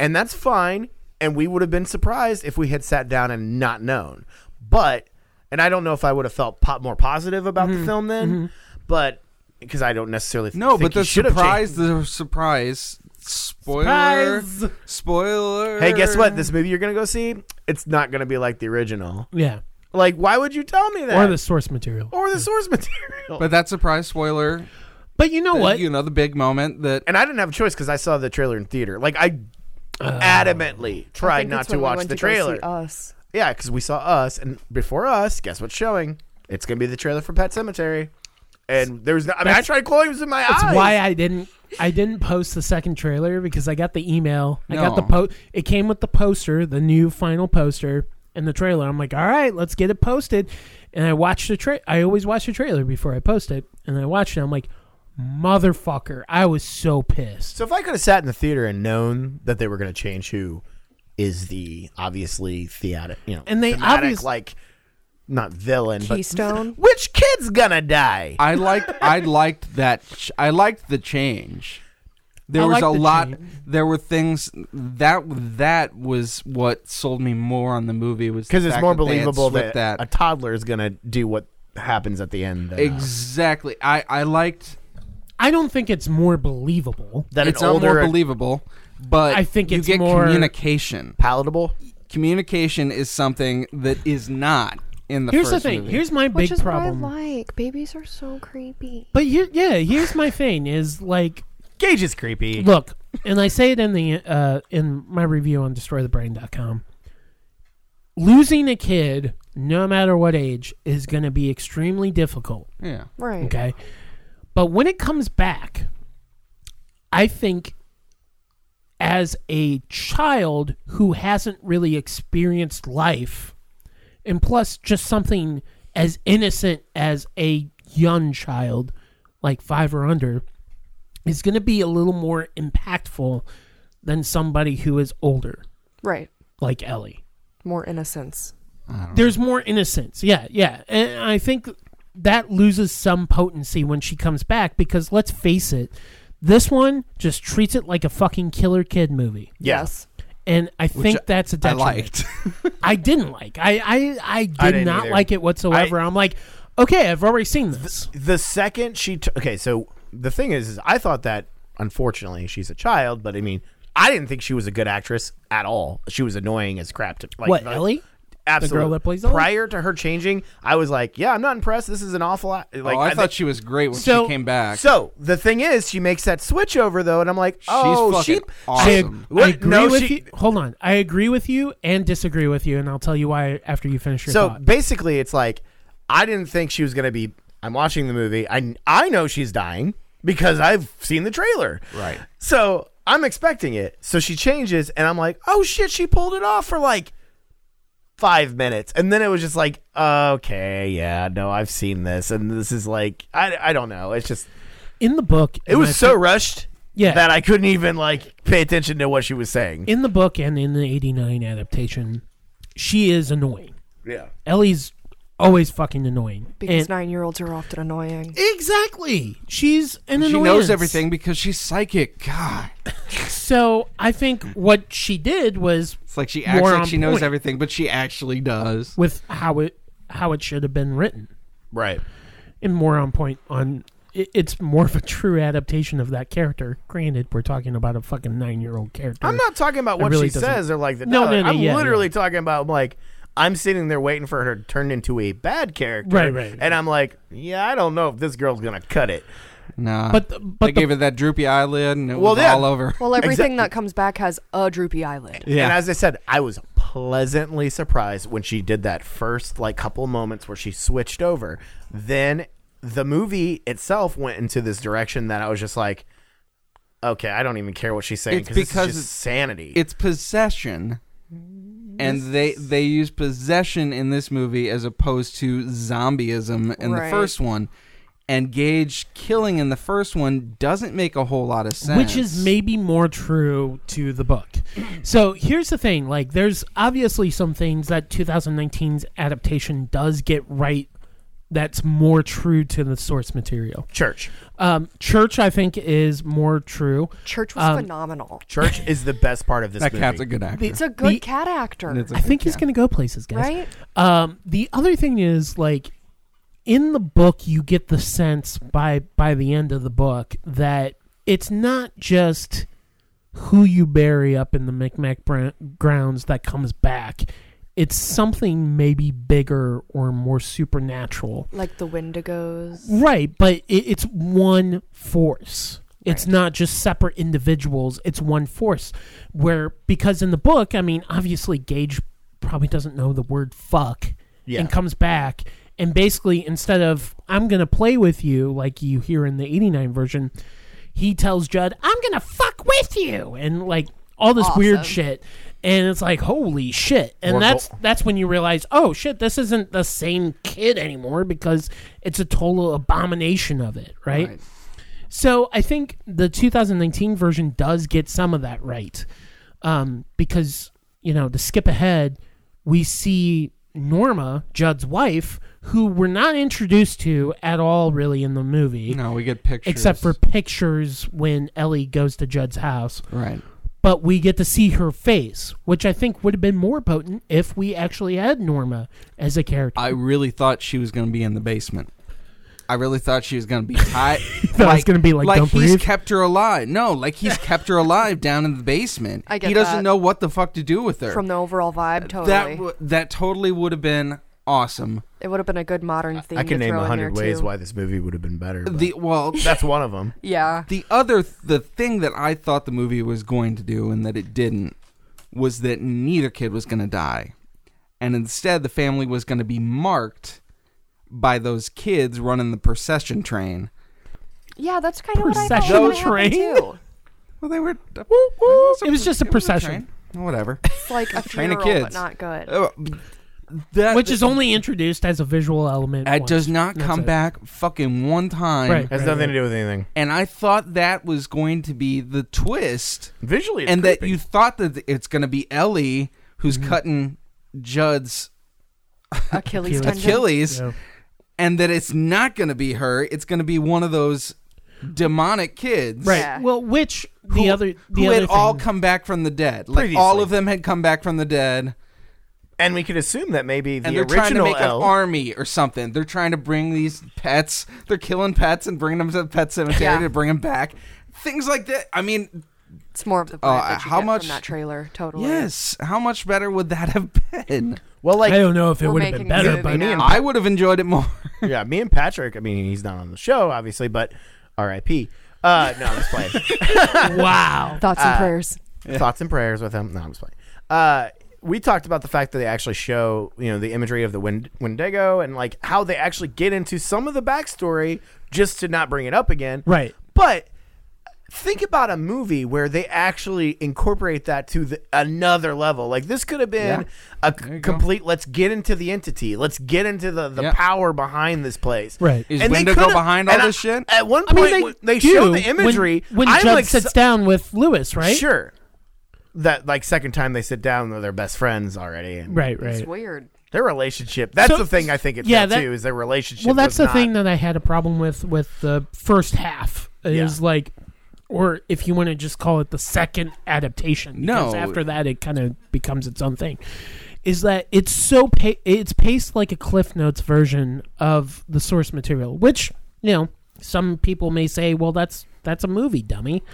and that's fine and we would have been surprised if we had sat down and not known but and I don't know if I would have felt po- more positive about the film then but because I don't necessarily
No,
think
but
you
the
should have changed-
surprise, the surprise, spoiler,
Surprise!
spoiler.
Hey, guess what? This movie you're gonna go see, it's not gonna be like the original.
Yeah.
Like, why would you tell me that?
Or the source material.
or the source material.
But that surprise spoiler,
But you know what?
you know, the big moment that
and I didn't have a choice because I saw the trailer in theater. Like, I
Uh,
adamantly
I
tried
think
not
that's
to
when we
watch
went
the
to go see
trailer.
us.
Yeah, because we saw us, and before us, guess what's showing? It's gonna be the trailer for Pet Cemetery. And there's no, I mean, I
That's-
tried closing my eyes.
That's why I didn't. I didn't post the second trailer because I got the email. I got the
No.
post. It came with the poster, the new final poster, and the trailer. I'm like, all right, let's get it posted. And I watched the tra I always watch the trailer before I post it, and I watched it. I'm like, motherfucker! I was so pissed.
so if I could have sat in the theater and known that they were gonna change who is the obviously theatic, you know,
And they
thematic,
obvious-
like not villain,
Keystone.
but which kid's gonna die? [laughs]
I liked I liked that ch- I liked the change. There
I
was
liked
a
the
lot
change.
there were things that that was what sold me more on the movie was the
because it's
fact
more
that they had
believable
slipped
that, a toddler is gonna do what happens at the end. than, uh,
exactly. I I liked
I don't think it's more believable.
that
it's
an
not
older
more believable, but
I think
you
it's
get
more-
communication.
palatable.
Communication is something that is not in the
Here's the
first
thing.
movie.
Here's my
Which
big
is
problem.
what I like. Babies are so creepy.
But here, yeah, here's my thing: is like
Gage is creepy.
Look, and I say it in the uh, in my review on destroythebrain.com. Losing a kid, no matter what age, is going to be extremely difficult.
yeah.
Right.
Okay, but when it comes back, I think as a child who hasn't really experienced life, and plus just something as innocent as a young child, like five or under, is going to be a little more impactful than somebody who is older,
Right.
like Ellie
More innocence.
there's more innocence. Yeah, yeah. And I think that loses some potency when she comes back because let's face it, this one just treats it like a fucking killer kid movie.
Yeah.
Yes.
And I think that's a
I
detriment.
liked. [laughs] Oh,
I didn't like. I I, I did
didn't
not
either.
like it whatsoever. I, am like, okay, I've already seen this.
The second she t- okay, so the thing is, is I thought that unfortunately she's a child, but I mean, I didn't think she was a good actress at all. She was annoying as crap. To, like,
what
the-
Ellie?
Absolutely.
that plays Ellie?
Prior to her changing, I was like, yeah, I'm not impressed. This is an awful. Like,
oh, I,
thi-
thought she was great when
So-
she came back.
So the thing is, she makes that switch over though, and I'm like, oh,
fucking
she,
awesome.
she-
I
what?
agree
no,
with
she,
you. Hold on, I agree with you and disagree with you, and I'll tell you why after you finish your
so
thought.
basically it's like i didn't think she was going to be i'm watching the movie I, I know she's dying because i've seen the trailer
Right.
so i'm expecting it so she changes and i'm like oh shit she pulled it off for like five minutes and then it was just like okay yeah no i've seen this and this is like i, I don't know it's just
In the book,
it was so rushed
Yeah.
that i couldn't even like pay attention to what she was saying
in the book and in the 89 adaptation, she is annoying.
yeah
Ellie's always fucking annoying.
Because
And-
nine year olds are often annoying.
exactly. She's an
she
annoyance.
knows everything because she's psychic. God.
So I think what she did was
It's like she acts
More on
like she knows
point.
everything, but she actually does.
with how it how it should have been written,
right
and more on point on. it- It's more of a true adaptation of that character. Granted, we're talking about a fucking nine-year-old character.
I'm not talking about
It
what
really
she
doesn't-
says or like the
No,
dialogue.
no, no,
I'm
yeah,
literally
yeah.
talking about like I'm sitting there waiting for her to turn into a bad character.
Right, right.
And I'm like, yeah, I don't know if this girl's gonna cut it.
Nah.
But the- but
they
the-
gave it that droopy eyelid and it
Well,
was
yeah.
all over.
[laughs]
Well, everything
Exactly.
that comes back has a droopy eyelid.
Yeah.
And as I said, I was pleasantly surprised when she did that first like couple moments where she switched over. Then the movie itself went into this direction that I was just like, okay, I don't even care what she's saying
It's
because it's
because
just
it's-
sanity.
it's possession and they they use possession in this movie as opposed to zombieism in the
Right.
first one and gage killing in the first one doesn't make a whole lot of sense
Which is maybe more true to the book. So here's the thing: like, there's obviously some things that 2019's adaptation does get right. That's more true to the source material.
church.
Um, Church, I think, is more true.
Church was
Um,
phenomenal.
Church is the best part of this
that
movie.
cat's a good actor
It's a good
the-
cat actor,
And it's a
I think
good
he's
cat.
going to go places, guys.
right?
Um, the other thing is like in the book, you get the sense by by the end of the book that it's not just who you bury up in the Micmac br- grounds that comes back. It's something maybe bigger or more supernatural.
Like the Wendigos.
Right, but it, it's one force. It's
Right.
not just separate individuals. It's one force. Where because in the book, I mean, obviously Gage probably doesn't know the word fuck
Yeah.
and comes back and basically instead of I'm gonna play with you like you hear in the '89 version, he tells Judd I'm gonna fuck with you and like all this weird
Awesome.
shit. And it's like holy shit, and
Or go-
that's that's when you realize, oh shit, this isn't the same kid anymore because it's a total abomination of it, right?
Right.
So I think the 2019 version does get some of that right, um, because you know to skip ahead, we see Norma Judd's wife, who we're not introduced to at all really in the movie,
no we get pictures
except for pictures when Ellie goes to Judd's house
right
but we get to see her face, which I think would have been more potent if we actually had Norma as a character.
i really thought she was going to be in the basement I really thought she was going to
[laughs]
be tied.
thought it was gonna be like, "Don't
he's
breathe"?
kept her alive. No,
[laughs]
like he's kept her alive down in the basement.
I get
he doesn't
that.
know what the fuck to do with her.
From the overall vibe, totally.
That w- that totally would have been awesome.
it would have been a good modern theme.
I can
to
name
throw
a
in there,
hundred ways
too.
why this movie would have been better. but
The
[laughs]
well,
that's one of them.
Yeah.
the other th- the thing that I thought the movie was going to do and that it didn't was that neither kid was going to die, and instead the family was going to be marked by those kids running the procession train.
Yeah, that's kind of what I
Procession
thought would happen,
train?
too.
Well, they were.
It was just a
it
procession.
train.
[laughs]
Whatever.
It's like
[laughs]
a
Train of
funeral,
kids.
but not good.
Uh, that
which is only introduced as a visual element.
that
once.
does not
That's
come
it.
back fucking one time.
Right.
Has
Right,
nothing
right.
to do with anything.
And I thought that was going to be the twist.
Visually, it's
and that
creepy.
you thought that it's going to be Ellie who's
Mm-hmm.
cutting Judd's
Achilles
Achilles.
tendon.
Achilles,
Yeah.
and that it's not going to be her. It's going to be one of those demonic kids,
Right.
Yeah.
Well, which the
Who,
other the
who
other
had all
thing-
come back from the dead. Like
Previously.
all of them had come back from the dead,
and we could assume that maybe the
and they're trying to
original
make
L.
an army or something. They're trying to bring these pets. They're killing pets and bringing them to the pet cemetery
Yeah.
to bring them back. Things like that. I mean,
It's more of the vibe
Uh,
that you
how
get
much-
from that trailer, totally.
yes. How much better would that have [laughs] been?
well, like
I don't know if it
We're
would have been
making
better,
movie
but
now.
I would have enjoyed
[laughs]
it more.
yeah, me and Patrick. I mean, he's not on the show, obviously, but R.I.P. Uh, no, I'm just
[laughs]
playing.
wow.
Thoughts
Uh,
and prayers.
Thoughts and prayers with him. No, I'm just playing. Uh, we talked about the fact that they actually show, you know, the imagery of the Wend- Wendigo and like how they actually get into some of the backstory just to not bring it up again.
Right.
But think about a movie where they actually incorporate that to the, another level. Like this could have been
Yeah.
a
There you go.
complete. Let's get into the entity. Let's get into the, the
Yeah.
power behind this place.
Right.
Is
they
Wendigo
could've-
behind all
and I-
this shit?
At one
I
point,
mean, they,
when they
do
show the
when-
imagery.
when,
I'm
Judd
like,
sits
so-
down with Lewis, right?
Sure. That like second time they sit down, they're their best friends already. And
Right.
It's
Right.
weird.
Their relationship. That's
So-
the thing I think it's
yeah,
yeah,
that-
too is their relationship.
Well, that's
was
the
not-
thing that I had a problem with with the first half is like, or if you want to just call it the second adaptation. because
No.
after that it kind of becomes its own thing. Is that it's so pa- it's paced like a Cliff Notes version of the source material, which you know some people may say, well, that's that's a movie, dummy.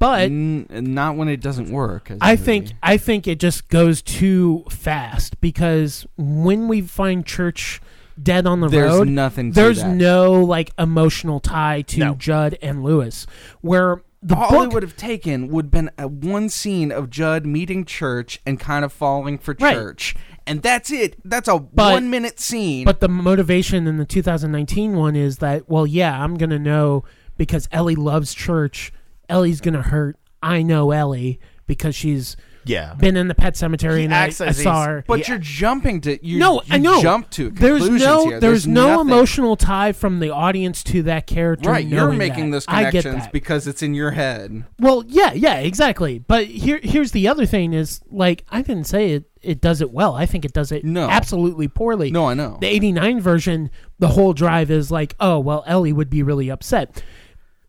But
N- not when it doesn't work. as a
I
movie.
think I think it just goes too fast because when we find Church dead on the
there's
road,
nothing. to
there's
that.
no like emotional tie to
No.
Judd and Lewis. Where the
all
book,
it would have taken would have been a one scene of Judd meeting Church and kind of falling for
Right.
Church, and that's it. That's a
But-
one minute scene.
but the motivation in the 2019 one is that well, yeah, I'm gonna know because Ellie loves Church. Ellie's gonna hurt. I know Ellie because she's
Yeah.
been in the pet cemetery
He
and I, I
acts as he's-
saw her.
But you're jumping to you.
no,
you
I know.
Jump to
there's
conclusions
no
here.
there's, no
nothing.
emotional tie from the audience to that character.
Right, you're
knowing
making
that.
those
I get
connections
that.
because it's in your head.
Well, yeah, yeah, exactly. But here, here's the other thing: is like I didn't say it. It does it well. I think it does it
No.
absolutely poorly.
No, I know.
The '89 version, the whole drive is like, oh well, Ellie would be really upset.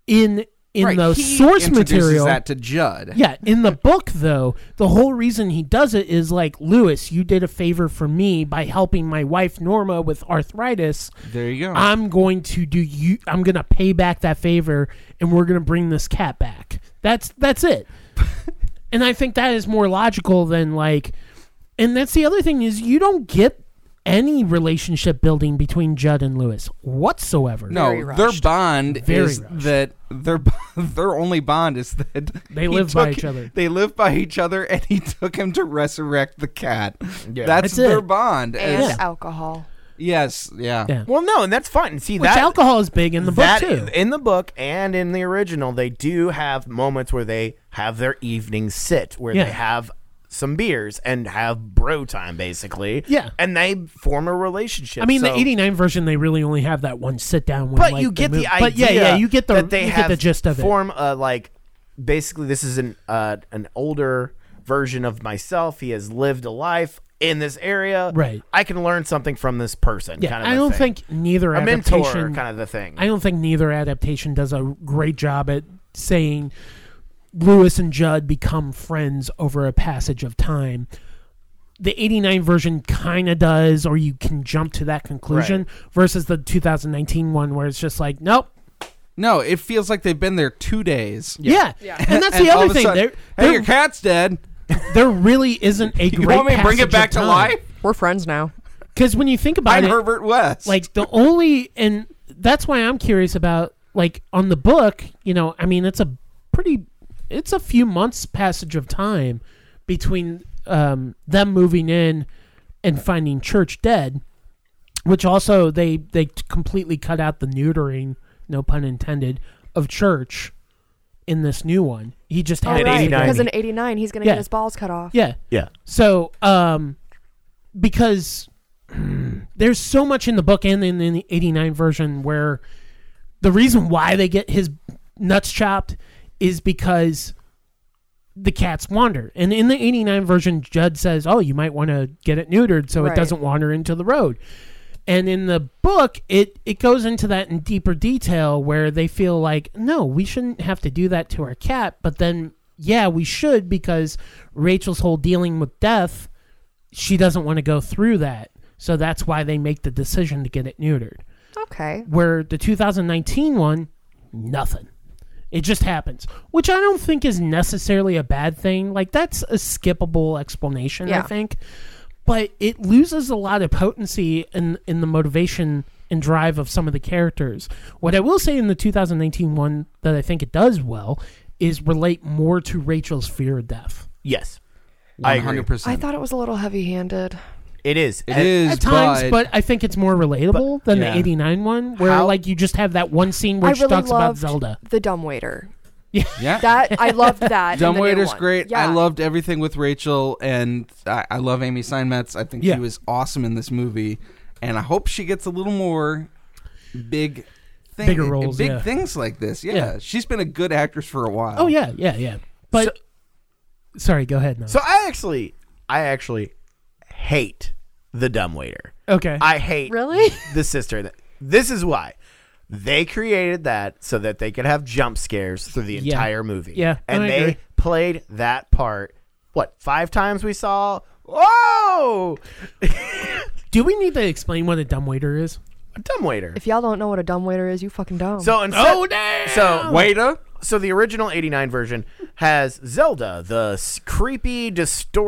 In in
right.
the
he
source
introduces
material,
that to Judd.
yeah, in the book though, the whole reason he does it is like, Lewis, you did a favor for me by helping my wife Norma with arthritis.
There you go.
I'm going to do you. I'm going to pay back that favor, and we're going to bring this cat back. That's that's
[laughs]
it. and I think that is more logical than like. And that's the other thing is you don't get any relationship building between Judd and Lewis whatsoever.
Very
no, their
rushed.
bond
Very
is
rushed.
that their [laughs] their only bond is that
They
he
live by
took-
each other.
They live by each other, and he took him to resurrect the cat.
Yeah.
That's
That's, their
it.
bond.
and
is-
alcohol.
yes, yeah.
Yeah.
Well, no, and that's fine. See
Which
that
alcohol is big in the book
that
too.
in the book and in the original, they do have moments where they have their evening sit, where
Yeah.
they have some beers and have bro time, basically.
Yeah.
and they form a relationship.
I mean,
so-
the '89 version they really only have that one sit down. When,
But
like,
you
they
get the
move-
idea.
But yeah, yeah, you get the
that they
you
have
get the gist of it.
form a like basically this is an uh, an older version of myself. He has lived a life in this area.
Right.
I can learn something from this person.
Yeah,
kind of
I
a
don't
thing.
think neither
a
adaptation
mentor kind of the thing.
I don't think neither adaptation does a great job at saying Lewis and Judd become friends over a passage of time. The 89 version kind of does, or you can jump to that conclusion, versus the 2019 one where it's just like, nope.
No, it feels like they've been there two days.
Yeah.
Yeah.
And that's the
all of
other
a
thing.
sudden,
there,
hey,
there,
your cat's dead.
there really isn't a
You
great
want me to bring it back to life?
We're friends now.
Because when you think about
I'm
it,
Herbert West.
like the only and that's why i'm curious about like on the book you know i mean it's a pretty it's a few months passage of time between um, them moving in and finding church dead which also they they t- completely cut out the neutering no pun intended of church in this new one he just had
Oh,
basically-
right, 89.
Because in 89, he's going to
Yeah.
get his balls cut off.
yeah
yeah.
so, um, because there's so much in the book and in, in the 89 version where the reason why they get his nuts chopped is because the cats wander. And in the 89 version, Judd says, Oh, you might want to get it neutered so it
Right.
doesn't wander into the road. And in the book, it, it goes into that in deeper detail where they feel like, no, we shouldn't have to do that to our cat. But then, yeah, we should because Rachel's whole dealing with death, she doesn't want to go through that. So that's why they make the decision to get it neutered.
Okay.
Where the 2019 one, nothing. It just happens, which I don't think is necessarily a bad thing. Like, that's a skippable explanation, I
Yeah.
think. But it loses a lot of potency in, in the motivation and drive of some of the characters. What I will say in the 2019 one that I think it does well is relate more to Rachel's fear of death.
Yes. I agree.
100%.
I thought it was a little heavy handed.
It is.
it
And-
is,
At times,
but,
but, I think it's more relatable than
yeah.
the 89 one, where,
How-
like, you just have that one scene where
I
she
really
talks about
loved
Zelda.
the dumbwaiter.
yeah.
That I
[laughs]
loved that. in the new
Dumbwaiter's
one.
great.
Yeah.
I loved everything with Rachel, and I, I love Amy Steinmetz. I think
Yeah.
she was awesome in this movie, and I hope she gets a little more big, thing,
Bigger roles,
big
yeah.
things like this. Yeah.
Yeah.
she's been a good actress for a while.
Oh, yeah, yeah, yeah. But, sorry, go ahead. Now.
so I actually, I actually hate the dumbwaiter.
okay.
I hate
Really?
the sister. This is why they created that so that they could have jump scares through the
Yeah.
entire movie.
Yeah,
and
I
they
agree.
played that part. What five times we saw? Whoa!
Do we need to explain what a dumbwaiter is?
A dumbwaiter. Oh,
If y'all don't know what a dumbwaiter is, you fucking dumb.
So instead,
Oh, damn!
so
waiter.
so the original 89 version has Zelda, the s- creepy,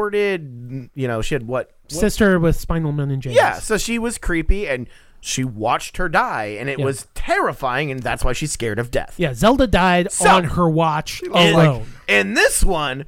distorted, you know, she had what? what-
Sister with spinal meningitis.
Yeah, so she was creepy and she watched her die and it
Yeah.
was terrifying and that's why she's scared of death.
Yeah, Zelda died
So- Oh,
on her watch
And,
alone.
and this one,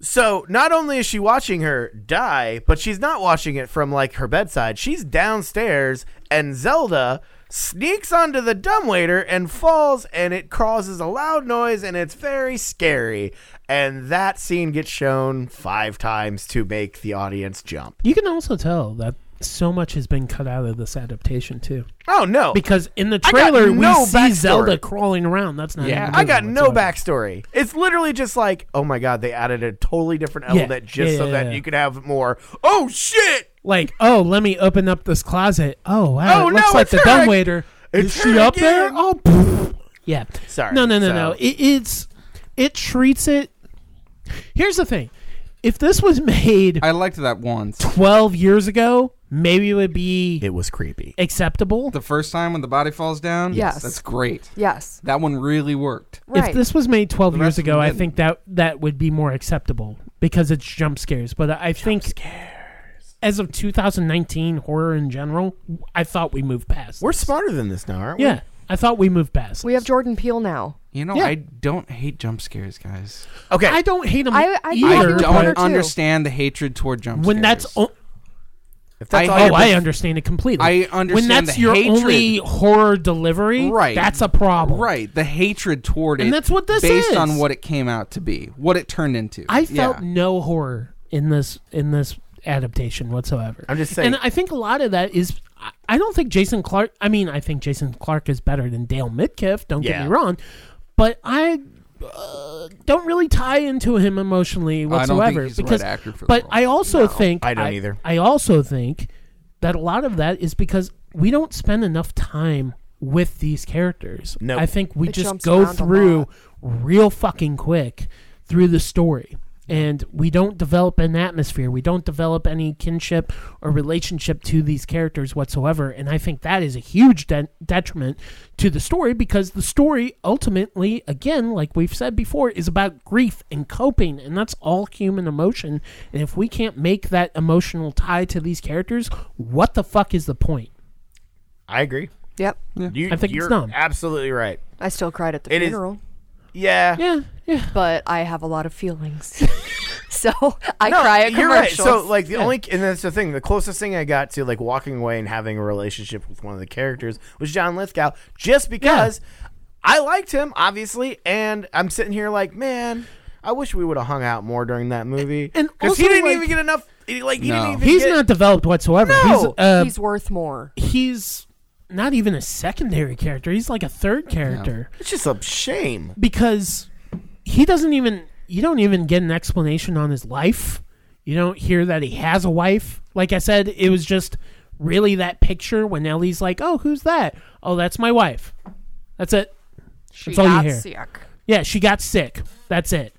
so not only is she watching her die, but she's not watching it from like her bedside. She's downstairs, and Zelda sneaks onto the dumbwaiter and falls, and it causes a loud noise, and it's very scary. And that scene gets shown five times to make the audience jump.
you can also tell that so much has been cut out of this adaptation too,
Oh no!
because in the
I got
trailer we
no
see
backstory.
Zelda crawling around. That's not.
Yeah,
even
I got
Zelda
no
whatsoever.
backstory. It's literally just like, oh my god, they added a totally different
Yeah.
element just
Yeah,
so
yeah,
that
yeah.
you could have more. Oh shit!
Like, oh, let me open up this closet. Oh wow,
Oh,
it looks
no,
like
it's
the
her ag-
dumbwaiter.
it's
Is she
her
up there?
again.
Oh, pfft. yeah.
Sorry,
No, no, no,
so-
no. It, it's it treats it. Here's the thing: if this was made
I liked that once.
12 years ago, maybe it would be
It was creepy.
acceptable.
The first time when the body falls down.
Yes.
that's great.
Yes.
That one really worked.
Right.
If this was made 12
The
years
rest of
ago,
them
I
didn't.
think that that would be more acceptable because it's jump scares. But I think as of 2019 horror in general, I thought we moved past.
We're
this.
smarter than this now, aren't we?
Yeah, I thought we moved past.
We have Jordan Peele now.
You know,
Yeah.
I don't hate jump scares, guys.
Okay.
I don't hate them
I- I
I
either.
Either one or
don't
two.
but
understand the hatred toward jump
when
scares.
that's o-
if that's
I-
all
oh,
your
I
bef-
understand it completely.
I understand
when that's
the
your
hatred.
only horror delivery.
Right.
that's a problem.
right, the hatred toward it,
And that's what this
based
is.
on what it came out to be, what it turned into.
I felt
Yeah.
no horror in this in this adaptation whatsoever.
I'm just saying-
and I think a lot of that is. I- I don't think Jason Clark. I mean, I think Jason Clark is better than Dale Midkiff. Don't get
Yeah.
me wrong, but I uh, don't really tie into him emotionally
I don't
whatsoever.
think he's the
because,
right actor for the
but
role.
I also think
I don't either.
I also think that a lot of that is because we don't spend enough time with these characters.
Nope.
I think we
It
just
jumps
go
around a
through
lot.
real fucking quick through the story. And we don't develop an atmosphere. We don't develop any kinship or relationship to these characters whatsoever. And I think that is a huge de- detriment to the story because the story ultimately, again, like we've said before, is about grief and coping. And that's all human emotion. And if we can't make that emotional tie to these characters, what the fuck is the point?
I agree.
Yep.
You,
I think it's
you're
dumb.
absolutely right.
I still cried at the
It is-
funeral,
Yeah.
Yeah, yeah.
but I have a lot of
[laughs]
feelings. so I
No,
cry at
you're right.
commercials.
So like the only and that's the thing. The closest thing I got to like walking away and having a relationship with one of the characters was John Lithgow, just because I liked him obviously, and I'm sitting here like, man, I wish we would have hung out more during that movie
And
because he
also,
didn't
like-
even get enough. he- Like he
No.
didn't even
He's
get-
not developed whatsoever. he's,
No!
uh,
he's worth more.
he's not even a secondary character. He's like a third character
It's just a shame.
because he doesn't even. You don't even get an explanation on his life. You don't hear that he has a wife. Like I said, it was just really that picture when Ellie's like, "Oh, who's that? Oh, that's my wife. That's it.
She
That's all you
got
hear.
sick.
Yeah, she got sick. That's it."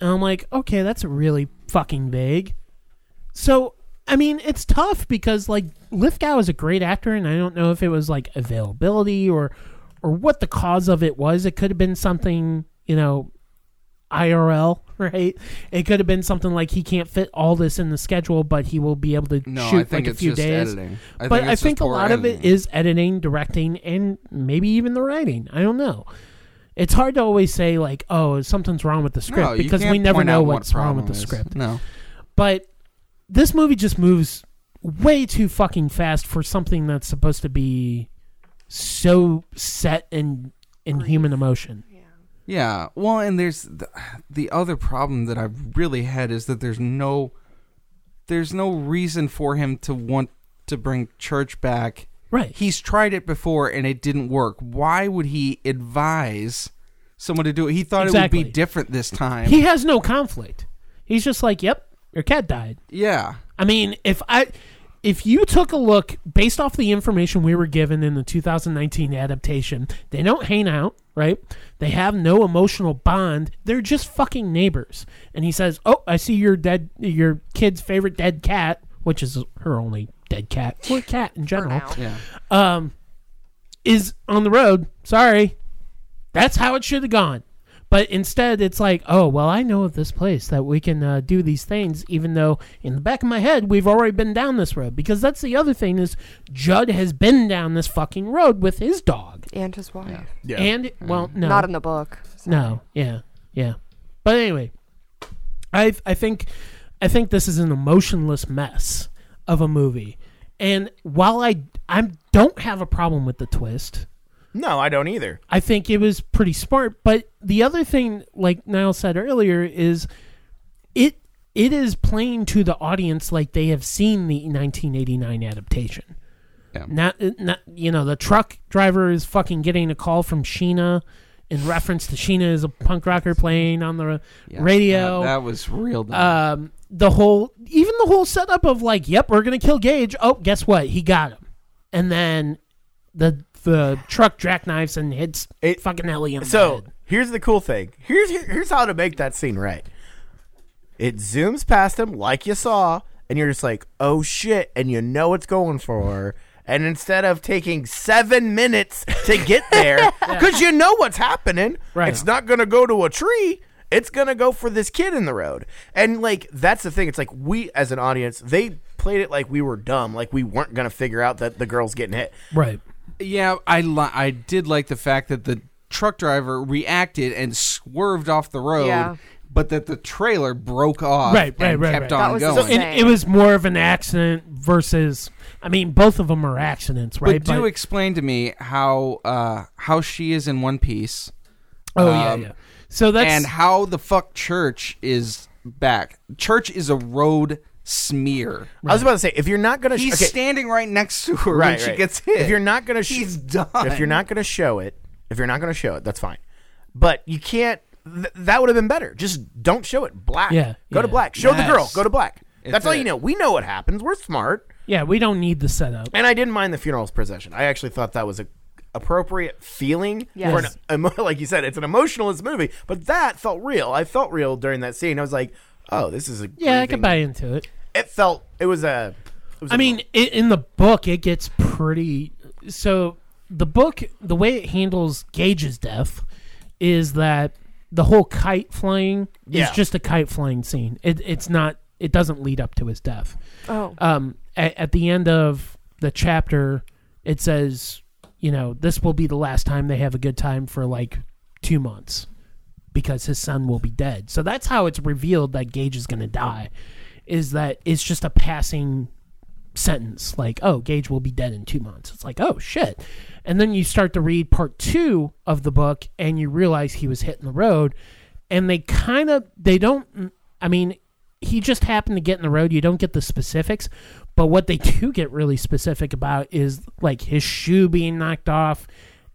And I'm like, "Okay, that's really fucking vague." So, I mean, it's tough because like Lithgow is a great actor, and I don't know if it was like availability or or what the cause of it was. It could have been something, you know, IRL, [laughs] right? It could have been something like he can't fit all this in the schedule, but he will be able to
No, I
shoot
think
like
it's
a few
just
days.
editing. I
but
think
I
it's just
think a
poor
lot of it
editing.
is editing, directing, and maybe even the writing. I don't know. It's hard to always say like, "Oh, something's wrong with the script,"
No, you
because we
can't
never
point
know
out what
what's wrong with
problem
the
is.
script
No,
but this movie just moves way too fucking fast for something that's supposed to be so set in in human emotion.
yeah. Well, and there's the, the other problem that I've really had is that there's no, there's no reason for him to want to bring church back.
Right.
He's tried it before and it didn't work. Why would he advise someone to do it? He thought it would
Exactly.
be different this time.
He has no conflict. He's just like, "Yep, your cat died."
yeah.
I mean, if I if you took a look based off the information we were given in the 2019 adaptation, they don't hang out, right? They have no emotional bond. They're just fucking neighbors. And he says, "Oh, I see your dead your kid's favorite dead cat, which is her only dead cat or cat in general,
now.
Yeah.
um, is on the road. Sorry, That's how it should have gone. But instead, it's like, oh, well, I know of this place that we can uh, do these things, even though in the back of my head, we've already been down this road. Because that's the other thing is Judd has been down this fucking road with his dog.
and his wife.
Yeah.
And, well, no.
Not in the book.
No, yeah, yeah. But anyway, I I think I think this is an emotionless mess of a movie. And while I I don't have a problem with the twist,
No, I don't either.
I think it was pretty smart. But the other thing, like Niall said earlier, is it it is playing to the audience like they have seen the 1989 adaptation.
Yeah.
Not, not you know the truck driver is fucking getting a call from Sheena in reference to Sheena is a punk rocker playing on the
Yeah,
radio.
That, that was real. dumb.
um, the whole even the whole setup of like, yep, we're gonna kill Gage. Oh, guess what? He got him. And then the the truck jackknives and hits
It-
fucking Ellie in the
So
head.
here's the cool thing. Here's here- here's how to make that scene right. It zooms past him like you saw, and you're just like, oh shit, and you know it's going for her. And instead of taking seven minutes to get there, because you know what's happening,
Right.
it's not gonna go to a tree. It's gonna go for this kid in the road. And like that's the thing. It's like we as an audience, they played it like we were dumb, like we weren't gonna figure out that the girl's getting hit.
right.
Yeah, I li- I did like the fact that the truck driver reacted and swerved off the road,
Yeah.
but that the trailer broke off
Right, right,
and
right,
kept
right.
on
That was the
going.
same.
And it was more of an accident versus. I mean, both of them are accidents, right?
But do explain to me how uh, how she is in one piece
oh yeah,
um,
yeah. So that's
and how the fuck church is back. Church is a road smear.
I was about to say, if you're not gonna, sh-
He's
okay,
standing right next to her when
right,
she
right.
gets hit.
If you're not gonna, sh-
she's done.
If you're not gonna show it, if you're not gonna show it, that's fine. But you can't. Th- that would have been better. Just don't show it. Black.
Yeah,
Go to
yeah.
black. Show the girl.
Yes.
Go to black.
It's
that's all
it.
you know. We know what happens. We're smart.
yeah. We don't need the setup.
And I didn't mind the funeral's procession. I actually thought that was a appropriate feeling
Yes.
for an emo- [laughs] like you said it's an emotionalist movie but that felt real i felt real during that scene i was like oh this is a
Yeah, I
grieving-
could buy into it.
it felt it was a it was
I
a-
mean, i in the book, it gets pretty. So the book, the way it handles Gage's death, is that the whole kite flying
Yeah.
is just a kite flying scene. It, it's not. It doesn't lead up to his death.
Oh.
um, at, at the end of the chapter, it says, you know, this will be the last time they have a good time for like two months because his son will be dead. So that's how it's revealed that Gage is going to die, is that it's just a passing sentence like, oh, Gage will be dead in two months. It's like, oh, shit. And then you start to read part two of the book and you realize he was hitting the road. And they kind of, they don't, I mean, he just happened to get in the road. You don't get the specifics. But what they [laughs] do get really specific about is like his shoe being knocked off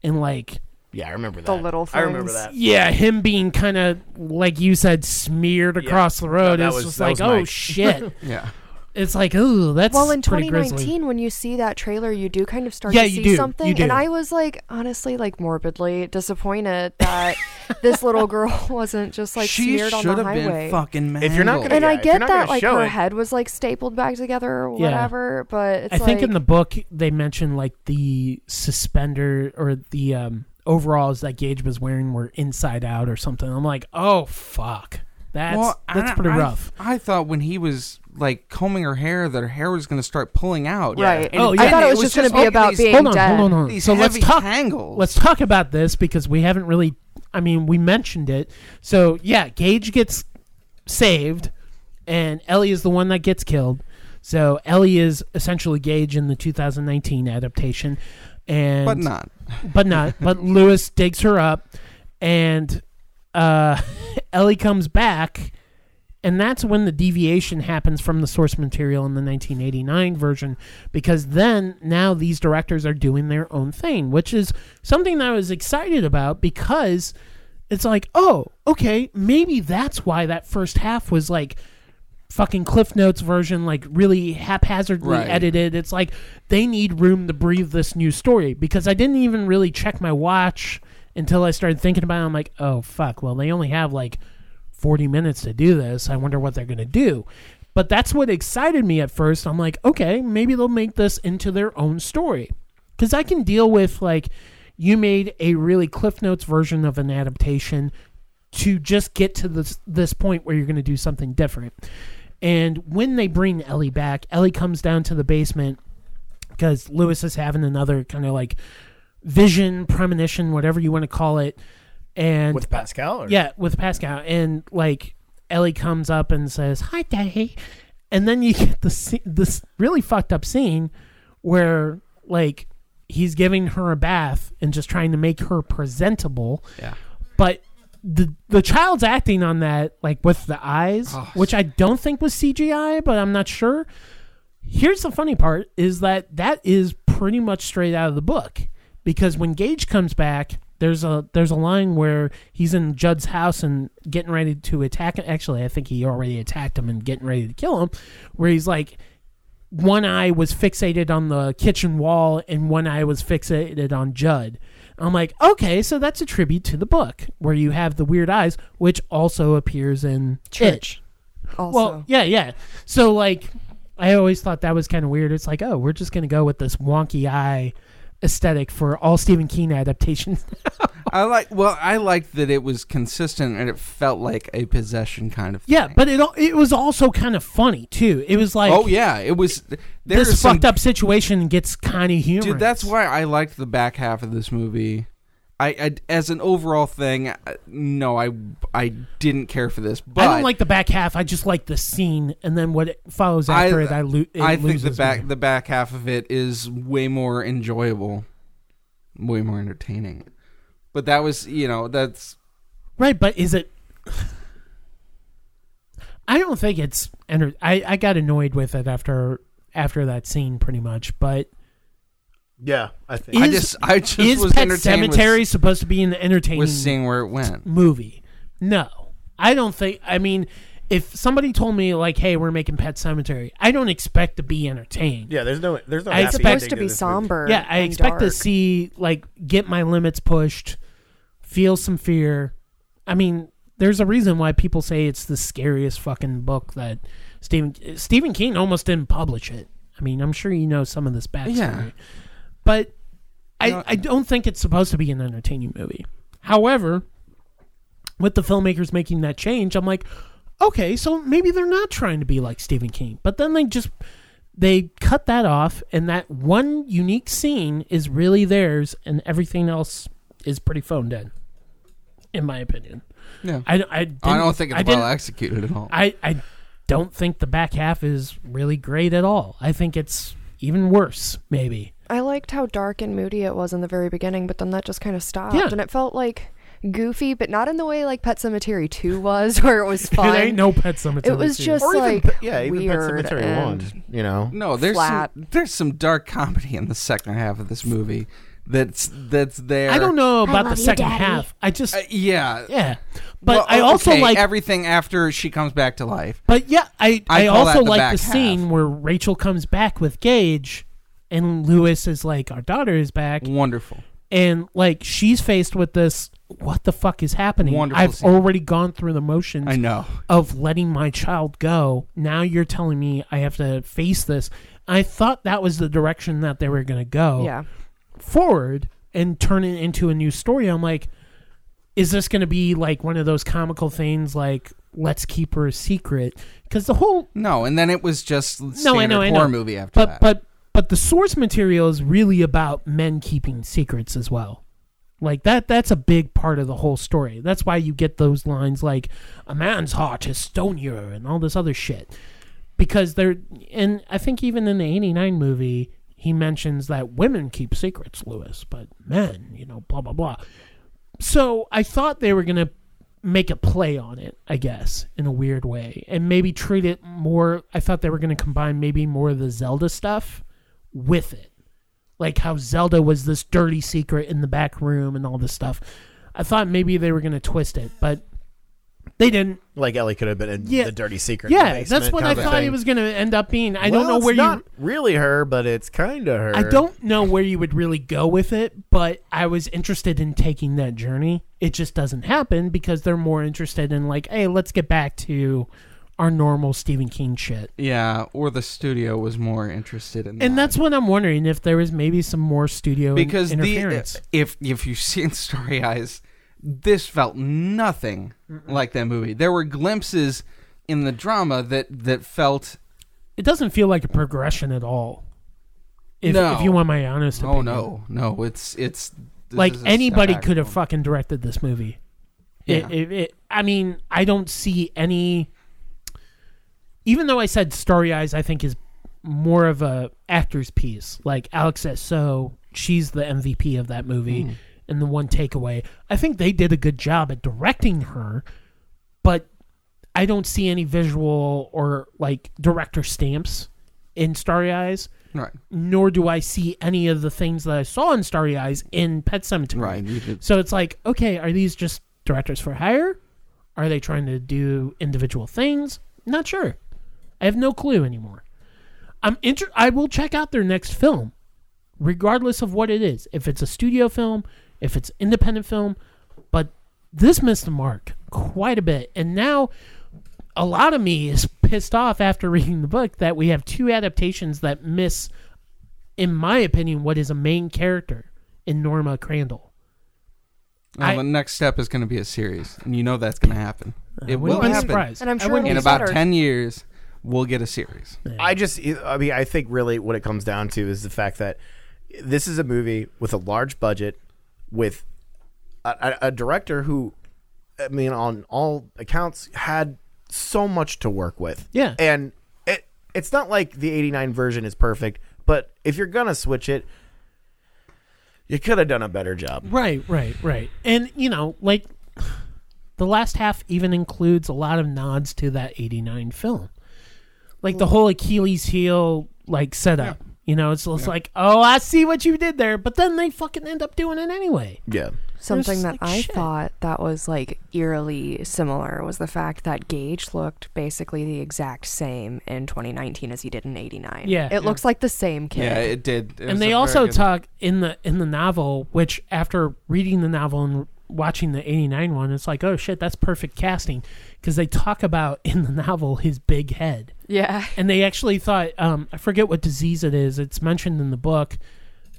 and like
yeah i remember that
The little
i remember
things.
that
yeah, him being kind of like you said, smeared across the road.
No, that
it's
was-
just
that
like,
was
oh
Mike.
shit!
[laughs]
yeah.
it's like, oh, that's
well, in
pretty grisly.
2019, when you see that trailer, you do kind of start
Yeah,
to
you
see
do. You
something.
do.
And I was like, honestly, like morbidly disappointed
[laughs]
that this little girl [laughs] wasn't just like
she
smeared on
should
the
have
highway.
been fucking mangled.
you're not gonna-
and
Yeah,
I
if you're
get
not
that
gonna
like
show
her
it-
head was like stapled back together or
Yeah.
whatever, but it's
I think
like,
in the book they mentioned like the suspender or the um, overalls that Gage was wearing were inside out or something. I'm like, oh fuck, that's
Well, I-
that's pretty
I-
rough.
I thought when he was like combing her hair, that her hair was going to start pulling out.
Right.
And
Oh,
it
yeah.
I thought
didn't.
it was just going to be
fucking
about
these- [laughs]
being
hold on,
dead.
hold on, hold on.
These
so let's
heavy
talk.
tangles.
Let's talk about this because we haven't really. I mean, we mentioned it. So yeah, Gage gets saved, and Ellie is the one that gets killed. So Ellie is essentially Gage in the 2019 adaptation, and
but not.
but not. But Lewis digs her up, and uh, [laughs] Ellie comes back, and that's when the deviation happens from the source material in the 1989 version. Because then now these directors are doing their own thing, which is something that I was excited about because it's like, oh, okay, maybe that's why that first half was like fucking Cliff Notes version, like really haphazardly
Right.
edited. It's like they need room to breathe this new story because I didn't even really check my watch until I started thinking about it. I'm like, oh, fuck, well, they only have like 40 minutes to do this. I wonder what they're going to do. But that's what excited me at first. I'm like, okay, maybe they'll make this into their own story. Because I can deal with, like, you made a really Cliff Notes version of an adaptation to just get to this this point where you're going to do something different. And when they bring Ellie back, Ellie comes down to the basement because Lewis is having another kind of like vision, premonition, whatever you want to call it. And
with Pascal. Or?
yeah, with Pascal, and like Ellie comes up and says, "Hi, Daddy," and then you [laughs] get the sce- this really fucked up scene where like he's giving her a bath and just trying to make her presentable,
Yeah.
but the the child's acting on that like with the eyes,
Oh.
which I don't think was CGI, but I'm not sure. Here's the funny part is that that is pretty much straight out of the book because when Gage comes back, there's a there's a line where he's in Judd's house and getting ready to attack him. Actually, I think he already attacked him and getting ready to kill him, where he's like one eye was fixated on the kitchen wall and one eye was fixated on Judd. I'm like, "Okay, so that's a tribute to the book where you have the weird eyes which also appears in It.
Church. Also,
Well, yeah, yeah. So like, I always thought that was kind of weird. It's like, oh, we're just gonna go with this wonky eye aesthetic for all Stephen King adaptations. [laughs]
I like. Well, I liked that it was consistent and it felt like a possession kind of.
yeah,
thing.
but it al- it was also kind of funny too. It was like,
oh yeah, it was. There's
this
some
fucked up situation gets kind of humorous.
Dude, that's why I liked the back half of this movie. I, I as an overall thing, uh, no, I I didn't care for this. But
I don't like the back half. I just like the scene, and then what it follows
I-
after it. I, lo- it
I think
loses
the back
me.
the back half of it is way more enjoyable, way more entertaining. But that was, you know, that's
right, but is it? I don't think it's. Enter- I I got annoyed with it after after that scene, pretty much. But
Yeah, I think.
I
Is-
just I just
is
was
Pet
entertained with-
Cemetery supposed to be an entertaining
was seeing where it
Mm.
went.
movie? No, I don't think. I mean, if somebody told me like, "Hey, we're making Pet Cemetery," I don't expect to be entertained.
yeah, there's no there's no.
I
happy
expect-
ending
supposed to be
this movie.
somber.
Yeah, I
and
expect to
dark.
see like get my limits pushed, feel some fear. I mean, there's a reason why people say it's the scariest fucking book that Stephen Stephen King almost didn't publish it. I mean, I'm sure you know some of this backstory,
Yeah.
but I
No,
I don't think it's supposed to be an entertaining movie. However, with the filmmakers making that change, I'm like, okay, so maybe they're not trying to be like Stephen King. But then they just they cut that off and that one unique scene is really theirs and everything else is pretty phone dead in my opinion.
Yeah.
I, I, didn't-
I don't think it's
I
well
didn't-
executed at all.
I, I don't think the back half is really great at all. I think it's even worse maybe. [laughs]
I liked how dark and moody it was in the very beginning, but then that just kind of stopped,
Yeah.
and it felt like goofy, but not in the way like Pet Cemetery Two was, [laughs] where
[laughs]
it was fun.
It ain't no pet cemetery.
It was
too.
just
Or even
like
Pet- yeah, even Pet
weird
Cemetery
and
One. You know,
No, there's
flat.
some, there's some dark comedy in the second half of this movie. That's that's there.
I don't know about the
love you,
second
Daddy.
half. I just
Uh, yeah,
yeah. But
Well,
I also
okay,
like
everything after she comes back to life.
But yeah, I I,
I call
also
that the
like
back
the scene
half.
where Rachel comes back with Gage, and Lewis is like, "Our daughter is back,"
Mm. Wonderful.
and like she's faced with this, "What the fuck is happening?"
Wonderful
I've
scene.
already gone through the motions
I know.
of letting my child go. Now you're telling me I have to face this. I thought that was the direction that they were going to go
yeah,
forward and turn it into a new story. I'm like, is this going to be like one of those comical things like let's keep her a secret? Because the whole
No, and then it was just standard
no, I know, I know.
horror movie after
but
that.
but but the source material is really about men keeping secrets as well like that that's a big part of the whole story that's why you get those lines like a man's heart is stonier and all this other shit because they're and i think even in the 89 movie he mentions that women keep secrets lewis but men you know blah blah blah so i thought they were going to make a play on it, I guess, in a weird way, and maybe treat it more. I thought they were going to combine maybe more of the Zelda stuff with it, like how Zelda was this dirty secret in the back room and all this stuff. I thought maybe they were going to twist it, but they didn't.
like Ellie could have been in
Yeah.
the dirty secret. in the
Yeah, that's
basement
what I
kind of
thought
thing.
it was going to end up being. I don't
Well,
know
it's
where you.
not really her, but it's kind of her.
I don't know where you would really go with it, but I was interested in taking that journey. It just doesn't happen because they're more interested in like, hey, let's get back to our normal Stephen King shit.
Yeah, or the studio was more interested in that.
And that's what I'm wondering if there was maybe some more studio in-
because
uh, interference.
the uh, if if you've seen [laughs] Story Eyes, this felt nothing like that movie. There were glimpses in the drama that that felt
it doesn't feel like a progression at all. If,
No.
if you want my honest
oh
opinion.
no no it's it's this
like
is a step
anybody
back
could have
from-
fucking directed this movie. It,
Yeah.
it, it, I mean, I don't see any. Even though I said Starry Eyes, I think is more of a actor's piece. Like Alex S. So, she's the MVP of that movie,
Hmm.
and the one takeaway. I think they did a good job at directing her, but I don't see any visual or like director stamps in Starry Eyes
right
nor do I see any of the things that I saw in Starry Eyes in Pet Cemetery.
right you did-
So it's like, okay, are these just directors for hire? Are they trying to do individual things? Not sure. I have no clue anymore. I'm inter- I will check out their next film, regardless of what it is. If it's a studio film, if it's independent film, but this missed the mark quite a bit. And now a lot of me is pissed off after [laughs] reading the book that we have two adaptations that miss, in my opinion, what is a main character in Norma Crandall.
Well,
I-
the next step is going to be a series and you know that's going to happen it will
wouldn't be
happen
surprised.
And I'm
I
sure
wouldn't
in
It'll be
about
better.
10 years we'll get a series
I just, I mean, I think really what it comes down to is the fact that this is a movie with a large budget, with a, a, a director who, I mean, on all accounts, had so much to work with.
Yeah.
And it, it's not like the 89 version is perfect, but if you're going to switch it, you could have done a better job.
Right, right, right. And you know, like the last half even includes a lot of nods to that 89 film. Like the whole Achilles heel like setup. You know, it's, it's like, "Oh, I see what you did there," but then they fucking end up doing it anyway.
Yeah.
It's
Something that
like
I
shit.
thought that was like eerily similar was the fact that Gage looked basically the exact same in 2019 as he did in 89.
Yeah.
It
Yeah.
looks like the same kid.
yeah it did It was
and
a
they
very
also
good-
talk in the in the novel which after reading the novel and watching the 89 one it's like oh shit that's perfect casting because they talk about in the novel his big head [laughs]
yeah.
and they actually thought um, i forget what disease it is it's mentioned in the book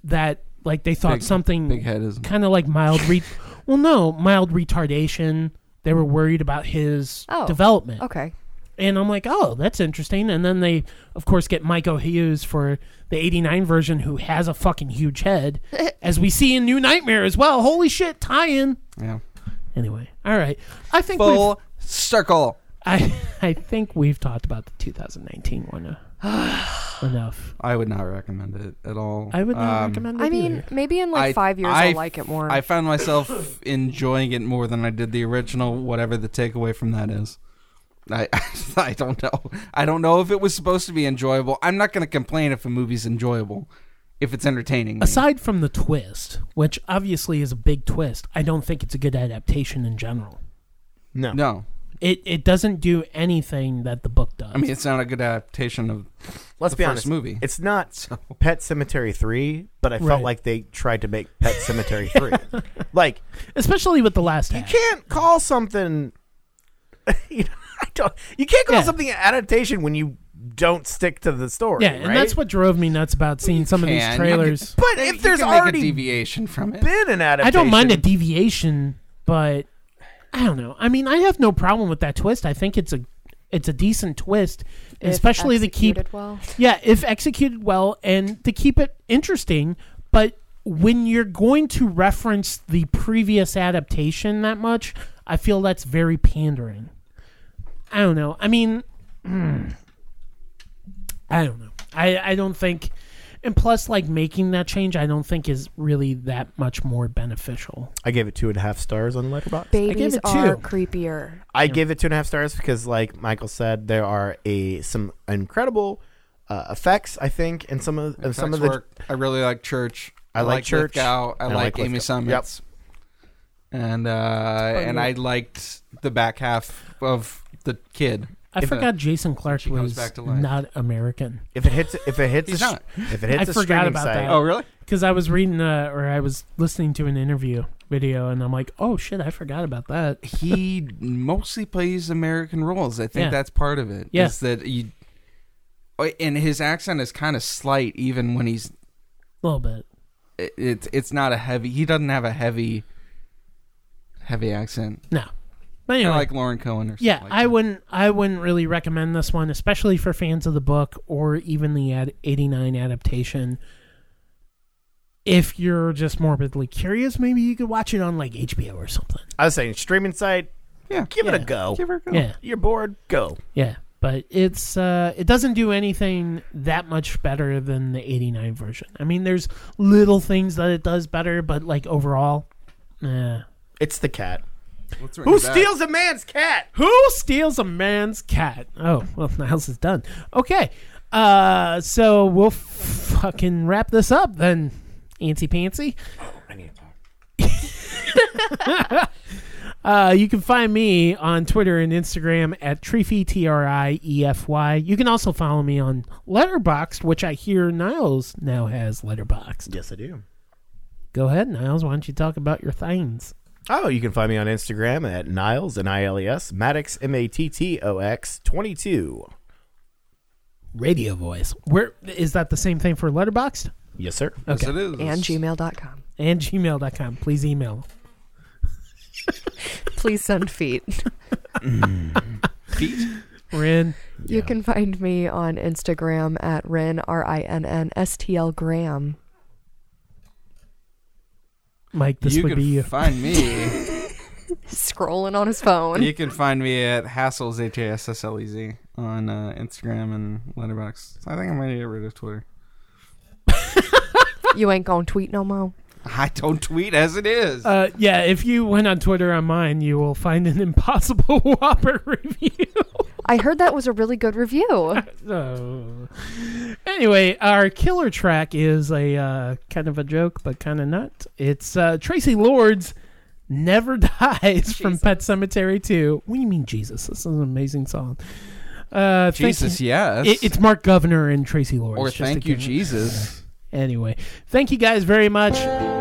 that like they thought
Big-
something
big head is
kind of like mild re- well no mild retardation they were worried about his
Oh,
development
Okay.
and i'm like oh that's interesting and then they of course get mike o'hughes for the 89 version who has a fucking huge
[laughs]
head as we see in new nightmare as well holy shit tie-in
yeah
anyway all right i think we've,
full circle
[laughs] I, I think we've talked about the 2019 one uh,
[sighs]
enough
I would not recommend it at all
I would not
Um,
recommend it.
I mean,
either.
maybe in like
I-
five years
I
I, will like it more.
I found myself [laughs] enjoying it more than I did the original, whatever the takeaway from that is. I, [laughs] I don't know. I don't know if it was supposed to be enjoyable. I'm not going to complain if a movie's enjoyable, if it's entertaining. me.
aside from the twist, which obviously is a big twist, I don't think it's a good adaptation in general.
no.
It it doesn't do anything that the book does.
I mean, it's not a good adaptation of.
Let's
The
be
first
honest.
movie.
It's not Pet Cemetery 3, but I
Right.
felt like they tried to make Pet Cemetery
[laughs]
3. Like,
especially with the last
you
half.
can't call something. [laughs] you, know, I don't, you can't call
Yeah.
something an adaptation when you don't stick to the story.
yeah, and
right?
that's what drove me nuts about seeing some of
Can-
these
you
trailers.
can-
But if
you
there's
can make
already
a deviation from it,
been an
I
adaptation.
don't mind a deviation, but I don't know. I mean, I have no problem with that twist. I think it's a it's a decent twist,
if
especially to keep
executed well.
Yeah, if executed well and to keep it interesting, but when you're going to reference the previous adaptation that much, I feel that's very pandering. I don't know. I mean, [clears throat] mm, I don't know. I, I don't think, and plus, like making that change, I don't think is really that much more beneficial.
I gave it two and a half stars on Letterboxd.
Babies
it
are
two.
creepier.
I give it two and a half stars because, like Michael said, there are a some incredible uh, effects. I think, and some of and some of the
Effects work. I really like Church.
I like Church,
Lithgow. I
and I
like,
like
Amy
Lithgow.
Summers.
Yep.
And uh, and I liked the back half of the kid.
I
If, uh,
forgot Jason Clark
she comes
was
back to life.
not Amerition.
if it hits if it hits
He's
a,
not.
if it hits
I
a
forgot
streaming
about
site,
that.
Oh, really?
because I was reading uh, or I was listening to an interview video, and I'm like, oh shit, I forgot about that.
he mostly plays American roles. I think
Yeah.
that's part of it.
Yeah.
Is that you oh, and his accent is kind of slight even when he's
A little bit.
it- it's it's not a heavy he doesn't have a heavy heavy accent.
No, but anyway,
Kinda like Lauren Cohen or something
yeah,
like
I
that.
wouldn't. I wouldn't really recommend this one, especially for fans of the book or even the ad, '89 adaptation. If you're just morbidly curious, maybe you could watch it on like HBO or something.
I was saying streaming site.
Yeah.
Give it a
Yeah.
go.
Give her a go.
Yeah,
You're bored. Go.
yeah, but it's uh, it doesn't do anything that much better than the '89 version. I mean, there's little things that it does better, but like overall, eh.
It's the cat.
What's written
Who
about-
steals a man's cat?
Who steals a man's cat? Oh, well, [laughs] Niles is done. Okay. Uh, so we'll f- fucking wrap this up then, Antsy Pantsy. Uh, you can find me on Twitter and Instagram at Trify, T R I E F Y. You can also follow me on Letterboxd, which I hear Niles now has Letterboxd.
Yes, I do.
Go ahead, Niles. Why don't you talk about your things?
Oh, you can find me on Instagram at Niles and I L E S Maddox M A T T O X twenty two.
Radio voice. Where is that the same thing for Letterboxd?
Yes, sir.
Yes, it is.
and gmail.com.
And gmail.com. Please email.
Please send
[laughs]
feet.
Pete?
We're in.
You can find me on Instagram at Rin, R I N N S T L Graham.
Mike, this
you
would
can
be you.
find [laughs] me.
Scrolling on his phone.
you can find me at Hassles H A S S L E Z on uh, Instagram and Letterboxd. I think I might get rid of Twitter.
You ain't gonna tweet no more.
I don't tweet as it is.
Uh, yeah, if you went on Twitter on mine, you will find an [laughs] impossible Whopper review. [laughs]
I heard that was a really good review.
so, anyway, our killer track is a uh, kind of a joke, but kind of not. It's uh, Tracy Lords Never [laughs] Dies from Pet Cemetery 2. What do you mean, Jesus? This is an amazing song. Uh, thank
Jesus,
you-
yes.
It- it's Mark Governor and Tracy Lords.
or
just
thank
to
you,
give-
Jesus.
Anyway, thank you guys very much.